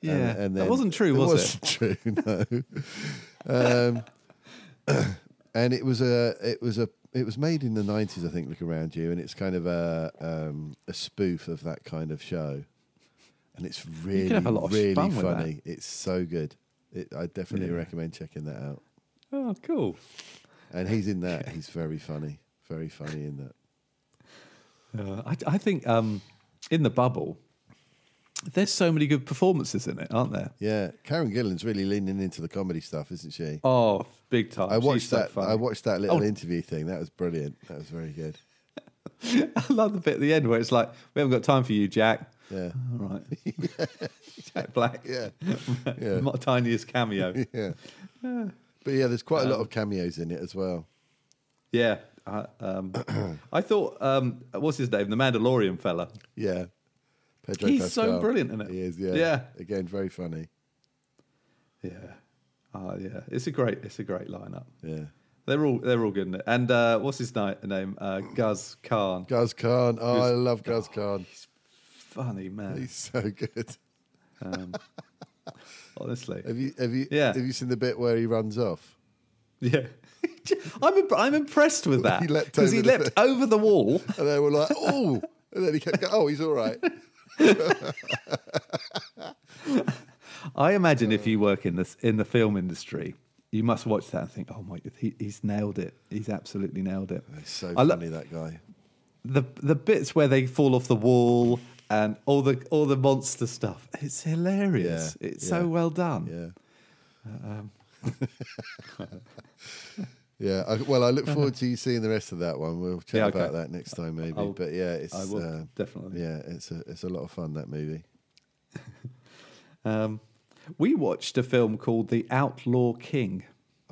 [SPEAKER 4] Yeah.
[SPEAKER 2] and, and
[SPEAKER 4] that
[SPEAKER 2] then-
[SPEAKER 4] wasn't true, was it?
[SPEAKER 2] wasn't true. No. um, and it was a, it was a, it was made in the nineties, I think. Look around you, and it's kind of a, um, a spoof of that kind of show. And it's really,
[SPEAKER 4] have a lot of
[SPEAKER 2] really
[SPEAKER 4] fun with that.
[SPEAKER 2] funny. It's so good. It, I definitely recommend checking that out.
[SPEAKER 4] Oh, cool.
[SPEAKER 2] And he's in that. He's very funny. Very funny in that.
[SPEAKER 4] Uh, I, I think um, in the bubble, there's so many good performances in it, aren't there?
[SPEAKER 2] Yeah, Karen Gillan's really leaning into the comedy stuff, isn't she?
[SPEAKER 4] Oh, big time.
[SPEAKER 2] I watched
[SPEAKER 4] She's so
[SPEAKER 2] that.
[SPEAKER 4] funny.
[SPEAKER 2] I watched that little
[SPEAKER 4] Oh.
[SPEAKER 2] interview thing. That was brilliant. That was very good.
[SPEAKER 4] I love the bit at the end where it's like, "We haven't got time for you, Jack."
[SPEAKER 2] Yeah,
[SPEAKER 4] All right, Jack Black.
[SPEAKER 2] yeah,
[SPEAKER 4] my tiniest cameo.
[SPEAKER 2] yeah. But yeah, there's quite a lot
[SPEAKER 4] Um,
[SPEAKER 2] of cameos in it as well.
[SPEAKER 4] yeah. I, um, I thought, um, what's his name? The Mandalorian fella.
[SPEAKER 2] Yeah, Pedro.
[SPEAKER 4] He's so
[SPEAKER 2] Pascal.
[SPEAKER 4] brilliant in it.
[SPEAKER 2] He is. Yeah.
[SPEAKER 4] Yeah.
[SPEAKER 2] Again, very funny.
[SPEAKER 4] Yeah. Oh, yeah. It's a great. It's a great lineup.
[SPEAKER 2] Yeah.
[SPEAKER 4] They're all they're all good in it. And uh, what's his ni- name? Uh, Guz Khan.
[SPEAKER 2] Gaz Khan. Oh, I love Gaz Khan.
[SPEAKER 4] Funny man.
[SPEAKER 2] He's so good.
[SPEAKER 4] Honestly.
[SPEAKER 2] Have you have you
[SPEAKER 4] Yeah.
[SPEAKER 2] have you seen the bit where he runs off?
[SPEAKER 4] Yeah. I'm imp- I'm impressed with that
[SPEAKER 2] He leapt
[SPEAKER 4] because he
[SPEAKER 2] over the
[SPEAKER 4] leapt over the wall.
[SPEAKER 2] And they were like, oh, and then he kept going. Oh, he's all right.
[SPEAKER 4] I imagine if you work in this in the film industry, you must watch that and think, "Oh my, he, he's nailed it. He's absolutely nailed it."
[SPEAKER 2] He's so
[SPEAKER 4] I lo-
[SPEAKER 2] funny that guy.
[SPEAKER 4] the the bits where they fall off the wall and all the all the monster stuff. It's hilarious.
[SPEAKER 2] Yeah,
[SPEAKER 4] it's
[SPEAKER 2] yeah,
[SPEAKER 4] so well done.
[SPEAKER 2] Yeah.
[SPEAKER 4] Um,
[SPEAKER 2] yeah. I, well, I look forward to you seeing the rest of that one. We'll chat
[SPEAKER 4] Yeah,
[SPEAKER 2] about
[SPEAKER 4] okay.
[SPEAKER 2] that next time, maybe.
[SPEAKER 4] I'll-
[SPEAKER 2] but yeah, it's
[SPEAKER 4] I will,
[SPEAKER 2] uh,
[SPEAKER 4] definitely.
[SPEAKER 2] Yeah, it's a it's a lot of fun that movie.
[SPEAKER 4] Um, we watched a film called The Outlaw King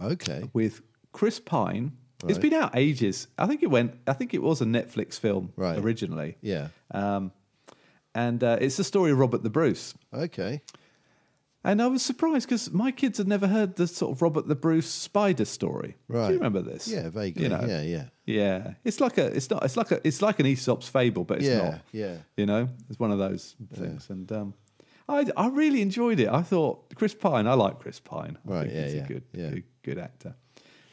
[SPEAKER 2] Okay.
[SPEAKER 4] with Chris Pine. It's
[SPEAKER 2] Right.
[SPEAKER 4] been out ages. I think it went. I think it was a Netflix film
[SPEAKER 2] Right.
[SPEAKER 4] originally.
[SPEAKER 2] Yeah.
[SPEAKER 4] Um, and uh, it's the story of Robert the Bruce.
[SPEAKER 2] Okay.
[SPEAKER 4] And I was surprised because my kids had never heard the sort of Robert the Bruce spider story.
[SPEAKER 2] Right.
[SPEAKER 4] Do you remember this?
[SPEAKER 2] Yeah, vaguely.
[SPEAKER 4] You know?
[SPEAKER 2] Yeah, yeah.
[SPEAKER 4] Yeah, it's like a, it's not, it's like a, it's like an Aesop's fable, but it's
[SPEAKER 2] yeah.
[SPEAKER 4] not.
[SPEAKER 2] Yeah.
[SPEAKER 4] You know, it's one of those things. And um, I, I really enjoyed it. I thought Chris Pine. I like Chris Pine. I
[SPEAKER 2] Right,
[SPEAKER 4] think
[SPEAKER 2] yeah,
[SPEAKER 4] he's
[SPEAKER 2] yeah,
[SPEAKER 4] a good,
[SPEAKER 2] yeah.
[SPEAKER 4] good, good actor.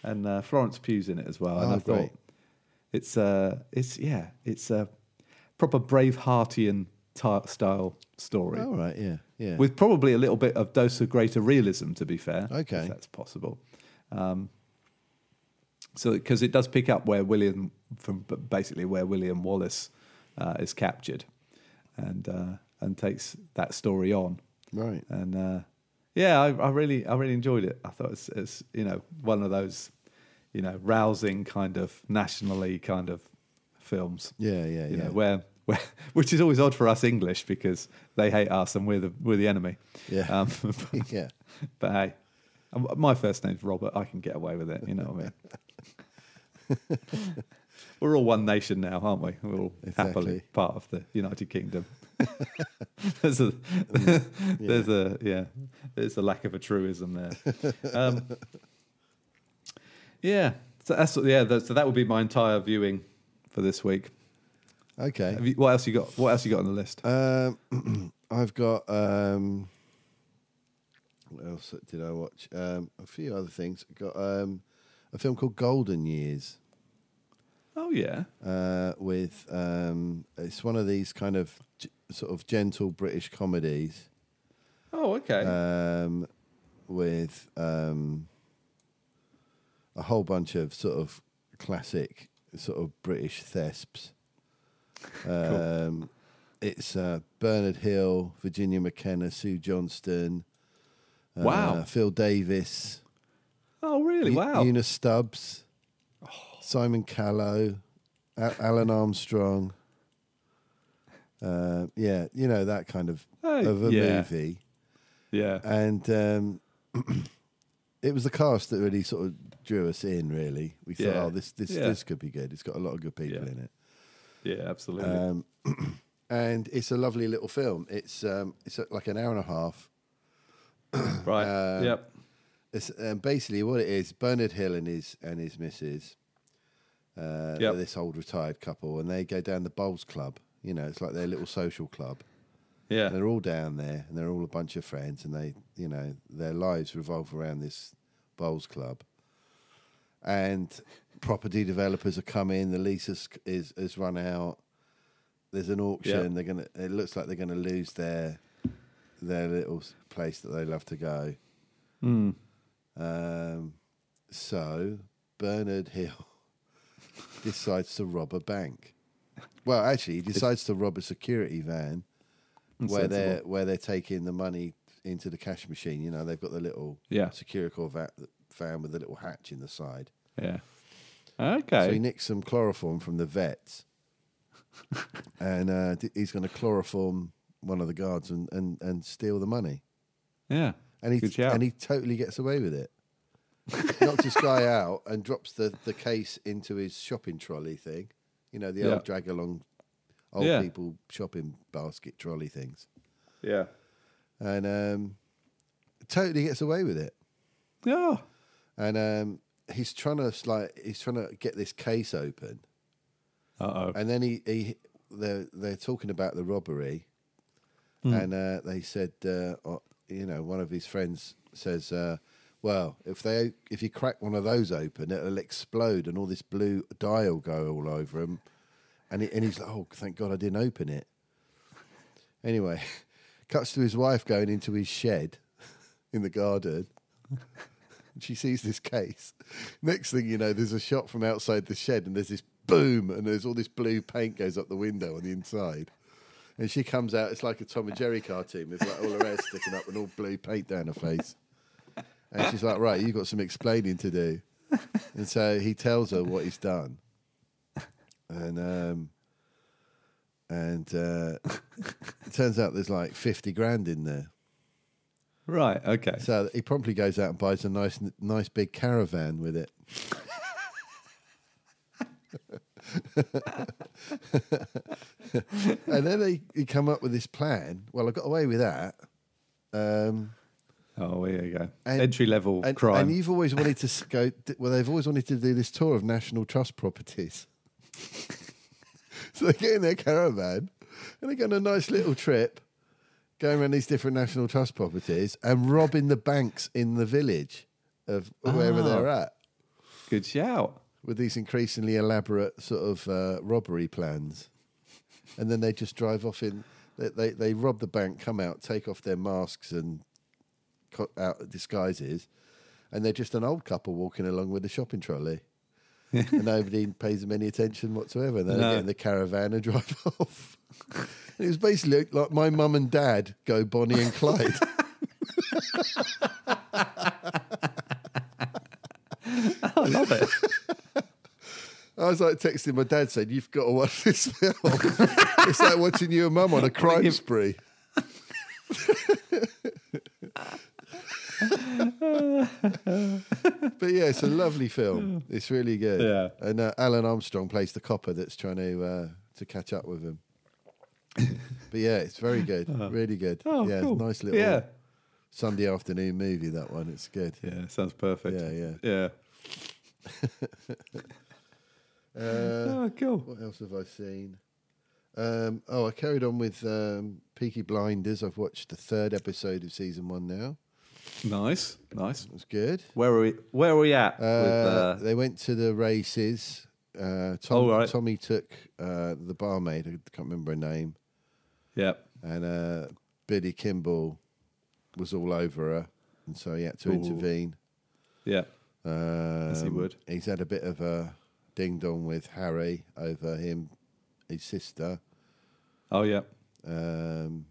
[SPEAKER 4] And uh, Florence Pugh's in it as well. and
[SPEAKER 2] Oh,
[SPEAKER 4] I
[SPEAKER 2] great.
[SPEAKER 4] thought it's uh, it's yeah, it's a proper Braveheartian ty- style story
[SPEAKER 2] All right. Yeah. Yeah.
[SPEAKER 4] with probably a little bit of dose of greater realism, to be fair.
[SPEAKER 2] Okay.
[SPEAKER 4] if that's possible. Um, so because it does pick up where William from basically where William Wallace uh, is captured, and uh, and takes that story on.
[SPEAKER 2] Right.
[SPEAKER 4] And uh, yeah, I, I really, I really enjoyed it. I thought it's, it's, you know, one of those, you know, rousing kind of nationally kind of films.
[SPEAKER 2] Yeah, yeah,
[SPEAKER 4] You
[SPEAKER 2] yeah.
[SPEAKER 4] know, where, where, which is always odd for us English because they hate us and we're the we're the enemy.
[SPEAKER 2] Yeah.
[SPEAKER 4] Um, but,
[SPEAKER 2] yeah.
[SPEAKER 4] but hey, um, my first name's Robert. I can get away with it. You know what I mean? We're all one nation now, aren't we? We're all happily
[SPEAKER 2] Exactly.
[SPEAKER 4] part of the United Kingdom. there's a
[SPEAKER 2] Mm,
[SPEAKER 4] there's a yeah there's a lack of a truism there. Um, yeah, so that's yeah. tha- so that would be my entire viewing for this week.
[SPEAKER 2] Okay.
[SPEAKER 4] Have you, what else you got? What else you got on the list?
[SPEAKER 2] Um, I've got um, what else did I watch? Um, a few other things. Got um, a film called Golden Years
[SPEAKER 4] oh yeah,
[SPEAKER 2] uh, with um, it's one of these kind of g- sort of gentle British comedies
[SPEAKER 4] oh okay,
[SPEAKER 2] um, with um, a whole bunch of sort of classic sort of British thesps. Um, It's uh, Bernard Hill, Virginia McKenna, Sue Johnston. uh,
[SPEAKER 4] Wow.
[SPEAKER 2] Phil Davis.
[SPEAKER 4] oh really?
[SPEAKER 2] E-
[SPEAKER 4] Wow, Oh.
[SPEAKER 2] Una Stubbs. Simon Callow. A- Alan Armstrong. Uh, yeah, you know, that kind of,
[SPEAKER 4] Oh,
[SPEAKER 2] of a
[SPEAKER 4] yeah.
[SPEAKER 2] movie
[SPEAKER 4] yeah.
[SPEAKER 2] and um, it was the cast that really sort of drew us in. Really, we thought,
[SPEAKER 4] Yeah.
[SPEAKER 2] oh, this this
[SPEAKER 4] Yeah.
[SPEAKER 2] this could be good. It's got a lot of good people
[SPEAKER 4] Yeah.
[SPEAKER 2] in it,
[SPEAKER 4] Yeah, absolutely.
[SPEAKER 2] um, and it's a lovely little film. It's um, it's like an hour and a half.
[SPEAKER 4] right. yep.
[SPEAKER 2] It's um, basically what it is. Bernard Hill and his and his missus, uh,
[SPEAKER 4] Yep.
[SPEAKER 2] this old retired couple, and they go down the bowls club. You know, it's like their little social club.
[SPEAKER 4] Yeah.
[SPEAKER 2] they're all down there and they're all a bunch of friends and they you know their lives revolve around this bowls club and property developers have come in the lease is is, is run out there's an auction
[SPEAKER 4] Yeah.
[SPEAKER 2] they're gonna it looks like they're gonna lose their their little s- place that they love to go um so bernard hill decides to rob a bank well actually he decides to rob a security van where they're where they're taking the money into the cash machine. You know, they've got the little
[SPEAKER 4] Yeah.
[SPEAKER 2] Securicorp va- van with the little hatch in the side.
[SPEAKER 4] Yeah. Okay.
[SPEAKER 2] So he nicks some chloroform from the vets, and uh, d- he's going to chloroform one of the guards and, and, and steal the money.
[SPEAKER 4] yeah.
[SPEAKER 2] And he
[SPEAKER 4] Good shout.
[SPEAKER 2] and he totally gets away with it. Knocks this guy out and drops the, the case into his shopping trolley thing. You know, the
[SPEAKER 4] Yeah.
[SPEAKER 2] old drag along old
[SPEAKER 4] Yeah.
[SPEAKER 2] people shopping basket trolley things.
[SPEAKER 4] yeah.
[SPEAKER 2] and um, totally gets away with it.
[SPEAKER 4] Oh.
[SPEAKER 2] And um, he's trying to like he's trying to get this case open,
[SPEAKER 4] Uh oh.
[SPEAKER 2] and then he, he they're they're talking about the robbery, and uh, they said uh, uh, you know one of his friends says. Uh, well, if they if you crack one of those open, it'll explode, and all this blue dye will go all over him. And he, and he's like, "Oh, thank God I didn't open it." Anyway, cuts to his wife going into his shed in the garden. She sees this case. Next thing you know, there's a shot from outside the shed, and there's this boom, and there's all this blue paint goes up the window on the inside. And she comes out. It's like a Tom and Jerry cartoon with like all her hair sticking up and all blue paint down her face. And she's like, "Right, you've got some explaining to do." And so he tells her what he's done, and um, and uh, it turns out there's like fifty grand in there.
[SPEAKER 4] Right. Okay.
[SPEAKER 2] So he promptly goes out and buys a nice, nice big caravan with it. and then they, he come up with this plan. Well, I got away with that. Um,
[SPEAKER 4] oh, here you go.
[SPEAKER 2] and-
[SPEAKER 4] Entry level
[SPEAKER 2] and,
[SPEAKER 4] crime.
[SPEAKER 2] and you've always wanted to s- go. Well, they've always wanted to do this tour of National Trust properties. so they get in their caravan and they go on a nice little trip, going around these different National Trust properties and robbing the banks in the village of wherever
[SPEAKER 4] Ah.
[SPEAKER 2] they're at
[SPEAKER 4] Good shout.
[SPEAKER 2] with these increasingly elaborate sort of uh, robbery plans. And then they just drive off in. They, they they rob the bank, come out, take off their masks and cut out disguises, and they're just an old couple walking along with a shopping trolley. and nobody pays them any attention whatsoever. They
[SPEAKER 4] No.
[SPEAKER 2] get in the caravan and drive off. it was basically like my mum and dad go Bonnie and Clyde.
[SPEAKER 4] I love it.
[SPEAKER 2] I was like texting my dad saying, "You've got to watch this film. it's like watching you and mum on a crime spree." but yeah, it's a lovely film. It's really good.
[SPEAKER 4] Yeah.
[SPEAKER 2] and uh, Alan Armstrong plays the copper that's trying to uh, to catch up with him. but yeah, it's very good. really good.
[SPEAKER 4] Oh,
[SPEAKER 2] yeah,
[SPEAKER 4] cool.
[SPEAKER 2] nice little
[SPEAKER 4] Yeah.
[SPEAKER 2] Sunday afternoon movie. That one. It's good.
[SPEAKER 4] Yeah, sounds perfect.
[SPEAKER 2] Yeah, yeah.
[SPEAKER 4] Yeah. oh, cool.
[SPEAKER 2] What else have I seen? Um, oh, I carried on with um, Peaky Blinders. I've watched the third episode of season one now.
[SPEAKER 4] Nice, nice.
[SPEAKER 2] It was good.
[SPEAKER 4] Where are we? Where are we at?
[SPEAKER 2] Uh,
[SPEAKER 4] with, uh,
[SPEAKER 2] they went to the races. Uh, Tom,
[SPEAKER 4] Oh, right.
[SPEAKER 2] Tommy took uh, the barmaid. I can't remember her name.
[SPEAKER 4] yeah.
[SPEAKER 2] And uh, Billy Kimball was all over her, and so he had to intervene.
[SPEAKER 4] Yeah.
[SPEAKER 2] Um,
[SPEAKER 4] he would.
[SPEAKER 2] He's had a bit of a ding dong with Harry over him, his sister.
[SPEAKER 4] Oh, yeah.
[SPEAKER 2] um,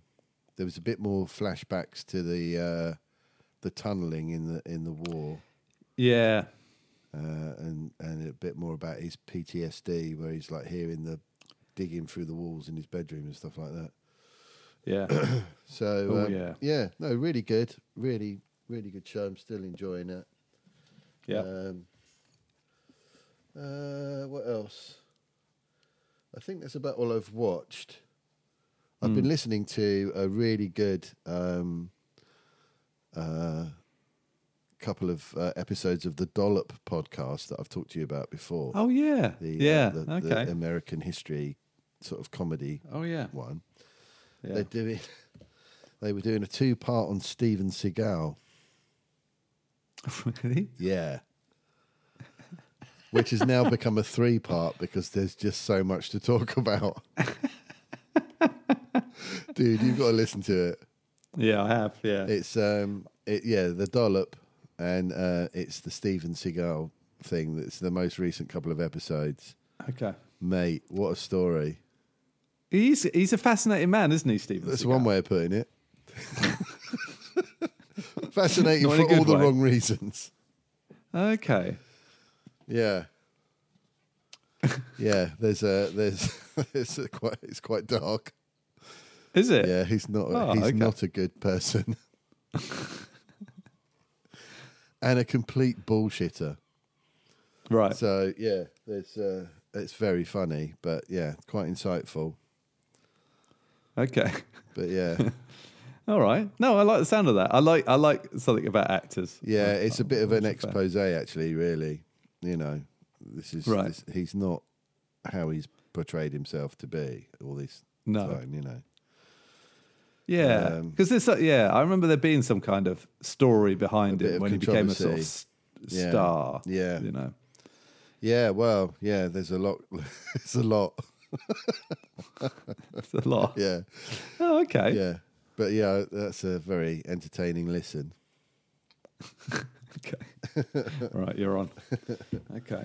[SPEAKER 2] there was a bit more flashbacks to the uh, the tunneling in the in the war,
[SPEAKER 4] Yeah.
[SPEAKER 2] uh, and and a bit more about his PTSD, where he's like hearing the digging through the walls in his bedroom and stuff like that.
[SPEAKER 4] Yeah.
[SPEAKER 2] So
[SPEAKER 4] Oh,
[SPEAKER 2] um,
[SPEAKER 4] yeah.
[SPEAKER 2] no, really good, really really good show. I'm still enjoying it.
[SPEAKER 4] Yeah.
[SPEAKER 2] Um, uh, what else? I think that's about all I've watched. I've
[SPEAKER 4] Hmm.
[SPEAKER 2] been listening to a really good um, uh, couple of uh, episodes of the Dollop podcast that I've talked to you about before.
[SPEAKER 4] oh, yeah.
[SPEAKER 2] the, uh,
[SPEAKER 4] yeah.
[SPEAKER 2] the,
[SPEAKER 4] okay.
[SPEAKER 2] the American history sort of comedy
[SPEAKER 4] oh, yeah.
[SPEAKER 2] one.
[SPEAKER 4] Yeah.
[SPEAKER 2] They're doing. They were doing a two-part on Steven Seagal.
[SPEAKER 4] really?
[SPEAKER 2] Yeah. Which has now become a three part because there's just so much to talk about. Dude, you've got to listen to it.
[SPEAKER 4] Yeah, I have. Yeah.
[SPEAKER 2] It's um it yeah, the dollop and uh it's the Steven Seagal thing that's the most recent couple of episodes.
[SPEAKER 4] okay.
[SPEAKER 2] Mate, what a story.
[SPEAKER 4] He's he's a fascinating man, isn't he, Stephen?
[SPEAKER 2] That's
[SPEAKER 4] Seagal?
[SPEAKER 2] one way of putting it. Fascinating
[SPEAKER 4] Not in a
[SPEAKER 2] for all
[SPEAKER 4] good
[SPEAKER 2] the
[SPEAKER 4] way.
[SPEAKER 2] wrong reasons.
[SPEAKER 4] Okay.
[SPEAKER 2] Yeah. yeah, there's a there's it's a quite it's quite dark.
[SPEAKER 4] Is it?
[SPEAKER 2] Yeah, he's not
[SPEAKER 4] Oh,
[SPEAKER 2] he's
[SPEAKER 4] okay.
[SPEAKER 2] not a good person. and a complete bullshitter.
[SPEAKER 4] Right.
[SPEAKER 2] So, yeah, there's uh it's very funny, but yeah, quite insightful.
[SPEAKER 4] okay.
[SPEAKER 2] But yeah.
[SPEAKER 4] All right. No, I like the sound of that. I like I like something about actors.
[SPEAKER 2] Yeah, it's a
[SPEAKER 4] oh,
[SPEAKER 2] bit of an
[SPEAKER 4] that's fair.
[SPEAKER 2] expose actually, really. You know, this is
[SPEAKER 4] Right.
[SPEAKER 2] this, he's not how he's portrayed himself to be all this
[SPEAKER 4] No.
[SPEAKER 2] time, you know.
[SPEAKER 4] Yeah,
[SPEAKER 2] Um,
[SPEAKER 4] because this. uh, Yeah, I remember there being some kind of story behind
[SPEAKER 2] bit
[SPEAKER 4] it
[SPEAKER 2] of
[SPEAKER 4] when he became a sort of s-
[SPEAKER 2] controversy. Yeah.
[SPEAKER 4] star.
[SPEAKER 2] Yeah.
[SPEAKER 4] you know.
[SPEAKER 2] Yeah, well, yeah, there's a lot. It's a lot.
[SPEAKER 4] It's a lot.
[SPEAKER 2] Yeah,
[SPEAKER 4] Oh, okay.
[SPEAKER 2] yeah. But yeah, that's a very entertaining listen.
[SPEAKER 4] Okay. All right, you're on. Okay,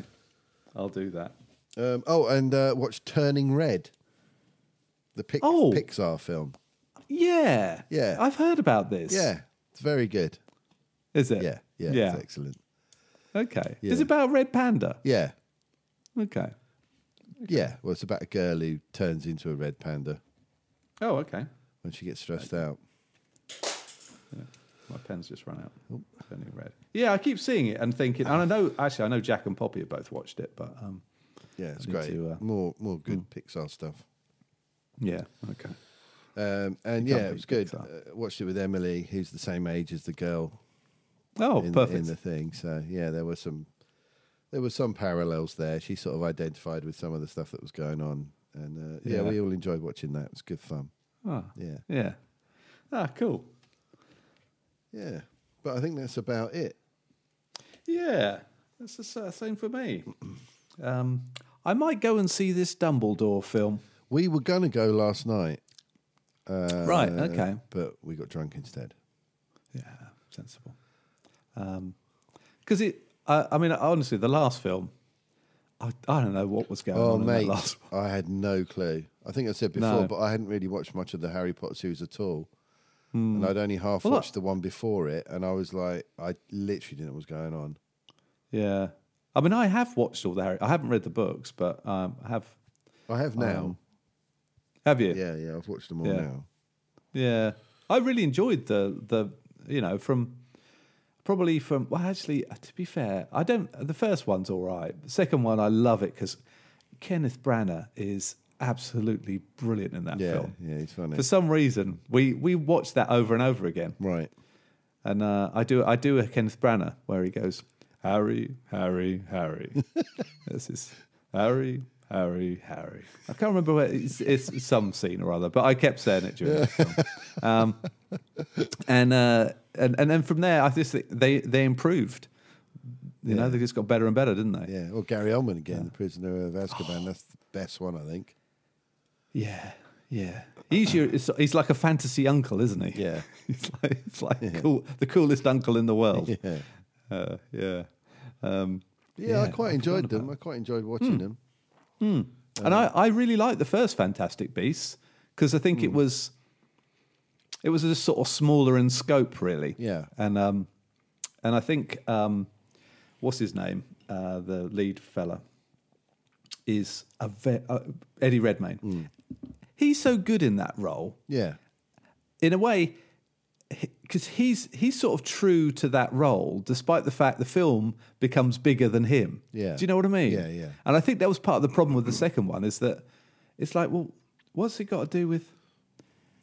[SPEAKER 4] I'll do that.
[SPEAKER 2] Um, oh, and uh, watch Turning Red, the Pic-
[SPEAKER 4] Oh.
[SPEAKER 2] Pixar film.
[SPEAKER 4] Yeah.
[SPEAKER 2] Yeah.
[SPEAKER 4] I've heard about this.
[SPEAKER 2] Yeah, it's very good.
[SPEAKER 4] Is it?
[SPEAKER 2] Yeah, yeah,
[SPEAKER 4] Yeah.
[SPEAKER 2] it's excellent.
[SPEAKER 4] Okay.
[SPEAKER 2] Yeah.
[SPEAKER 4] It's about Red Panda.
[SPEAKER 2] Yeah,
[SPEAKER 4] Okay.
[SPEAKER 2] yeah. Well, it's about a girl who turns into a red panda
[SPEAKER 4] Oh, okay.
[SPEAKER 2] when she gets stressed out.
[SPEAKER 4] My pen's just run out. Turning red. Yeah, I keep seeing it and thinking, and I know actually I know Jack and Poppy have both watched it, but um,
[SPEAKER 2] Yeah, it's
[SPEAKER 4] need
[SPEAKER 2] great.
[SPEAKER 4] to, uh,
[SPEAKER 2] more, more good Pixar stuff.
[SPEAKER 4] yeah, okay,
[SPEAKER 2] Um, and
[SPEAKER 4] You can't
[SPEAKER 2] yeah, it
[SPEAKER 4] beat
[SPEAKER 2] was good. Uh,
[SPEAKER 4] Pixar.
[SPEAKER 2] watched it with Emily, who's the same age as the girl
[SPEAKER 4] oh,
[SPEAKER 2] in,
[SPEAKER 4] perfect,
[SPEAKER 2] in the thing. So yeah, there were some there were some parallels there. She sort of identified with some of the stuff that was going on, and uh, yeah,
[SPEAKER 4] Yeah.
[SPEAKER 2] we all enjoyed watching that. It was good fun.
[SPEAKER 4] oh,
[SPEAKER 2] Yeah,
[SPEAKER 4] yeah, ah, cool,
[SPEAKER 2] yeah. But I think that's about it.
[SPEAKER 4] yeah, that's the sa- same for me. Um, I might go and see this Dumbledore film,
[SPEAKER 2] We were gonna go last night, uh,
[SPEAKER 4] Right, okay.
[SPEAKER 2] but we got drunk instead.
[SPEAKER 4] yeah, Um, sensible, because it, I I mean, honestly, the last film. I, I don't know what was going
[SPEAKER 2] Oh,
[SPEAKER 4] on in
[SPEAKER 2] mate,
[SPEAKER 4] that last
[SPEAKER 2] I had no clue. I think I said before,
[SPEAKER 4] No.
[SPEAKER 2] but I hadn't really watched much of the Harry Potter series at all. And I'd only half
[SPEAKER 4] Hmm. Well, look-
[SPEAKER 2] watched the one before it, and I was like, I literally didn't know what was going on.
[SPEAKER 4] Yeah. I mean, I have watched all the Harry. I haven't read the books, but um, I have.
[SPEAKER 2] I have now.
[SPEAKER 4] Um, Have you?
[SPEAKER 2] yeah, yeah, I've watched them all
[SPEAKER 4] Yeah.
[SPEAKER 2] now.
[SPEAKER 4] Yeah. I really enjoyed the the you know from probably from well actually uh, to be fair I don't the first one's all right. The second one I love it because Kenneth Branagh is absolutely brilliant in that
[SPEAKER 2] Yeah,
[SPEAKER 4] film.
[SPEAKER 2] yeah, it's funny.
[SPEAKER 4] For some reason, we we watched that over and over again.
[SPEAKER 2] right.
[SPEAKER 4] And uh, I do I do a Kenneth Branagh where he goes Harry, Harry, Harry. this is Harry, Harry, Harry. I can't remember where it's, it's some scene or other, but I kept saying it during the film. Um, and uh, and and then from there, I just think they they improved. You know, they just got better and better, didn't they?
[SPEAKER 2] Yeah. Or Gary Oldman again, The Prisoner of Azkaban. That's the best one, I think.
[SPEAKER 4] Yeah, yeah. He's your, it's- he's like a fantasy uncle, isn't he?
[SPEAKER 2] Yeah.
[SPEAKER 4] he's like, he's like cool, the coolest uncle in the world.
[SPEAKER 2] Yeah.
[SPEAKER 4] Uh, yeah. Um,
[SPEAKER 2] Yeah, I quite enjoyed them. I quite enjoyed
[SPEAKER 4] Hmm.
[SPEAKER 2] watching them. Uh,
[SPEAKER 4] and I, I really liked the first Fantastic Beasts because I think
[SPEAKER 2] Hmm.
[SPEAKER 4] it was it was just sort of smaller in scope, really.
[SPEAKER 2] Yeah.
[SPEAKER 4] And um, and I think um, what's his name, uh, the lead fella, is a ve- uh, Eddie Redmayne.
[SPEAKER 2] Hmm.
[SPEAKER 4] He's so good in that role
[SPEAKER 2] Yeah.
[SPEAKER 4] in a way because he's he's sort of true to that role despite the fact the film becomes bigger than him
[SPEAKER 2] Yeah.
[SPEAKER 4] do you know what i mean
[SPEAKER 2] Yeah, yeah.
[SPEAKER 4] and i think that was part of the problem with the second one is that it's like well what's it got to do with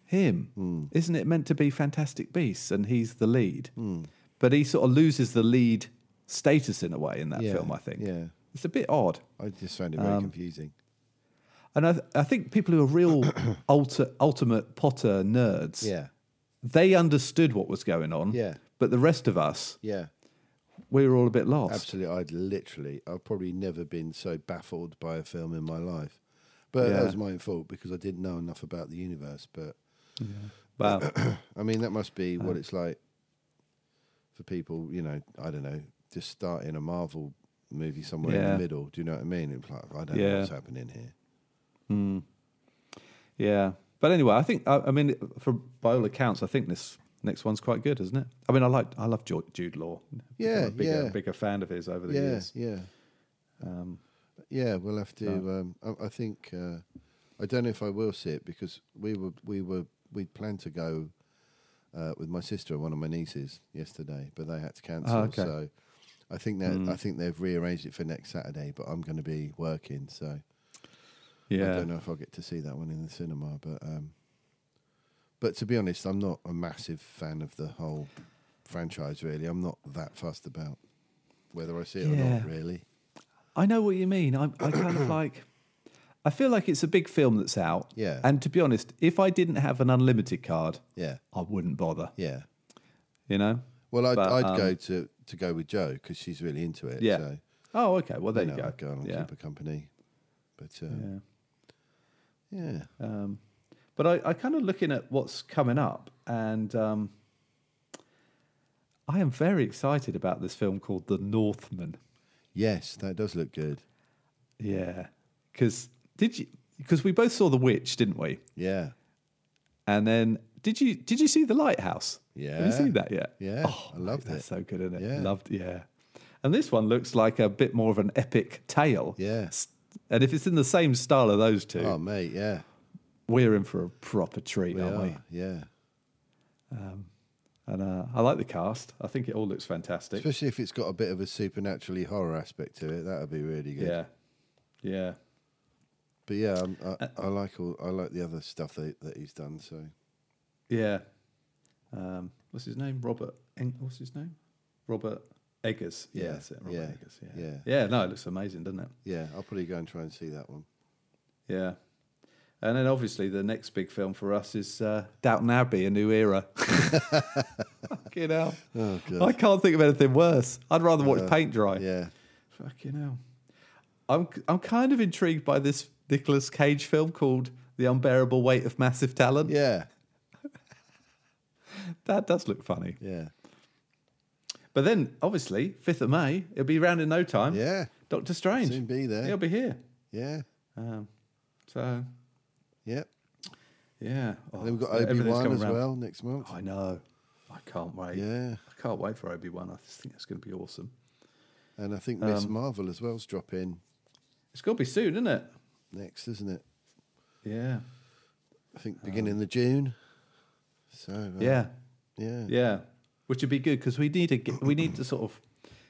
[SPEAKER 4] him
[SPEAKER 2] Hmm.
[SPEAKER 4] isn't it meant to be fantastic beasts and he's the lead
[SPEAKER 2] Hmm.
[SPEAKER 4] but he sort of loses the lead status in a way in that
[SPEAKER 2] Yeah,
[SPEAKER 4] film i think Um,
[SPEAKER 2] yeah.
[SPEAKER 4] it's a bit odd
[SPEAKER 2] I just found it very confusing.
[SPEAKER 4] and i, th- I think people who are real ulti- ultimate potter nerds
[SPEAKER 2] Yeah.
[SPEAKER 4] they understood what was going on.
[SPEAKER 2] Yeah.
[SPEAKER 4] But the rest of us,
[SPEAKER 2] Yeah.
[SPEAKER 4] we were all a bit lost.
[SPEAKER 2] Absolutely. I'd literally, I've probably never been so baffled by a film in my life. But
[SPEAKER 4] Yeah.
[SPEAKER 2] that was my own fault because I didn't know enough about the universe. But
[SPEAKER 4] Wow.
[SPEAKER 2] I mean, that must
[SPEAKER 4] Uh,
[SPEAKER 2] be what it's like for people, you know, I don't know, just starting a Marvel movie somewhere in
[SPEAKER 4] Yeah.
[SPEAKER 2] the middle. Do you know what I mean? It's like, I don't know
[SPEAKER 4] Yeah.
[SPEAKER 2] what's happening here.
[SPEAKER 4] yeah. But anyway, I think I, I mean, for by all accounts, I think this next one's quite good, isn't it? I mean, I like I love Ju- Jude Law.
[SPEAKER 2] Yeah,
[SPEAKER 4] I'm a bigger,
[SPEAKER 2] yeah.
[SPEAKER 4] bigger fan of his over the
[SPEAKER 2] yeah,
[SPEAKER 4] years. Um,
[SPEAKER 2] Yeah. yeah, we'll have to. Um, I, I think uh, I don't know if I will see it because we were we were we planned to go uh, with my sister and one of my nieces yesterday, but they had to cancel.
[SPEAKER 4] Oh, okay. Hmm.
[SPEAKER 2] So I think that I think they've rearranged it for next Saturday, but I'm going to be working, so I
[SPEAKER 4] Yeah.
[SPEAKER 2] don't know if I'll get to see that one in the cinema. But um, but to be honest, I'm not a massive fan of the whole franchise. Really, I'm not that fussed about whether I see it or
[SPEAKER 4] Yeah.
[SPEAKER 2] not. Really.
[SPEAKER 4] I know what you mean. I, I kind of like. I feel like it's a big film that's out.
[SPEAKER 2] Yeah.
[SPEAKER 4] And to be honest, if I didn't have an unlimited card,
[SPEAKER 2] Yeah.
[SPEAKER 4] I wouldn't bother.
[SPEAKER 2] Yeah.
[SPEAKER 4] You know.
[SPEAKER 2] Well, I'd,
[SPEAKER 4] But,
[SPEAKER 2] I'd
[SPEAKER 4] um,
[SPEAKER 2] go to, to go with Joe because she's really into it.
[SPEAKER 4] Yeah.
[SPEAKER 2] So,
[SPEAKER 4] Oh, okay. Well, there
[SPEAKER 2] you
[SPEAKER 4] you,
[SPEAKER 2] know,
[SPEAKER 4] go.
[SPEAKER 2] I'd go and I'll
[SPEAKER 4] yeah.
[SPEAKER 2] keep her company. But uh,
[SPEAKER 4] yeah.
[SPEAKER 2] yeah.
[SPEAKER 4] Um, but I, I kind of looking at what's coming up, and um, I am very excited about this film called The Northman.
[SPEAKER 2] Yes, that does look good.
[SPEAKER 4] Yeah, because did you? Because we both saw The Witch, didn't we?
[SPEAKER 2] Yeah.
[SPEAKER 4] And then did you? Did you see The Lighthouse? have
[SPEAKER 2] Yeah.
[SPEAKER 4] you seen that yet?
[SPEAKER 2] Yeah, I
[SPEAKER 4] mate,
[SPEAKER 2] loved
[SPEAKER 4] That's
[SPEAKER 2] it.
[SPEAKER 4] so good, isn't it?
[SPEAKER 2] Yeah.
[SPEAKER 4] Loved, yeah. And this one looks like a bit more of an epic tale.
[SPEAKER 2] Yeah.
[SPEAKER 4] S- And if it's in the same style of those two,
[SPEAKER 2] Oh, mate. Yeah.
[SPEAKER 4] we're in for a proper treat,
[SPEAKER 2] We
[SPEAKER 4] aren't we?
[SPEAKER 2] are, Yeah.
[SPEAKER 4] Um, And uh, I like the cast. I think it all looks fantastic.
[SPEAKER 2] Especially if it's got a bit of a supernaturally horror aspect to it, that would be really good.
[SPEAKER 4] Yeah, yeah,
[SPEAKER 2] But yeah, um, I,
[SPEAKER 4] Uh,
[SPEAKER 2] I like all I like the other stuff that, that he's done. So
[SPEAKER 4] yeah. Um, what's his name? Robert. Eng- what's his name? Robert Eggers. Yeah,
[SPEAKER 2] Yeah,
[SPEAKER 4] that's it. Robert
[SPEAKER 2] yeah,
[SPEAKER 4] Eggers. Yeah.
[SPEAKER 2] yeah.
[SPEAKER 4] No, it looks amazing, doesn't it?
[SPEAKER 2] yeah, I'll probably go and try and see that one.
[SPEAKER 4] Yeah. And then obviously the next big film for us is uh, Downton Abbey: A New Era. Fucking hell!
[SPEAKER 2] Oh god. Uh,
[SPEAKER 4] I can't think of anything worse. I'd rather watch paint dry.
[SPEAKER 2] Yeah.
[SPEAKER 4] Fucking hell. I'm I'm kind of intrigued by this Nicolas Cage film called The Unbearable Weight of Massive Talent.
[SPEAKER 2] Yeah.
[SPEAKER 4] That does look funny.
[SPEAKER 2] Yeah.
[SPEAKER 4] But then obviously, 5th of May, it'll be round in no time.
[SPEAKER 2] Yeah.
[SPEAKER 4] Doctor Strange.
[SPEAKER 2] Soon be there.
[SPEAKER 4] He'll be here.
[SPEAKER 2] Yeah.
[SPEAKER 4] Um, so
[SPEAKER 2] Yep.
[SPEAKER 4] yeah. Oh,
[SPEAKER 2] And then we've got
[SPEAKER 4] so
[SPEAKER 2] Obi
[SPEAKER 4] everything's
[SPEAKER 2] Wan
[SPEAKER 4] coming Oh,
[SPEAKER 2] as
[SPEAKER 4] round.
[SPEAKER 2] well next month.
[SPEAKER 4] I know. I can't wait.
[SPEAKER 2] Yeah.
[SPEAKER 4] I can't wait for Obi Wan. I just think it's going to be awesome.
[SPEAKER 2] And I think Miss
[SPEAKER 4] Um,
[SPEAKER 2] Marvel as well's dropping
[SPEAKER 4] It's got to be soon, isn't it?
[SPEAKER 2] next, isn't it?
[SPEAKER 4] Yeah.
[SPEAKER 2] I think beginning of June. So uh,
[SPEAKER 4] Oh. Yeah.
[SPEAKER 2] yeah,
[SPEAKER 4] Yeah. Which would be good because we need to get, we need to sort of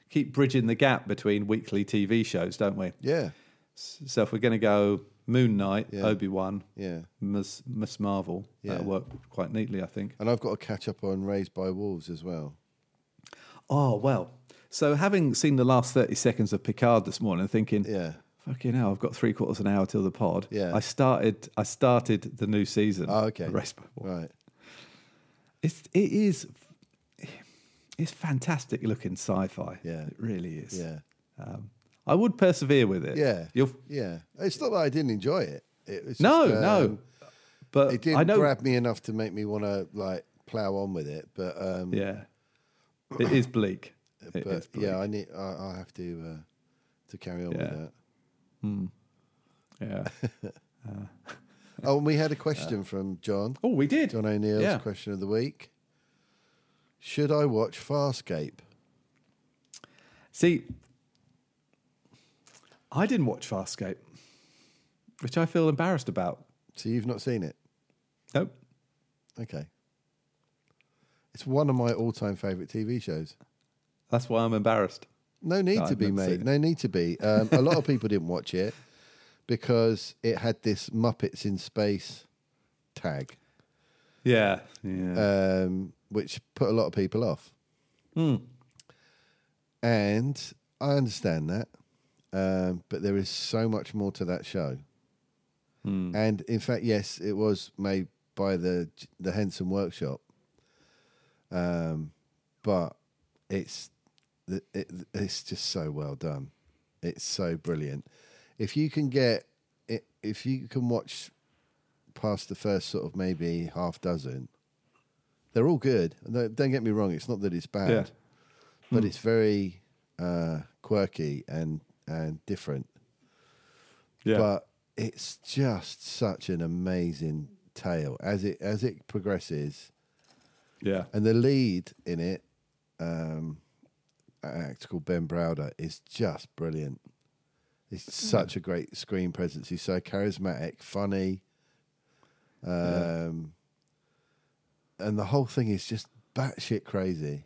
[SPEAKER 4] keep bridging the gap between weekly TV shows, don't we?
[SPEAKER 2] yeah,
[SPEAKER 4] S- So if we're going to go Moon Knight,
[SPEAKER 2] Yeah.
[SPEAKER 4] Obi Wan,
[SPEAKER 2] yeah.
[SPEAKER 4] Miss, Miss Marvel,
[SPEAKER 2] Yeah.
[SPEAKER 4] that'll work quite neatly, I think.
[SPEAKER 2] And I've got to catch up on Raised by Wolves as well.
[SPEAKER 4] Oh well. So having seen the last thirty seconds of Picard this morning, thinking,
[SPEAKER 2] Yeah.
[SPEAKER 4] fucking hell, I've got three quarters of an hour till the pod.
[SPEAKER 2] Yeah.
[SPEAKER 4] I started. I started the new season.
[SPEAKER 2] Oh, okay.
[SPEAKER 4] of Race by Wolves.
[SPEAKER 2] Right.
[SPEAKER 4] It's it is. It's fantastic looking sci-fi.
[SPEAKER 2] Yeah.
[SPEAKER 4] it really is.
[SPEAKER 2] Yeah.
[SPEAKER 4] Um, I would persevere with it.
[SPEAKER 2] Yeah.
[SPEAKER 4] You'll.
[SPEAKER 2] Yeah. It's not that I didn't enjoy it. It was
[SPEAKER 4] No,
[SPEAKER 2] just,
[SPEAKER 4] no.
[SPEAKER 2] um,
[SPEAKER 4] But
[SPEAKER 2] It
[SPEAKER 4] Uh, I
[SPEAKER 2] didn't
[SPEAKER 4] know.
[SPEAKER 2] grab me enough to make me want to like plow on with it. But um,
[SPEAKER 4] Yeah. It is bleak. It is
[SPEAKER 2] but
[SPEAKER 4] bleak.
[SPEAKER 2] yeah, I need. I, I'll have to uh, to carry on
[SPEAKER 4] Yeah.
[SPEAKER 2] with that.
[SPEAKER 4] Yeah.
[SPEAKER 2] Oh, and we had a question from John.
[SPEAKER 4] Oh, we did.
[SPEAKER 2] John O'Neill's
[SPEAKER 4] Uh, Yeah.
[SPEAKER 2] question of the week. Should I watch Farscape?
[SPEAKER 4] See, I didn't watch Farscape, which I feel embarrassed about.
[SPEAKER 2] So you've not seen it?
[SPEAKER 4] Nope.
[SPEAKER 2] Okay. It's one of my all-time favorite TV shows.
[SPEAKER 4] That's why I'm embarrassed.
[SPEAKER 2] No need
[SPEAKER 4] No,
[SPEAKER 2] to
[SPEAKER 4] I've
[SPEAKER 2] be,
[SPEAKER 4] not seen
[SPEAKER 2] mate.
[SPEAKER 4] it.
[SPEAKER 2] No need to be. Um, a lot of people didn't watch it because it had this Muppets in Space tag,
[SPEAKER 4] Yeah. Yeah.
[SPEAKER 2] um, which put a lot of people off. And I understand that, um, but there is so much more to that show. And in fact, yes, it was made by the the Henson Workshop. Um, but it's the- it, it's just so well done. It's so brilliant. If you can get i- if you can watch past the first sort of maybe half dozen, they're all good. No, Don't get me wrong; it's not that it's bad,
[SPEAKER 4] Yeah. Hmm.
[SPEAKER 2] but it's very uh, quirky and and different
[SPEAKER 4] yeah.
[SPEAKER 2] but it's just such an amazing tale as it as it progresses
[SPEAKER 4] yeah.
[SPEAKER 2] and the lead in it um an actor called ben browder is just brilliant he's such a great screen presence he's so charismatic funny um and the whole thing is just batshit crazy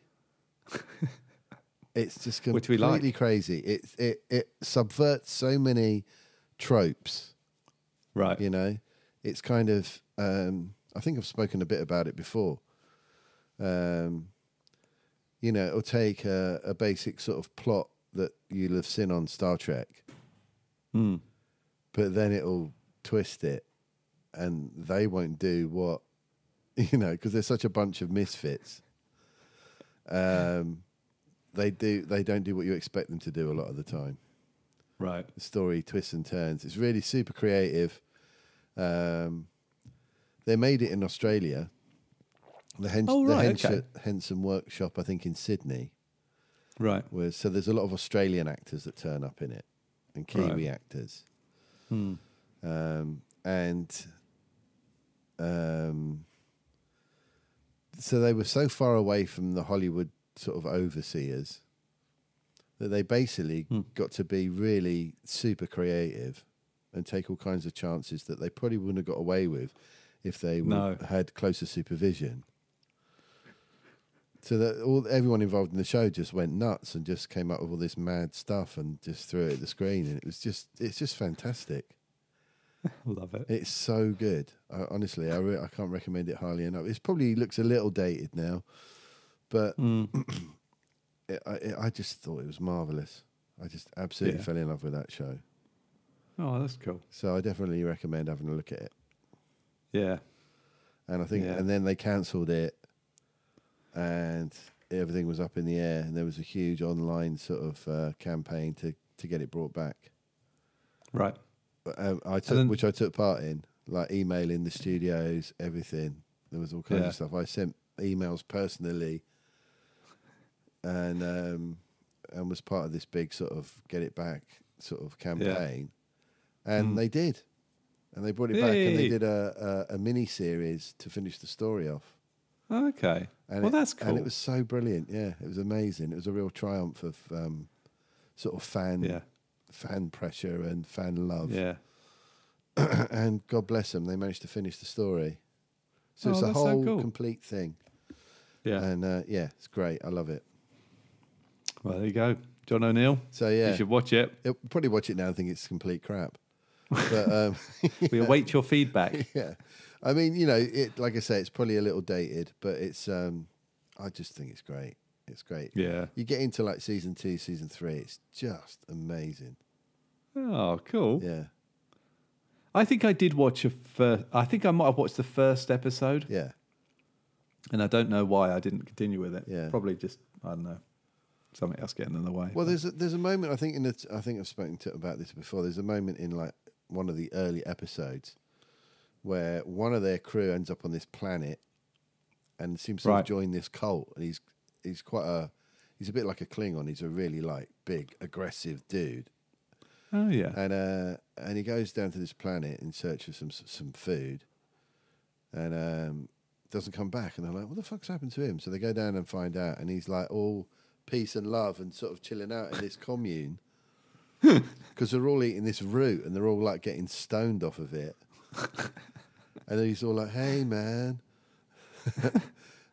[SPEAKER 2] it's just
[SPEAKER 4] Which
[SPEAKER 2] completely
[SPEAKER 4] we like.
[SPEAKER 2] crazy it, it it subverts so many tropes
[SPEAKER 4] Right.
[SPEAKER 2] you know it's kind of um i think i've spoken a bit about it before um you know it'll take a, a basic sort of plot that you'll have seen on star trek but then it'll twist it and they won't do what you know because they're such a bunch of misfits um they do they don't do what you expect them to do a lot of the time
[SPEAKER 4] Right.
[SPEAKER 2] the story twists and turns. It's really super creative. Um, they made it in Australia. The, Hen-
[SPEAKER 4] Oh,
[SPEAKER 2] the
[SPEAKER 4] right,
[SPEAKER 2] Hensh-
[SPEAKER 4] okay.
[SPEAKER 2] Henson Workshop, I think, in Sydney
[SPEAKER 4] Right.
[SPEAKER 2] was so there's a lot of Australian actors that turn up in it and Kiwi
[SPEAKER 4] Right. Hmm.
[SPEAKER 2] actors. Um, and um, so they were so far away from the Hollywood sort of overseers that they basically got to be really super creative and take all kinds of chances that they probably wouldn't have got away with if they would,
[SPEAKER 4] No.
[SPEAKER 2] had closer supervision. So that all everyone involved in the show just went nuts and just came up with all this mad stuff and just threw it at the screen and it was just it's just fantastic.
[SPEAKER 4] Love it.
[SPEAKER 2] It's so good. I, honestly, I re- I can't recommend it highly enough. It's probably looks a little dated now, but
[SPEAKER 4] Hmm.
[SPEAKER 2] it, I, it, I just thought it was marvelous. I just absolutely
[SPEAKER 4] Yeah.
[SPEAKER 2] fell in love with that show.
[SPEAKER 4] Oh, that's cool.
[SPEAKER 2] So I definitely recommend having a look at it.
[SPEAKER 4] Yeah.
[SPEAKER 2] And I think,
[SPEAKER 4] Yeah.
[SPEAKER 2] and then they cancelled it, and everything was up in the air, and there was a huge online sort of uh, campaign to to get it brought back.
[SPEAKER 4] Right.
[SPEAKER 2] But, um, I took,
[SPEAKER 4] then-
[SPEAKER 2] which I took part in, like emailing the studios, everything. There was all kinds
[SPEAKER 4] Yeah.
[SPEAKER 2] of stuff. I sent emails personally, and um, and was part of this big sort of get it back sort of campaign,
[SPEAKER 4] Hmm.
[SPEAKER 2] and they did, and they brought it back and they
[SPEAKER 4] Yay.
[SPEAKER 2] did a a, a mini series to finish the story off.
[SPEAKER 4] Okay.
[SPEAKER 2] And
[SPEAKER 4] well,
[SPEAKER 2] it-
[SPEAKER 4] that's cool.
[SPEAKER 2] And it was so brilliant. Yeah, it was amazing. It was a real triumph of um, sort of fan
[SPEAKER 4] Yeah.
[SPEAKER 2] fan pressure and fan love.
[SPEAKER 4] yeah.
[SPEAKER 2] and God bless them, they managed to finish the story. So it's
[SPEAKER 4] Oh,
[SPEAKER 2] a
[SPEAKER 4] that's so
[SPEAKER 2] whole
[SPEAKER 4] cool.
[SPEAKER 2] complete thing.
[SPEAKER 4] Yeah.
[SPEAKER 2] And uh, yeah, it's great. I love it.
[SPEAKER 4] well, there you go. John O'Neill.
[SPEAKER 2] So yeah,
[SPEAKER 4] You should watch it.
[SPEAKER 2] You'll probably watch it now and think it's complete crap. But um,
[SPEAKER 4] We await your feedback.
[SPEAKER 2] yeah, I mean, you know, it like I say, it's probably a little dated, but it's. Um, I just think it's great. It's great.
[SPEAKER 4] Yeah.
[SPEAKER 2] You get into like season two, season three, it's just amazing.
[SPEAKER 4] Oh, cool.
[SPEAKER 2] Yeah,
[SPEAKER 4] I think I did watch a first. I think I might have watched the first episode,
[SPEAKER 2] yeah,
[SPEAKER 4] and I don't know why I didn't continue with it.
[SPEAKER 2] Yeah.
[SPEAKER 4] Probably just I don't know something else getting in the way.
[SPEAKER 2] Well, there's a, there's a moment I think in the I think I've spoken to about this before. There's a moment in like one of the early episodes where one of their crew ends up on this planet and seems to
[SPEAKER 4] Right.
[SPEAKER 2] have joined this cult, and he's he's quite a he's a bit like a Klingon. He's a really like big aggressive dude,
[SPEAKER 4] oh yeah.
[SPEAKER 2] and uh and he goes down to this planet in search of some some food, and um doesn't come back, and they're like, what the fuck's happened to him? So they go down and find out, and he's like all peace and love and sort of chilling out in this commune. Because they're all eating this root and they're all like getting stoned off of it. and then he's all like, hey man,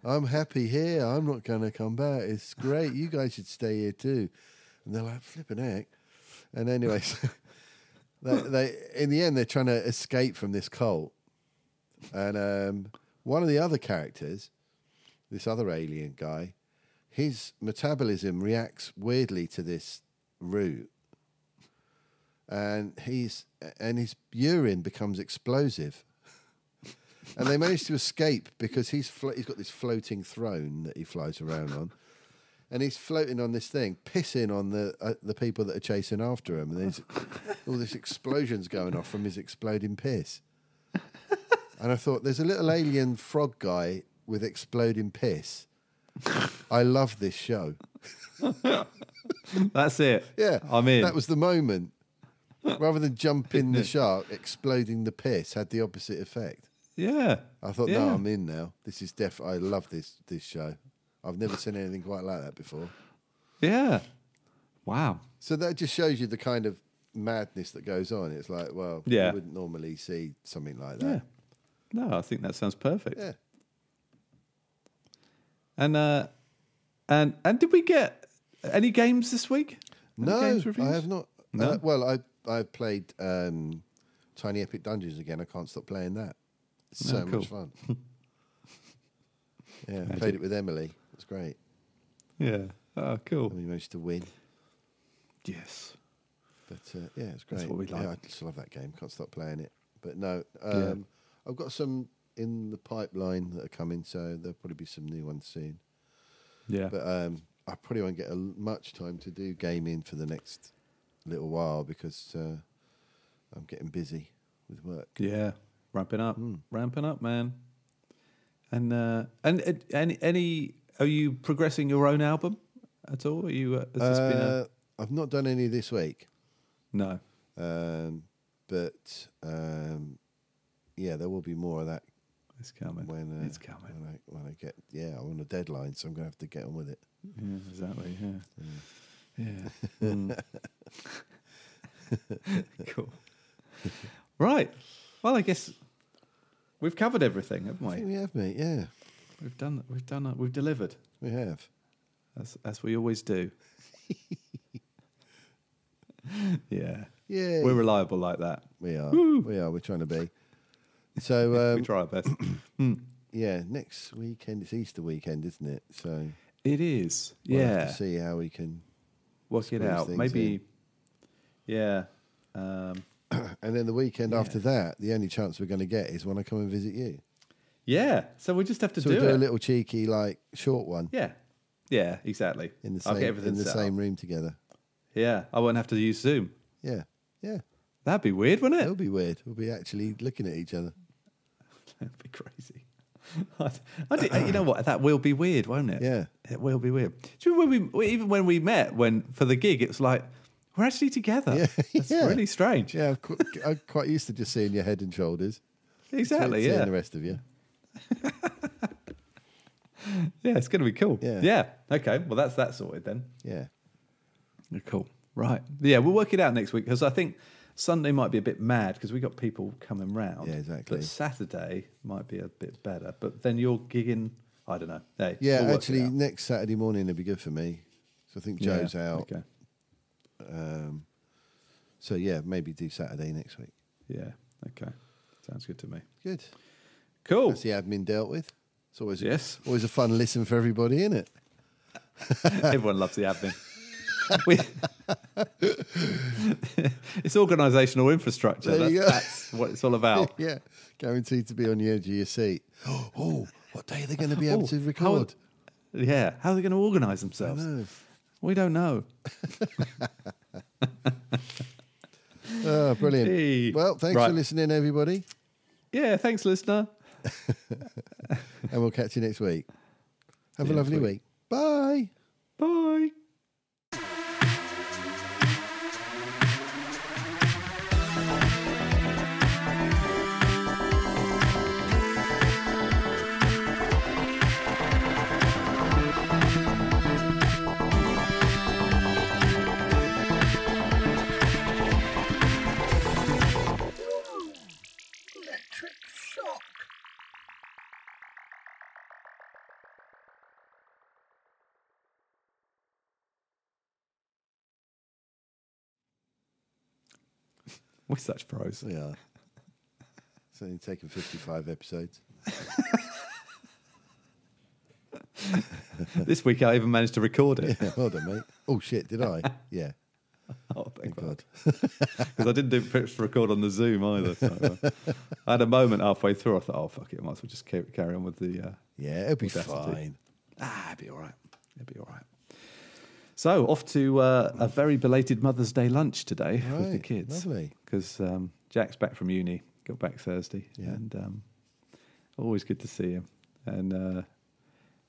[SPEAKER 2] I'm happy here. I'm not going to come back. It's great. You guys should stay here too. And they're like, flipping heck. And anyway, so they, they, in the end, they're trying to escape from this cult. And um, one of the other characters, this other alien guy, his metabolism reacts weirdly to this root. And he's and his urine becomes explosive. And they manage to escape because he's flo- he's got this floating throne that he flies around on, and he's floating on this thing, pissing on the uh, the people that are chasing after him. And there's all this explosions going off from his exploding piss. And I thought, there's a little alien frog guy with exploding piss. I love this show.
[SPEAKER 4] That's it.
[SPEAKER 2] Yeah,
[SPEAKER 4] I'm in.
[SPEAKER 2] That was the moment. Rather than jumping the shark, exploding the piss had the opposite effect.
[SPEAKER 4] yeah.
[SPEAKER 2] I thought, no,
[SPEAKER 4] Yeah.
[SPEAKER 2] I'm in now. This is def. I love this this show. I've never seen anything quite like that before.
[SPEAKER 4] Yeah. Wow.
[SPEAKER 2] So that just shows you the kind of madness that goes on. It's like, well,
[SPEAKER 4] Yeah.
[SPEAKER 2] you wouldn't normally see something like
[SPEAKER 4] Yeah.
[SPEAKER 2] that.
[SPEAKER 4] No, I think that sounds perfect.
[SPEAKER 2] Yeah.
[SPEAKER 4] And uh, and and did we get any games this week? Any
[SPEAKER 2] No,
[SPEAKER 4] games reviews?
[SPEAKER 2] I have not. Uh, well, I I played um, Tiny Epic Dungeons again. I can't stop playing that. It's so
[SPEAKER 4] Oh, cool.
[SPEAKER 2] much fun. yeah, I played it with Emily. It's great.
[SPEAKER 4] Yeah. Oh, cool.
[SPEAKER 2] And we managed to win.
[SPEAKER 4] Yes.
[SPEAKER 2] But uh, yeah, it's great.
[SPEAKER 4] what we
[SPEAKER 2] Yeah, I
[SPEAKER 4] like.
[SPEAKER 2] just love that game. Can't stop playing it. But no, um, I've got some in the pipeline that are coming, so there'll probably be some new ones soon.
[SPEAKER 4] Yeah.
[SPEAKER 2] But um, I probably won't get a, l- much time to do gaming for the next little while because uh, I'm getting busy with work.
[SPEAKER 4] Yeah, ramping up,
[SPEAKER 2] Hmm.
[SPEAKER 4] ramping up, man. And uh, and and- and any are you progressing your own album at all? Are you uh, has this been a,
[SPEAKER 2] Uh, I've not done any this week,
[SPEAKER 4] no?
[SPEAKER 2] um, but um, yeah, there will be more of that
[SPEAKER 4] It's coming.
[SPEAKER 2] when uh,
[SPEAKER 4] it's coming.
[SPEAKER 2] When I, when I get yeah, I'm on a deadline, so I'm gonna have to get on with it.
[SPEAKER 4] Yeah, exactly. Yeah. Yeah. Mm. cool. Right. Well, I guess we've covered everything, haven't
[SPEAKER 2] I think
[SPEAKER 4] we?
[SPEAKER 2] we have, mate. Yeah,
[SPEAKER 4] We've done. We've done. We've delivered,
[SPEAKER 2] we have.
[SPEAKER 4] as as we always do. yeah.
[SPEAKER 2] Yeah,
[SPEAKER 4] We're reliable like that.
[SPEAKER 2] we are. We are. We're trying to be. So
[SPEAKER 4] we
[SPEAKER 2] um,
[SPEAKER 4] try our best.
[SPEAKER 2] yeah, next weekend it's Easter weekend, isn't it? So
[SPEAKER 4] It is.
[SPEAKER 2] we'll
[SPEAKER 4] yeah.
[SPEAKER 2] have to see how we can.
[SPEAKER 4] Work it
[SPEAKER 2] squeeze
[SPEAKER 4] out.
[SPEAKER 2] things
[SPEAKER 4] Maybe. Yeah. Um,
[SPEAKER 2] And then the weekend after that, the only chance we're going to get is when I come and visit you.
[SPEAKER 4] yeah. So we just have to
[SPEAKER 2] So
[SPEAKER 4] do,
[SPEAKER 2] we'll do
[SPEAKER 4] it.
[SPEAKER 2] a little cheeky, like short one
[SPEAKER 4] yeah. Yeah. Exactly.
[SPEAKER 2] in the
[SPEAKER 4] I'll get
[SPEAKER 2] same
[SPEAKER 4] everything
[SPEAKER 2] in the
[SPEAKER 4] set
[SPEAKER 2] same
[SPEAKER 4] Up.
[SPEAKER 2] room together.
[SPEAKER 4] Yeah. I won't have to use Zoom.
[SPEAKER 2] Yeah, yeah.
[SPEAKER 4] That'd be weird, wouldn't it?
[SPEAKER 2] It'll be weird. We'll be actually looking at each other.
[SPEAKER 4] That'd be crazy. I, I did- you know what? That will be weird, won't it?
[SPEAKER 2] Yeah.
[SPEAKER 4] It will be weird. Do you remember when we, even when we met when for the gig, it's like, We're actually together.
[SPEAKER 2] Yeah,
[SPEAKER 4] It's
[SPEAKER 2] yeah.
[SPEAKER 4] really strange.
[SPEAKER 2] Yeah, I'm quite, I'm quite used to just seeing your head and shoulders.
[SPEAKER 4] Exactly.
[SPEAKER 2] Seeing
[SPEAKER 4] Yeah.
[SPEAKER 2] the rest of you.
[SPEAKER 4] Yeah, it's going to be cool.
[SPEAKER 2] Yeah.
[SPEAKER 4] Yeah. Okay. Well, that's that sorted then.
[SPEAKER 2] Yeah.
[SPEAKER 4] Cool. Right. Yeah, we'll work it out next week because I think Sunday might be a bit mad because we got people coming round.
[SPEAKER 2] Yeah, exactly.
[SPEAKER 4] But Saturday might be a bit better. But then you're gigging. I don't know. Hey,
[SPEAKER 2] Yeah,
[SPEAKER 4] we'll work it
[SPEAKER 2] actually,
[SPEAKER 4] out.
[SPEAKER 2] next Saturday morning would be good for me. So I think Joe's
[SPEAKER 4] Yeah,
[SPEAKER 2] out.
[SPEAKER 4] Okay.
[SPEAKER 2] Um, so yeah, maybe do Saturday next week.
[SPEAKER 4] Yeah. Okay. Sounds good to me.
[SPEAKER 2] Good.
[SPEAKER 4] Cool.
[SPEAKER 2] That's the admin dealt with. It's always a,
[SPEAKER 4] Yes.
[SPEAKER 2] always a fun listen for everybody, isn't it?
[SPEAKER 4] Everyone loves the admin. we, it's organisational infrastructure.
[SPEAKER 2] There
[SPEAKER 4] That's,
[SPEAKER 2] you go.
[SPEAKER 4] that's what it's all about.
[SPEAKER 2] yeah, guaranteed to be on the edge of your seat. Oh, what day are they going to be able
[SPEAKER 4] Oh,
[SPEAKER 2] to
[SPEAKER 4] how-
[SPEAKER 2] record?
[SPEAKER 4] Yeah. How are they going to organise themselves?
[SPEAKER 2] No.
[SPEAKER 4] We don't know.
[SPEAKER 2] Oh, brilliant.
[SPEAKER 4] Hey.
[SPEAKER 2] Well, thanks
[SPEAKER 4] Right.
[SPEAKER 2] for listening, everybody,
[SPEAKER 4] Yeah. Thanks, listener.
[SPEAKER 2] and we'll catch you next week. Have
[SPEAKER 4] See
[SPEAKER 2] a
[SPEAKER 4] you next
[SPEAKER 2] lovely
[SPEAKER 4] week.
[SPEAKER 2] week. Bye.
[SPEAKER 4] Bye.
[SPEAKER 1] Electric shock.
[SPEAKER 4] We're such pros.
[SPEAKER 2] We are. It's only taken 55 episodes.
[SPEAKER 4] this week I even managed to record it.
[SPEAKER 2] Yeah, well done, mate. Oh, shit, did I? Yeah.
[SPEAKER 4] Oh,
[SPEAKER 2] Thank
[SPEAKER 4] thank God.
[SPEAKER 2] God.
[SPEAKER 4] Because I didn't do press record on the Zoom either. So, uh, I had a moment halfway through. I thought, oh, fuck it. I might as well just ca- carry on with the. Uh,
[SPEAKER 2] Yeah, it'll be
[SPEAKER 4] Audacity.
[SPEAKER 2] fine.
[SPEAKER 4] ah, it'll be all right. It'll be all right. So, off to uh, a very belated Mother's Day lunch today with the
[SPEAKER 2] Right,
[SPEAKER 4] kids.
[SPEAKER 2] lovely.
[SPEAKER 4] Because um, Jack's back from uni, got back Thursday.
[SPEAKER 2] Yeah.
[SPEAKER 4] And um, always good to see him. And uh,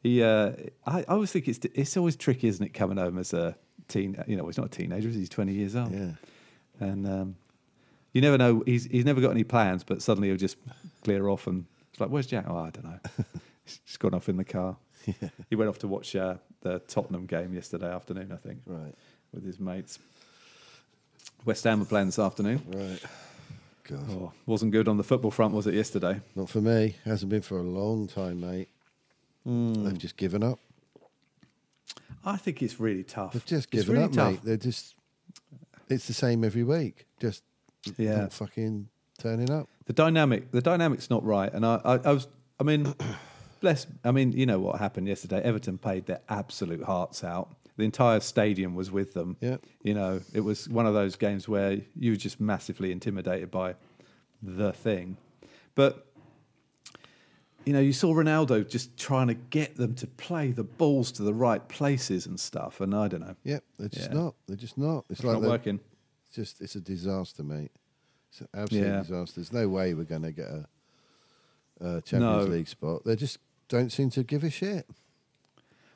[SPEAKER 4] he, uh, I, I always think it's, it's always tricky, isn't it, coming home as a teen? You know, he's not a teenager, he's 20 years old.
[SPEAKER 2] Yeah.
[SPEAKER 4] and um, you never know. He's he's never got any plans, but suddenly he'll just clear off and it's like, "Where's Jack?" Oh, I don't know. He's gone off in the car. He went off to watch uh, the Tottenham game yesterday afternoon, I think,
[SPEAKER 2] Right,
[SPEAKER 4] with his mates. West Ham were playing this afternoon.
[SPEAKER 2] right. God.
[SPEAKER 4] Oh, wasn't good on the football front, was it yesterday?
[SPEAKER 2] Not for me. Hasn't been for a long time, mate.
[SPEAKER 4] Hmm.
[SPEAKER 2] They've just given up.
[SPEAKER 4] I think it's really tough.
[SPEAKER 2] They've just
[SPEAKER 4] it's
[SPEAKER 2] given
[SPEAKER 4] really
[SPEAKER 2] up,
[SPEAKER 4] tough.
[SPEAKER 2] mate. They're just. It's the same every week. Just
[SPEAKER 4] Yeah.
[SPEAKER 2] not fucking turning up.
[SPEAKER 4] the dynamic the dynamic's not right and i i, I was i mean bless i mean you know what happened yesterday everton played their absolute hearts out the entire stadium was with them
[SPEAKER 2] Yeah.
[SPEAKER 4] you know it was one of those games where you were just massively intimidated by the thing but you know, you saw Ronaldo just trying to get them to play the balls to the right places and stuff, and I don't know,
[SPEAKER 2] Yep, they're just
[SPEAKER 4] Yeah.
[SPEAKER 2] not. They're just not. It's
[SPEAKER 4] it's
[SPEAKER 2] like
[SPEAKER 4] not
[SPEAKER 2] they're-
[SPEAKER 4] working.
[SPEAKER 2] It's just it's a disaster, mate. It's an absolute
[SPEAKER 4] Yeah.
[SPEAKER 2] disaster. There's no way we're going to get a, a Champions
[SPEAKER 4] No.
[SPEAKER 2] League spot. They just don't seem to give a shit.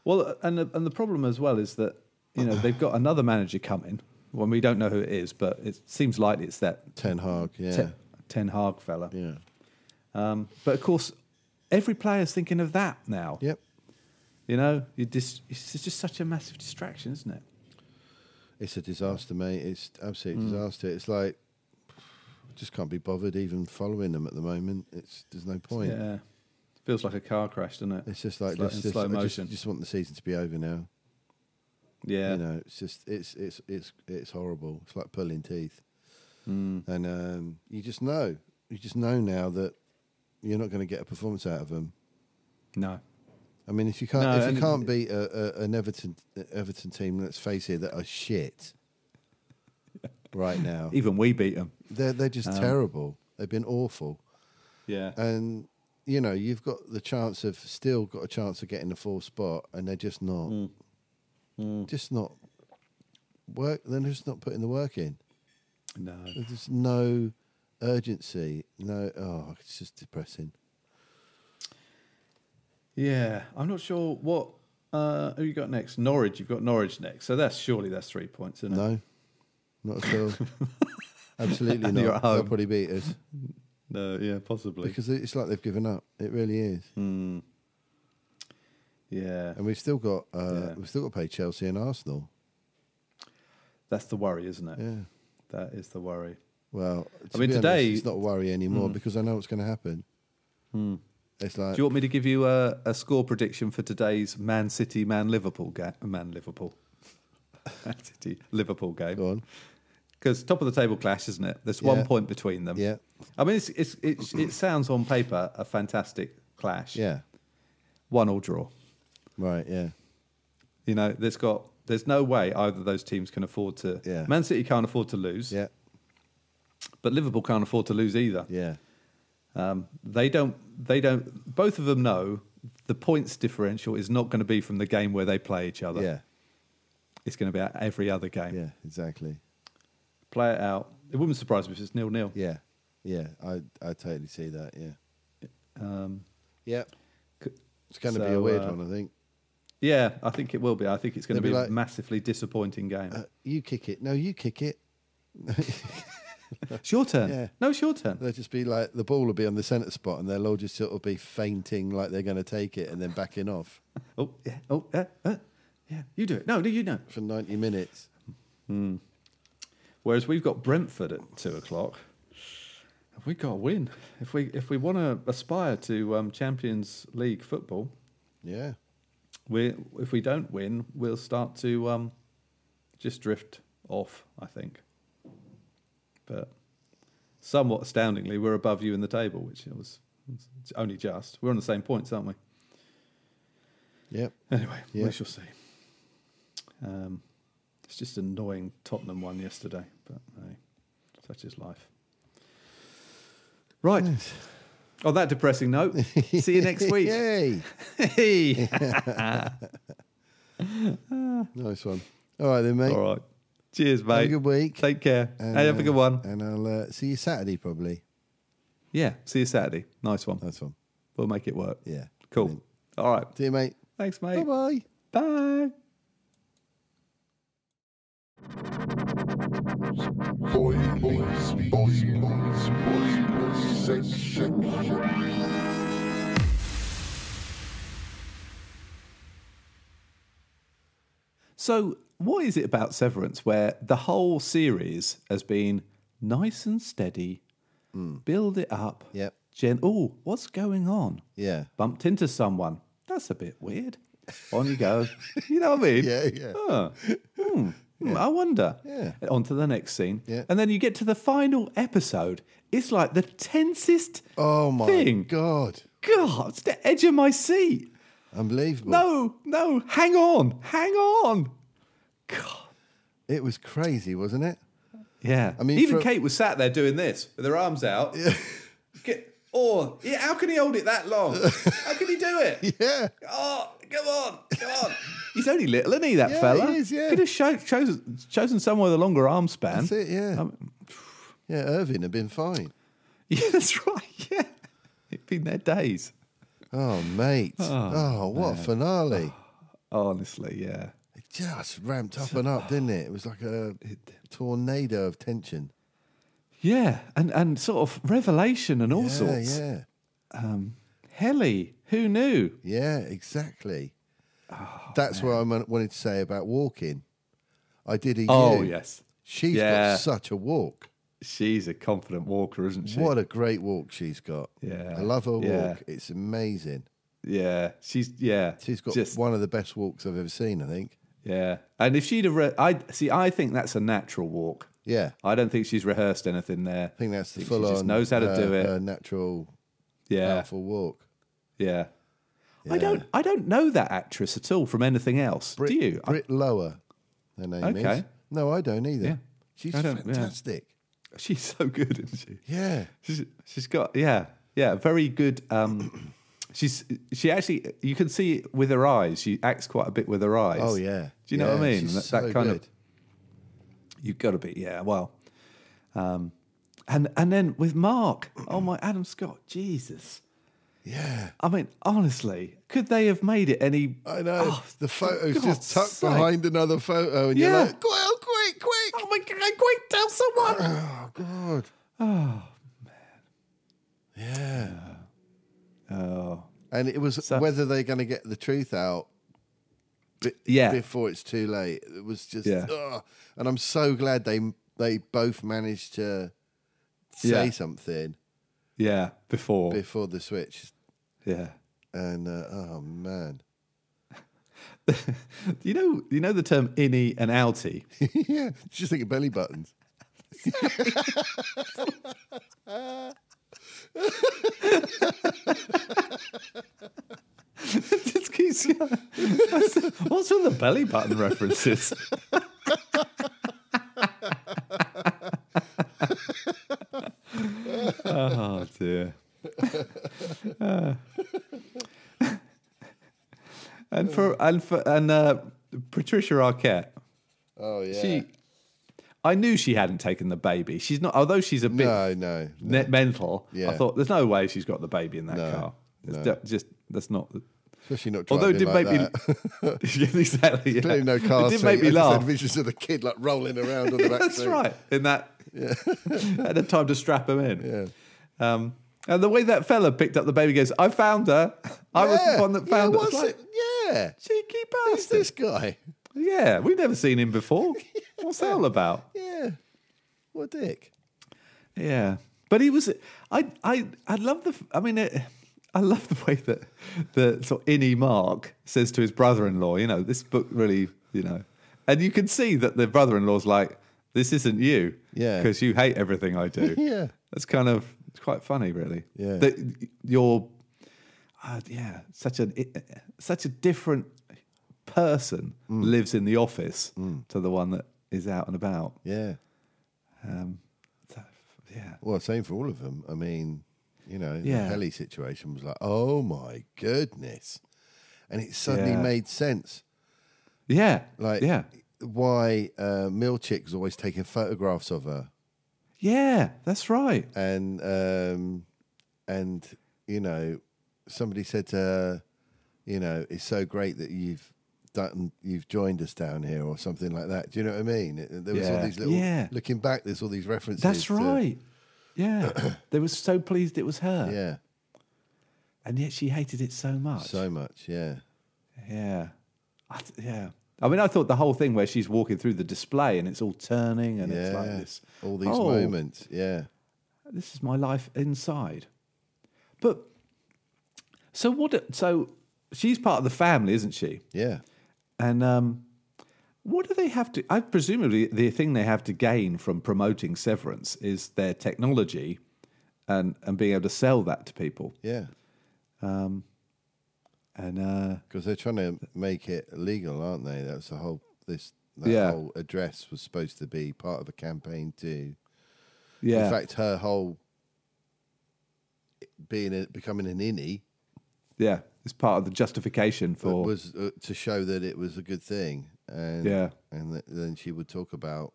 [SPEAKER 4] Well, and the, and the problem as well is that you know they've got another manager coming. Well, we don't know who it is, but it seems likely it's that
[SPEAKER 2] Ten Hag, yeah,
[SPEAKER 4] Te- Ten Hag fella.
[SPEAKER 2] yeah,
[SPEAKER 4] Um, but of course, every player's thinking of that now.
[SPEAKER 2] yep.
[SPEAKER 4] You know, you dis- it's just such a massive distraction, isn't it?
[SPEAKER 2] It's a disaster, mate. It's
[SPEAKER 4] Hmm.
[SPEAKER 2] absolute disaster. It's like just can't be bothered even following them at the moment. It's there's no point.
[SPEAKER 4] Yeah, feels like a car crash, doesn't it?
[SPEAKER 2] It's just like,
[SPEAKER 4] It's like
[SPEAKER 2] let's
[SPEAKER 4] in
[SPEAKER 2] just,
[SPEAKER 4] slow
[SPEAKER 2] I just-
[SPEAKER 4] motion.
[SPEAKER 2] Just, want the season to be over now.
[SPEAKER 4] yeah,
[SPEAKER 2] You know, it's just it's it's it's it's horrible. It's like pulling teeth,
[SPEAKER 4] Mm.
[SPEAKER 2] and um, you just know, you just know now that you're not going to get a performance out of them.
[SPEAKER 4] no,
[SPEAKER 2] I mean, if you can't
[SPEAKER 4] No,
[SPEAKER 2] if
[SPEAKER 4] and-
[SPEAKER 2] you can't beat a, a, an Everton Everton team, let's face it, that are shit right now.
[SPEAKER 4] even we beat them.
[SPEAKER 2] They're they're just
[SPEAKER 4] Um,
[SPEAKER 2] terrible. They've been awful,
[SPEAKER 4] Yeah,
[SPEAKER 2] Uh, and you know you've got the chance of still got a chance of getting the fourth spot, and they're just not,
[SPEAKER 4] Mm.
[SPEAKER 2] just not work. They're just not putting the work in.
[SPEAKER 4] no,
[SPEAKER 2] There's no urgency. No, oh, it's just depressing.
[SPEAKER 4] yeah. I'm not sure what. Uh, who you got next? Norwich. You've got Norwich next. So that's surely that's three points, isn't it?
[SPEAKER 2] No, Not at all. Absolutely not.
[SPEAKER 4] you're at
[SPEAKER 2] They'll
[SPEAKER 4] home.
[SPEAKER 2] probably beat us
[SPEAKER 4] No, yeah, possibly.
[SPEAKER 2] because it's like they've given up. It really is.
[SPEAKER 4] Mm. yeah,
[SPEAKER 2] And we've still got uh,
[SPEAKER 4] Yeah.
[SPEAKER 2] we've still got to pay Chelsea and Arsenal.
[SPEAKER 4] that's the worry, isn't it?
[SPEAKER 2] Yeah.
[SPEAKER 4] That is the worry.
[SPEAKER 2] Well, to
[SPEAKER 4] I mean,
[SPEAKER 2] be honest,
[SPEAKER 4] today- Hmm.
[SPEAKER 2] it's not a worry anymore because I know what's going to happen. It's like
[SPEAKER 4] Do you want me to give you a, a score prediction for today's Man City, Man Liverpool game? Man Liverpool, Man City, Liverpool game.
[SPEAKER 2] go on.
[SPEAKER 4] Because top of the table clash, isn't it? There's
[SPEAKER 2] Yeah.
[SPEAKER 4] one point between them.
[SPEAKER 2] Yeah.
[SPEAKER 4] I mean, it's, it's, it's, it sounds on paper a fantastic clash.
[SPEAKER 2] Yeah.
[SPEAKER 4] One all draw.
[SPEAKER 2] Right. Yeah.
[SPEAKER 4] You know, there's got there's no way either of those teams can afford to.
[SPEAKER 2] Yeah.
[SPEAKER 4] Man City can't afford to lose.
[SPEAKER 2] Yeah.
[SPEAKER 4] But Liverpool can't afford to lose either.
[SPEAKER 2] Yeah.
[SPEAKER 4] Um, they don't. They don't. Both of them know the points differential is not going to be from the game where they play each other.
[SPEAKER 2] Yeah.
[SPEAKER 4] It's going to be at every other game.
[SPEAKER 2] Yeah. Exactly.
[SPEAKER 4] Play it out. It wouldn't surprise me if it's nil nil.
[SPEAKER 2] Yeah. Yeah. I I totally see that. Yeah.
[SPEAKER 4] Um,
[SPEAKER 2] Yeah.
[SPEAKER 4] c-
[SPEAKER 2] It's going to be
[SPEAKER 4] So,
[SPEAKER 2] a weird
[SPEAKER 4] uh,
[SPEAKER 2] one, I think.
[SPEAKER 4] yeah, I think it will be. I think it's going to
[SPEAKER 2] They'll
[SPEAKER 4] be,
[SPEAKER 2] be
[SPEAKER 4] a
[SPEAKER 2] like-
[SPEAKER 4] massively disappointing game.
[SPEAKER 2] Uh, you kick it. No, you kick it.
[SPEAKER 4] it's your turn.
[SPEAKER 2] yeah.
[SPEAKER 4] No, it's your turn.
[SPEAKER 2] They'll just be like the ball will be on the centre spot, and they'll all just sort of be fainting like they're going to take it, and then backing off
[SPEAKER 4] Oh yeah. Oh yeah. Uh, yeah. You do it. No, no, you know.
[SPEAKER 2] for ninety minutes.
[SPEAKER 4] Whereas we've got Brentford at two o'clock. Have we got to win? If we if we want to aspire to um, Champions League football,
[SPEAKER 2] Yeah.
[SPEAKER 4] we if we don't win, we'll start to um, just drift off. I think. But somewhat astoundingly, we're above you in the table, which was it's only just. We're on the same points, aren't we?
[SPEAKER 2] Yep.
[SPEAKER 4] Anyway,
[SPEAKER 2] Yeah.
[SPEAKER 4] we shall see. Um, it's just an annoying Tottenham one yesterday, but hey, such is life. Right. On that depressing note, see you next week.
[SPEAKER 2] Yay.
[SPEAKER 4] Hey.
[SPEAKER 2] Nice one. All right then, mate.
[SPEAKER 4] All right. Cheers, mate.
[SPEAKER 2] Have a good week.
[SPEAKER 4] Take care.
[SPEAKER 2] And,
[SPEAKER 4] hey, have a good
[SPEAKER 2] uh,
[SPEAKER 4] one.
[SPEAKER 2] And I'll uh, see you Saturday probably.
[SPEAKER 4] Yeah. See you Saturday. Nice one.
[SPEAKER 2] Nice one.
[SPEAKER 4] We'll make it work.
[SPEAKER 2] Uh, Yeah.
[SPEAKER 4] Cool.
[SPEAKER 2] Brilliant.
[SPEAKER 4] All right.
[SPEAKER 2] See you, mate.
[SPEAKER 4] Thanks, mate.
[SPEAKER 2] Bye bye.
[SPEAKER 4] Bye.
[SPEAKER 5] Boy, boys, boys, boys, boys, boys, section.
[SPEAKER 4] So, what is it about Severance where the whole series has been nice and steady, build it up?
[SPEAKER 2] Yep.
[SPEAKER 4] Gen- oh, what's going on?
[SPEAKER 2] Yeah.
[SPEAKER 4] Bumped into someone. That's a bit weird. On you go. you know what I mean?
[SPEAKER 2] Yeah. Yeah.
[SPEAKER 4] Huh. Hmm. Hmm, I wonder.
[SPEAKER 2] Yeah.
[SPEAKER 4] On to the next scene.
[SPEAKER 2] Yeah.
[SPEAKER 4] And then you get to the final episode. It's like the tensest
[SPEAKER 2] Oh my
[SPEAKER 4] thing.
[SPEAKER 2] god.
[SPEAKER 4] God, it's the edge of my seat.
[SPEAKER 2] Unbelievable.
[SPEAKER 4] No, no, hang on, hang on. God.
[SPEAKER 2] It was crazy, wasn't it?
[SPEAKER 4] Yeah. I
[SPEAKER 2] mean,
[SPEAKER 4] even
[SPEAKER 2] for-
[SPEAKER 4] Kate was sat there doing this with her arms out. Get, oh, yeah, how can he hold it that long? how can he do it?
[SPEAKER 2] Yeah.
[SPEAKER 4] Oh, come on, come on. He's only little, isn't he, that
[SPEAKER 2] Yeah,
[SPEAKER 4] fella?
[SPEAKER 2] he is, yeah.
[SPEAKER 4] Could have cho- chosen, chosen someone with a longer arm span.
[SPEAKER 2] That's it, yeah.
[SPEAKER 4] Um,
[SPEAKER 2] Yeah, Irving had been fine.
[SPEAKER 4] yeah, that's right, yeah. It'd been their days.
[SPEAKER 2] Oh mate. Oh, what a finale.
[SPEAKER 4] Oh. Honestly, yeah.
[SPEAKER 2] It just ramped up and up, didn't it? It was like a tornado of tension.
[SPEAKER 4] Yeah, and, and sort of revelation and all
[SPEAKER 2] Yeah,
[SPEAKER 4] sorts.
[SPEAKER 2] yeah.
[SPEAKER 4] Helly, who knew?
[SPEAKER 2] Yeah, exactly.
[SPEAKER 4] Oh,
[SPEAKER 2] That's what I mon- wanted to say about walking. I did a
[SPEAKER 4] Oh,
[SPEAKER 2] U.
[SPEAKER 4] yes.
[SPEAKER 2] She's
[SPEAKER 4] Yeah.
[SPEAKER 2] got such a walk.
[SPEAKER 4] She's a confident walker, isn't she?
[SPEAKER 2] What a great walk she's got.
[SPEAKER 4] Yeah,
[SPEAKER 2] I love her
[SPEAKER 4] yeah.
[SPEAKER 2] walk. It's amazing.
[SPEAKER 4] Yeah, she's yeah.
[SPEAKER 2] She's got
[SPEAKER 4] just
[SPEAKER 2] one of the best walks I've ever seen, I think.
[SPEAKER 4] yeah. And if she'd have, re- I see. I think that's a natural walk.
[SPEAKER 2] Yeah.
[SPEAKER 4] I don't think she's rehearsed anything there.
[SPEAKER 2] I think that's the
[SPEAKER 4] Think she
[SPEAKER 2] full
[SPEAKER 4] just
[SPEAKER 2] on
[SPEAKER 4] knows how to
[SPEAKER 2] uh,
[SPEAKER 4] do it.
[SPEAKER 2] uh, natural,
[SPEAKER 4] yeah,
[SPEAKER 2] powerful walk.
[SPEAKER 4] yeah, I don't. I don't know that actress at all from anything else.
[SPEAKER 2] Brit,
[SPEAKER 4] do you? I-
[SPEAKER 2] Brit Lower, her name is.
[SPEAKER 4] Okay.
[SPEAKER 2] No, I don't either.
[SPEAKER 4] Yeah.
[SPEAKER 2] She's
[SPEAKER 4] I don't- yeah.
[SPEAKER 2] fantastic.
[SPEAKER 4] she's so good, isn't she?
[SPEAKER 2] Yeah.
[SPEAKER 4] She's, she's got yeah, yeah. Very good. Um, she's she actually. You can see it with her eyes. She acts quite a bit with her eyes.
[SPEAKER 2] Oh, yeah.
[SPEAKER 4] Do you know what I
[SPEAKER 2] Yeah,
[SPEAKER 4] mean?
[SPEAKER 2] she's
[SPEAKER 4] That, that
[SPEAKER 2] so
[SPEAKER 4] kind
[SPEAKER 2] good.
[SPEAKER 4] of you've got to be yeah. Well, um, and and then with Mark, oh my Adam Scott, Jesus.
[SPEAKER 2] Yeah.
[SPEAKER 4] I mean, honestly, could they have made it any?
[SPEAKER 2] I know.
[SPEAKER 4] Oh,
[SPEAKER 2] the photo's
[SPEAKER 4] for
[SPEAKER 2] just
[SPEAKER 4] God's
[SPEAKER 2] tucked
[SPEAKER 4] sake.
[SPEAKER 2] behind another photo, and
[SPEAKER 4] Yeah.
[SPEAKER 2] you're like, oh, quick, quick, quick.
[SPEAKER 4] I my god! Quick, tell someone.
[SPEAKER 2] Oh God. Oh man. Yeah.
[SPEAKER 4] Oh,
[SPEAKER 2] And it was
[SPEAKER 4] So-
[SPEAKER 2] whether they're going to get the truth out
[SPEAKER 4] yeah.
[SPEAKER 2] before it's too late. It was just,
[SPEAKER 4] Yeah.
[SPEAKER 2] ugh. and I'm so glad they they both managed to say
[SPEAKER 4] Yeah.
[SPEAKER 2] something
[SPEAKER 4] Yeah, before.
[SPEAKER 2] before the switch.
[SPEAKER 4] yeah.
[SPEAKER 2] And uh, oh man,
[SPEAKER 4] You know, you know the term innie and outie.
[SPEAKER 2] yeah, just think of belly buttons.
[SPEAKER 4] Just keeps- What's with the belly button references? oh dear. Ah. and for and for and uh, Patricia Arquette,
[SPEAKER 2] Oh yeah.
[SPEAKER 4] she. I knew she hadn't taken the baby. She's not, although she's a bit
[SPEAKER 2] no, no, no.
[SPEAKER 4] net mental.
[SPEAKER 2] Yeah.
[SPEAKER 4] I thought there's no way she's got the baby in that
[SPEAKER 2] No,
[SPEAKER 4] car. It's
[SPEAKER 2] no.
[SPEAKER 4] de- just that's not.
[SPEAKER 2] especially not.
[SPEAKER 4] Although it
[SPEAKER 2] driving
[SPEAKER 4] did
[SPEAKER 2] like
[SPEAKER 4] make
[SPEAKER 2] that.
[SPEAKER 4] me yeah, exactly. Yeah.
[SPEAKER 2] Clearly no car
[SPEAKER 4] It did
[SPEAKER 2] seat.
[SPEAKER 4] make
[SPEAKER 2] I
[SPEAKER 4] me
[SPEAKER 2] just had
[SPEAKER 4] laugh.
[SPEAKER 2] visions of the kid like rolling around on the back
[SPEAKER 4] that's
[SPEAKER 2] seat.
[SPEAKER 4] right. In that, had the time to strap him in. Yeah. Um, and the way that fella picked up the baby goes, "I found her. I was the one that
[SPEAKER 2] yeah,
[SPEAKER 4] found her."
[SPEAKER 2] was
[SPEAKER 4] It's like,
[SPEAKER 2] it? Yeah.
[SPEAKER 4] Cheeky
[SPEAKER 2] Who's
[SPEAKER 4] bastard.
[SPEAKER 2] this guy?
[SPEAKER 4] Yeah, we've never seen him before. What's that all about?
[SPEAKER 2] Yeah. What a dick.
[SPEAKER 4] Yeah, but he was. I I I love the. I mean, it, I love the way that the sort of innie Mark says to his brother-in-law. You know, this book really. You know, and you can see that the brother-in-law's like, "This isn't you,
[SPEAKER 2] Yeah.
[SPEAKER 4] because you hate everything I do."
[SPEAKER 2] Yeah.
[SPEAKER 4] that's kind of it's quite funny, really.
[SPEAKER 2] Yeah.
[SPEAKER 4] that you're. Uh, yeah, such a such a different person
[SPEAKER 2] Mm.
[SPEAKER 4] lives in the office to the one that is out and about.
[SPEAKER 2] Yeah.
[SPEAKER 4] Um, so, yeah.
[SPEAKER 2] Well, same for all of them. I mean, you know,
[SPEAKER 4] Yeah.
[SPEAKER 2] the Helly situation was like, oh my goodness. And it suddenly
[SPEAKER 4] Yeah.
[SPEAKER 2] made sense.
[SPEAKER 4] Yeah.
[SPEAKER 2] Like,
[SPEAKER 4] yeah.
[SPEAKER 2] why uh, Milchick's always taking photographs of her.
[SPEAKER 4] Yeah, that's right.
[SPEAKER 2] and um, and you know, somebody said to her, you know, it's so great that you've done, you've joined us down here, or something like that. Do you know what I mean? It- There was all
[SPEAKER 4] Yeah.
[SPEAKER 2] these little
[SPEAKER 4] Yeah.
[SPEAKER 2] looking back. There's all these references.
[SPEAKER 4] That's
[SPEAKER 2] to-
[SPEAKER 4] right. Yeah. they were so pleased it was her.
[SPEAKER 2] yeah,
[SPEAKER 4] And yet she hated it so much.
[SPEAKER 2] so much. Yeah,
[SPEAKER 4] yeah. I th- yeah. I mean, I thought the whole thing where she's walking through the display and it's all turning and it's like
[SPEAKER 2] Yeah.
[SPEAKER 4] this.
[SPEAKER 2] all these
[SPEAKER 4] "Oh,
[SPEAKER 2] moments. Yeah,
[SPEAKER 4] This is my life inside. But so what? So she's part of the family, isn't she?
[SPEAKER 2] yeah.
[SPEAKER 4] And um, what do they have to? I presumably the thing they have to gain from promoting Severance is their technology, and and being able to sell that to people.
[SPEAKER 2] Yeah,
[SPEAKER 4] And uh,
[SPEAKER 2] because they're trying to make it legal, aren't they? That's the whole this. That
[SPEAKER 4] Yeah.
[SPEAKER 2] whole address was supposed to be part of a campaign too.
[SPEAKER 4] yeah,
[SPEAKER 2] In fact, her whole being a, becoming an innie
[SPEAKER 4] yeah, it's part of the justification for
[SPEAKER 2] was uh, to show that it was a good thing, and
[SPEAKER 4] Yeah.
[SPEAKER 2] and th- then she would talk about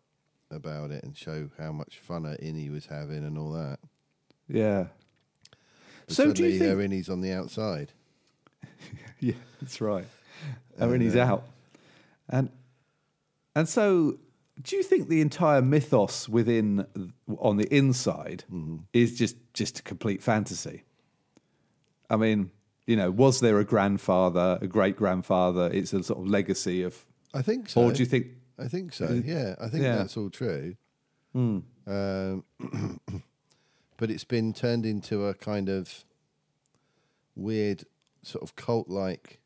[SPEAKER 2] about it and show how much fun her innie was having and all that.
[SPEAKER 4] yeah.
[SPEAKER 2] But
[SPEAKER 4] So do you
[SPEAKER 2] suddenly
[SPEAKER 4] think?
[SPEAKER 2] her innie's on the outside?
[SPEAKER 4] yeah, that's right. And uh, he's out, and and so do you think the entire mythos within on the inside is just just a complete fantasy? I mean, you know, was there a grandfather, a great grandfather? It's a sort of legacy of,
[SPEAKER 2] I think so.
[SPEAKER 4] or do you think?
[SPEAKER 2] I think so. Yeah, I think
[SPEAKER 4] yeah. Hmm.
[SPEAKER 2] that's all true. Um, but it's been turned into a kind of weird, sort of cult-like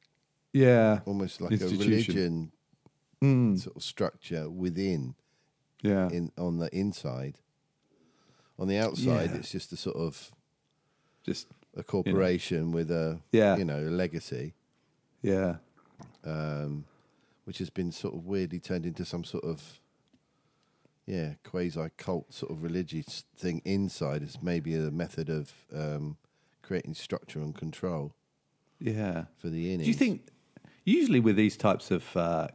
[SPEAKER 4] Yeah,
[SPEAKER 2] almost like a
[SPEAKER 4] Institution. Hmm.
[SPEAKER 2] religion sort of structure within
[SPEAKER 4] yeah,
[SPEAKER 2] in on the inside. On the outside,
[SPEAKER 4] Yeah.
[SPEAKER 2] it's just a sort of
[SPEAKER 4] just
[SPEAKER 2] a corporation with a
[SPEAKER 4] Yeah.
[SPEAKER 2] you know a legacy,
[SPEAKER 4] yeah,
[SPEAKER 2] which has been sort of weirdly turned into some sort of yeah quasi cult sort of religious thing inside. It's maybe a method of um, creating structure and control
[SPEAKER 4] yeah.
[SPEAKER 2] for the innings.
[SPEAKER 4] Do you think usually with these types of uh,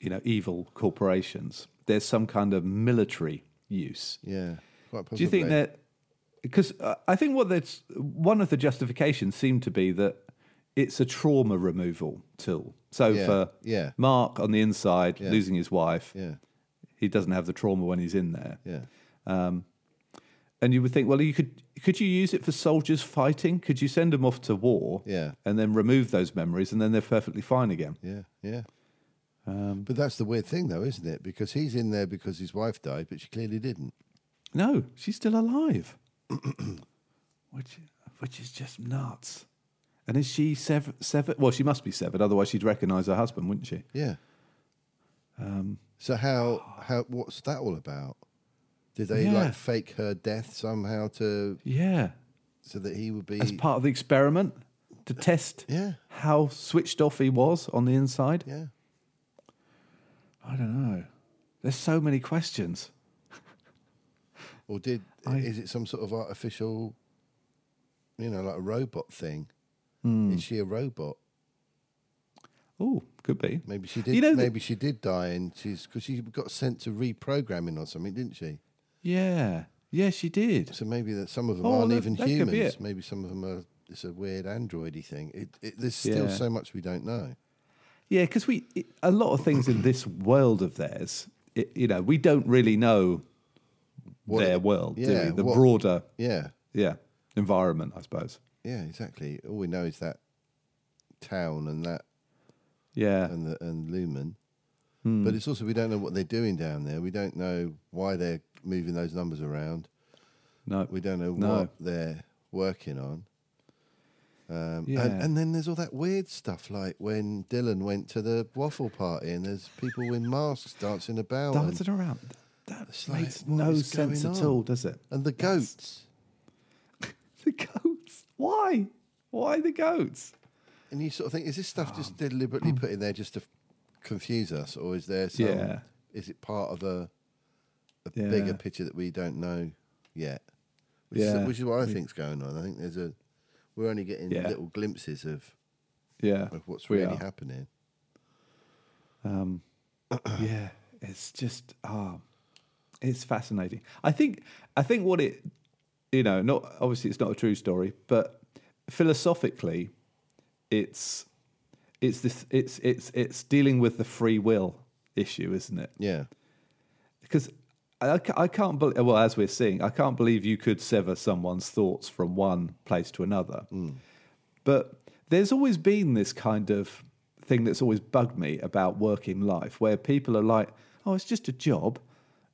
[SPEAKER 4] you know evil corporations, there's some kind of military use?
[SPEAKER 2] Yeah, quite possibly.
[SPEAKER 4] Do you think that because uh, I think what that's one of the justifications seemed to be that it's a trauma removal tool. So
[SPEAKER 2] Yeah,
[SPEAKER 4] for
[SPEAKER 2] yeah.
[SPEAKER 4] Mark on the inside losing his wife,
[SPEAKER 2] Yeah,
[SPEAKER 4] he doesn't have the trauma when he's in there.
[SPEAKER 2] Yeah.
[SPEAKER 4] And you would think, well, you could could you use it for soldiers fighting? Could you send them off to war?
[SPEAKER 2] Yeah.
[SPEAKER 4] And then remove those memories, and then they're perfectly fine again.
[SPEAKER 2] Yeah. Yeah.
[SPEAKER 4] Um,
[SPEAKER 2] but that's the weird thing, though, isn't it? Because he's in there because his wife died, but she clearly didn't.
[SPEAKER 4] No, she's still alive, which which is just nuts. And is she sever- severed? Well, she must be severed, otherwise she'd recognise her husband, wouldn't she?
[SPEAKER 2] Yeah. Um,
[SPEAKER 4] Um,
[SPEAKER 2] so how how what's that all about? Did they
[SPEAKER 4] Yeah.
[SPEAKER 2] like fake her death somehow to
[SPEAKER 4] Yeah,
[SPEAKER 2] so that he would be?
[SPEAKER 4] as part of the experiment to test
[SPEAKER 2] Yeah.
[SPEAKER 4] how switched off he was on the inside.
[SPEAKER 2] yeah.
[SPEAKER 4] I don't know. There's so many questions.
[SPEAKER 2] Or did is it some sort of artificial, you know, like a robot thing?
[SPEAKER 4] Hmm.
[SPEAKER 2] Is she a robot?
[SPEAKER 4] Oh, could be.
[SPEAKER 2] Maybe she did.
[SPEAKER 4] know that-
[SPEAKER 2] maybe she did die, and she's because she got sent to reprogramming or something, didn't she?
[SPEAKER 4] Yeah, yeah, she did.
[SPEAKER 2] So maybe that some of them
[SPEAKER 4] Oh,
[SPEAKER 2] aren't
[SPEAKER 4] that-
[SPEAKER 2] even
[SPEAKER 4] that could be
[SPEAKER 2] humans.
[SPEAKER 4] it.
[SPEAKER 2] Maybe some of them are. It's a weird androidy thing. It, it, there's still
[SPEAKER 4] Yeah.
[SPEAKER 2] so much we don't know.
[SPEAKER 4] Yeah, because we it, a lot of things in this world of theirs, it, you know, we don't really know
[SPEAKER 2] What
[SPEAKER 4] their
[SPEAKER 2] it-
[SPEAKER 4] world, do
[SPEAKER 2] yeah,
[SPEAKER 4] we? The
[SPEAKER 2] what-
[SPEAKER 4] broader,
[SPEAKER 2] Yeah,
[SPEAKER 4] yeah, environment, I suppose.
[SPEAKER 2] yeah, exactly. All we know is that town and that
[SPEAKER 4] Yeah, Hmm.
[SPEAKER 2] and the, and Lumen. But it's also we don't know what they're doing down there. We don't know why they're moving those numbers around.
[SPEAKER 4] no,
[SPEAKER 2] We don't know
[SPEAKER 4] No.
[SPEAKER 2] what um, they're working on. Um, and,
[SPEAKER 4] Yeah.
[SPEAKER 2] and then there's all that weird stuff like when Dylan went to the waffle party and there's people with masks dancing about.
[SPEAKER 4] dancing
[SPEAKER 2] and,
[SPEAKER 4] around. That
[SPEAKER 2] It's like,
[SPEAKER 4] makes
[SPEAKER 2] what
[SPEAKER 4] no
[SPEAKER 2] is
[SPEAKER 4] sense
[SPEAKER 2] going
[SPEAKER 4] at
[SPEAKER 2] on?
[SPEAKER 4] all, does it?
[SPEAKER 2] and the goats.
[SPEAKER 4] The goats. Why? Why the goats?
[SPEAKER 2] And you sort of think, is this stuff just
[SPEAKER 4] Um,
[SPEAKER 2] deliberately
[SPEAKER 4] hmm.
[SPEAKER 2] put in there just to f- confuse us? Or is there some,
[SPEAKER 4] Yeah.
[SPEAKER 2] is it part of a, a
[SPEAKER 4] Yeah.
[SPEAKER 2] bigger picture that we don't know yet? Which,
[SPEAKER 4] Yeah.
[SPEAKER 2] is, which is what I think's going on. I think there's a, we're only getting
[SPEAKER 4] Yeah.
[SPEAKER 2] little glimpses of,
[SPEAKER 4] Yeah,
[SPEAKER 2] of what's
[SPEAKER 4] we
[SPEAKER 2] really
[SPEAKER 4] are.
[SPEAKER 2] happening.
[SPEAKER 4] Um, yeah, it's just ah, it's fascinating. I think I think what it you know not obviously it's not a true story, but philosophically, it's it's this it's it's it's dealing with the free will issue, isn't it?
[SPEAKER 2] Yeah.
[SPEAKER 4] Because I, I ca- I can't believe well as we're seeing, I can't believe you could sever someone's thoughts from one place to another. But there's always been this kind of thing that's always bugged me about working life where people are like, oh, it's just a job.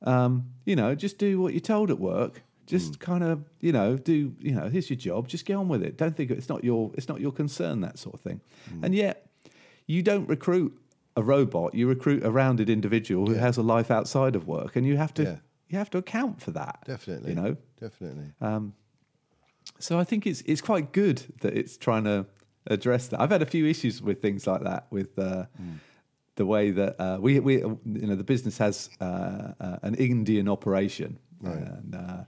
[SPEAKER 4] Um, you know, just do what you're told at work. Just
[SPEAKER 2] Hmm.
[SPEAKER 4] kind of, you know, do, you know, here's your job. Just get on with it. Don't think it's not your, it's not your concern, that sort of thing.
[SPEAKER 2] Hmm.
[SPEAKER 4] And yet you don't recruit a robot. You recruit a rounded individual who has a life outside of work and you have to,
[SPEAKER 2] Yeah.
[SPEAKER 4] you have to account for that.
[SPEAKER 2] Definitely.
[SPEAKER 4] You know, Uh,
[SPEAKER 2] Definitely.
[SPEAKER 4] so I think it's it's quite good that it's trying to address that. I've had a few issues with things like that, with uh, the way that uh, we we you know the business has uh, uh, an Indian operation, and uh,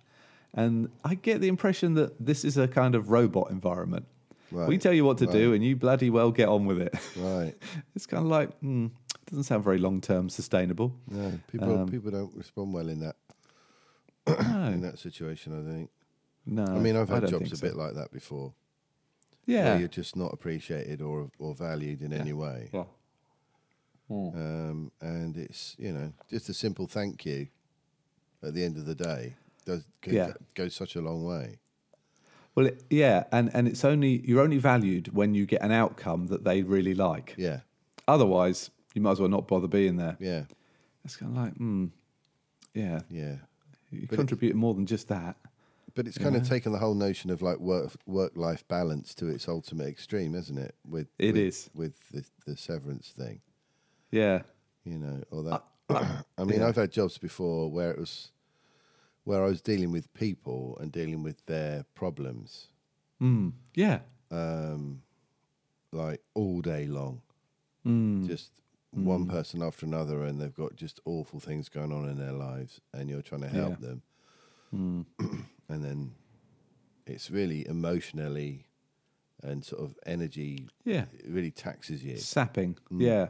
[SPEAKER 4] and I get the impression that this is a kind of robot environment. We
[SPEAKER 2] Right,
[SPEAKER 4] tell you what to do, and you bloody well get on with it.
[SPEAKER 2] right.
[SPEAKER 4] it's kind of like hmm, doesn't sound very long term sustainable.
[SPEAKER 2] No, people
[SPEAKER 4] Um,
[SPEAKER 2] people don't respond well in that in
[SPEAKER 4] No,
[SPEAKER 2] that situation. I think.
[SPEAKER 4] no.
[SPEAKER 2] I mean, I've had
[SPEAKER 4] Oh. don't
[SPEAKER 2] jobs
[SPEAKER 4] think
[SPEAKER 2] a
[SPEAKER 4] so.
[SPEAKER 2] bit like that before, where
[SPEAKER 4] Yeah.
[SPEAKER 2] you're just not appreciated or or valued in any way.
[SPEAKER 4] Yeah.
[SPEAKER 2] Um, and it's you know just a simple thank you at the end of the day does can
[SPEAKER 4] Yeah.
[SPEAKER 2] go- goes such a long way.
[SPEAKER 4] Well, it, yeah, and and it's only you're only valued when you get an outcome that they really like.
[SPEAKER 2] Yeah,
[SPEAKER 4] Otherwise, you might as well not bother being there.
[SPEAKER 2] yeah,
[SPEAKER 4] It's kind of like, hmm, yeah,
[SPEAKER 2] yeah.
[SPEAKER 4] you
[SPEAKER 2] But it-
[SPEAKER 4] contribute more than just that.
[SPEAKER 2] But it's kind of taken the whole notion of like work work life balance to its ultimate extreme, isn't it? With
[SPEAKER 4] It
[SPEAKER 2] it
[SPEAKER 4] is.
[SPEAKER 2] is with, with the, the severance thing.
[SPEAKER 4] Yeah,
[SPEAKER 2] you know, or that. I mean, I've had jobs before where it was where I was dealing with people and dealing with their problems
[SPEAKER 4] hmm, yeah,
[SPEAKER 2] like all day long,
[SPEAKER 4] Hmm.
[SPEAKER 2] just one person after another, and they've got just awful things going on in their lives, and you're trying to help
[SPEAKER 4] Yeah.
[SPEAKER 2] them,
[SPEAKER 4] hmm,
[SPEAKER 2] and then it's really emotionally and sort of energy.
[SPEAKER 4] yeah,
[SPEAKER 2] It Hmm. really taxes you
[SPEAKER 4] sapping. Yeah,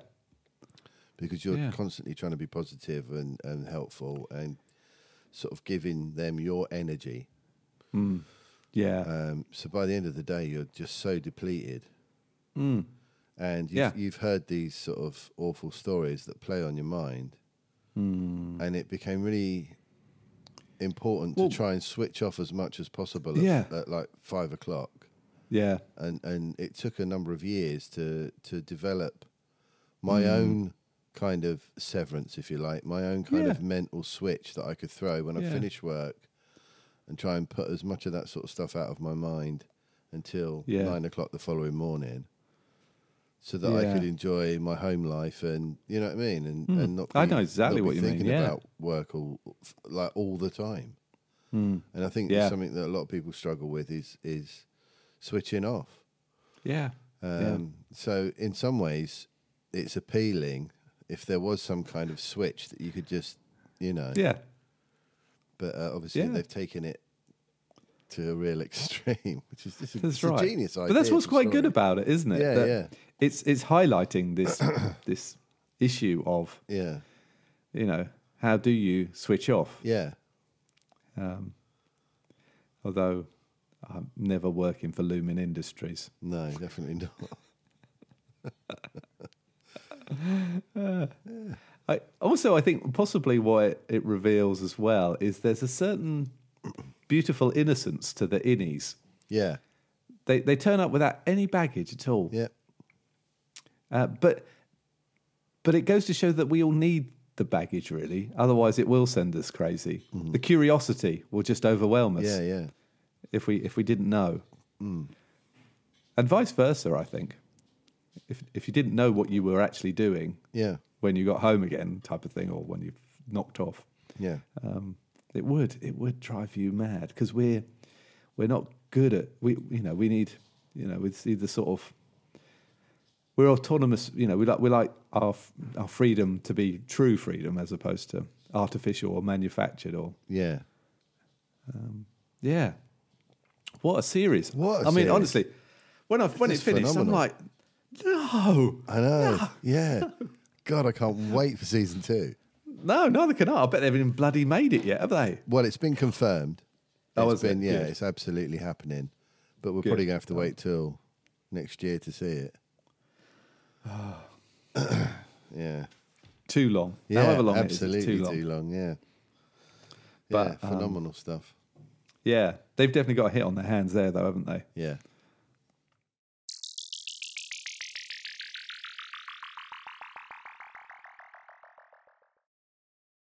[SPEAKER 2] because you're
[SPEAKER 4] Yeah.
[SPEAKER 2] constantly trying to be positive and, and helpful and sort of giving them your energy.
[SPEAKER 4] hmm, yeah,
[SPEAKER 2] Um, so by the end of the day, you're just so depleted. And you've,
[SPEAKER 4] Hmm. Yeah.
[SPEAKER 2] you've heard these sort of awful stories that play on your mind.
[SPEAKER 4] hmm,
[SPEAKER 2] and it became really important
[SPEAKER 4] Mm. Well-
[SPEAKER 2] to try and switch off as much as possible at,
[SPEAKER 4] Yeah.
[SPEAKER 2] at like five o'clock
[SPEAKER 4] Yeah.
[SPEAKER 2] and and it took a number of years to to develop
[SPEAKER 4] Hmm.
[SPEAKER 2] my own kind of severance, if you like, my own kind of
[SPEAKER 4] Yeah.
[SPEAKER 2] mental switch that I could throw when I
[SPEAKER 4] Yeah.
[SPEAKER 2] finish work and try and put as much of that sort of stuff out of my mind until
[SPEAKER 4] Yeah.
[SPEAKER 2] nine o'clock the following morning. So that I
[SPEAKER 4] Yeah. Hmm.
[SPEAKER 2] could enjoy my home life, and you know what I mean, and, and not. Be,
[SPEAKER 4] I know exactly
[SPEAKER 2] not be
[SPEAKER 4] what you mean,
[SPEAKER 2] Thinking
[SPEAKER 4] yeah.
[SPEAKER 2] about work all like all the time, and I think
[SPEAKER 4] Yeah.
[SPEAKER 2] that's something that a lot of people struggle with is is switching off.
[SPEAKER 4] Yeah. Yeah.
[SPEAKER 2] Um, So, in some ways, it's appealing if there was some kind of switch that you could just, you know.
[SPEAKER 4] Yeah.
[SPEAKER 2] But uh, obviously,
[SPEAKER 4] Yeah.
[SPEAKER 2] they've taken it to a real extreme, which is just a,
[SPEAKER 4] That's
[SPEAKER 2] it's
[SPEAKER 4] right.
[SPEAKER 2] a genius idea.
[SPEAKER 4] But that's what's
[SPEAKER 2] for
[SPEAKER 4] quite good
[SPEAKER 2] story.
[SPEAKER 4] about it, isn't it?
[SPEAKER 2] Yeah,
[SPEAKER 4] That
[SPEAKER 2] yeah.
[SPEAKER 4] It's it's highlighting this this issue of
[SPEAKER 2] Yeah,
[SPEAKER 4] you know how do you switch off?
[SPEAKER 2] yeah.
[SPEAKER 4] Um, although I'm never working for Lumen Industries.
[SPEAKER 2] No, definitely not.
[SPEAKER 4] I, also, I think possibly what it, it reveals as well is there's a certain beautiful innocence to the innies.
[SPEAKER 2] Yeah,
[SPEAKER 4] They they turn up without any baggage at all.
[SPEAKER 2] yeah,
[SPEAKER 4] Uh, but but it goes to show that we all need the baggage, really. Otherwise, it will send us crazy. The curiosity will just overwhelm us
[SPEAKER 2] Mm-hmm. yeah, Mm. yeah.
[SPEAKER 4] if we if we didn't know, and vice versa. I think if if you didn't know what you were actually doing
[SPEAKER 2] Yeah,
[SPEAKER 4] when you got home again, type of thing, or when you knocked off,
[SPEAKER 2] yeah,
[SPEAKER 4] um, it would it would drive you mad because we're we're not good at we you know we need you know we see the sort of we're autonomous you know we like we like our f- our freedom to be true freedom as opposed to artificial or manufactured or
[SPEAKER 2] yeah.
[SPEAKER 4] yeah what a series
[SPEAKER 2] What a
[SPEAKER 4] I mean
[SPEAKER 2] series.
[SPEAKER 4] honestly when I when it
[SPEAKER 2] It's
[SPEAKER 4] finished
[SPEAKER 2] phenomenal.
[SPEAKER 4] I'm like no
[SPEAKER 2] I know. Yeah. God, I can't wait for season two.
[SPEAKER 4] no neither can I I bet they haven't even bloody made it yet have they
[SPEAKER 2] Well, it's been confirmed.
[SPEAKER 4] Oh,
[SPEAKER 2] it's
[SPEAKER 4] has it?
[SPEAKER 2] been, yeah,
[SPEAKER 4] Good. Oh.
[SPEAKER 2] it's absolutely happening. But we're probably going to have to wait till next year to see it. yeah.
[SPEAKER 4] too long
[SPEAKER 2] Yeah,
[SPEAKER 4] however long it is, it's
[SPEAKER 2] absolutely
[SPEAKER 4] too long um,
[SPEAKER 2] yeah.
[SPEAKER 4] But,
[SPEAKER 2] yeah, phenomenal stuff.
[SPEAKER 4] yeah they've definitely got a hit on their hands there though haven't they
[SPEAKER 2] Yeah.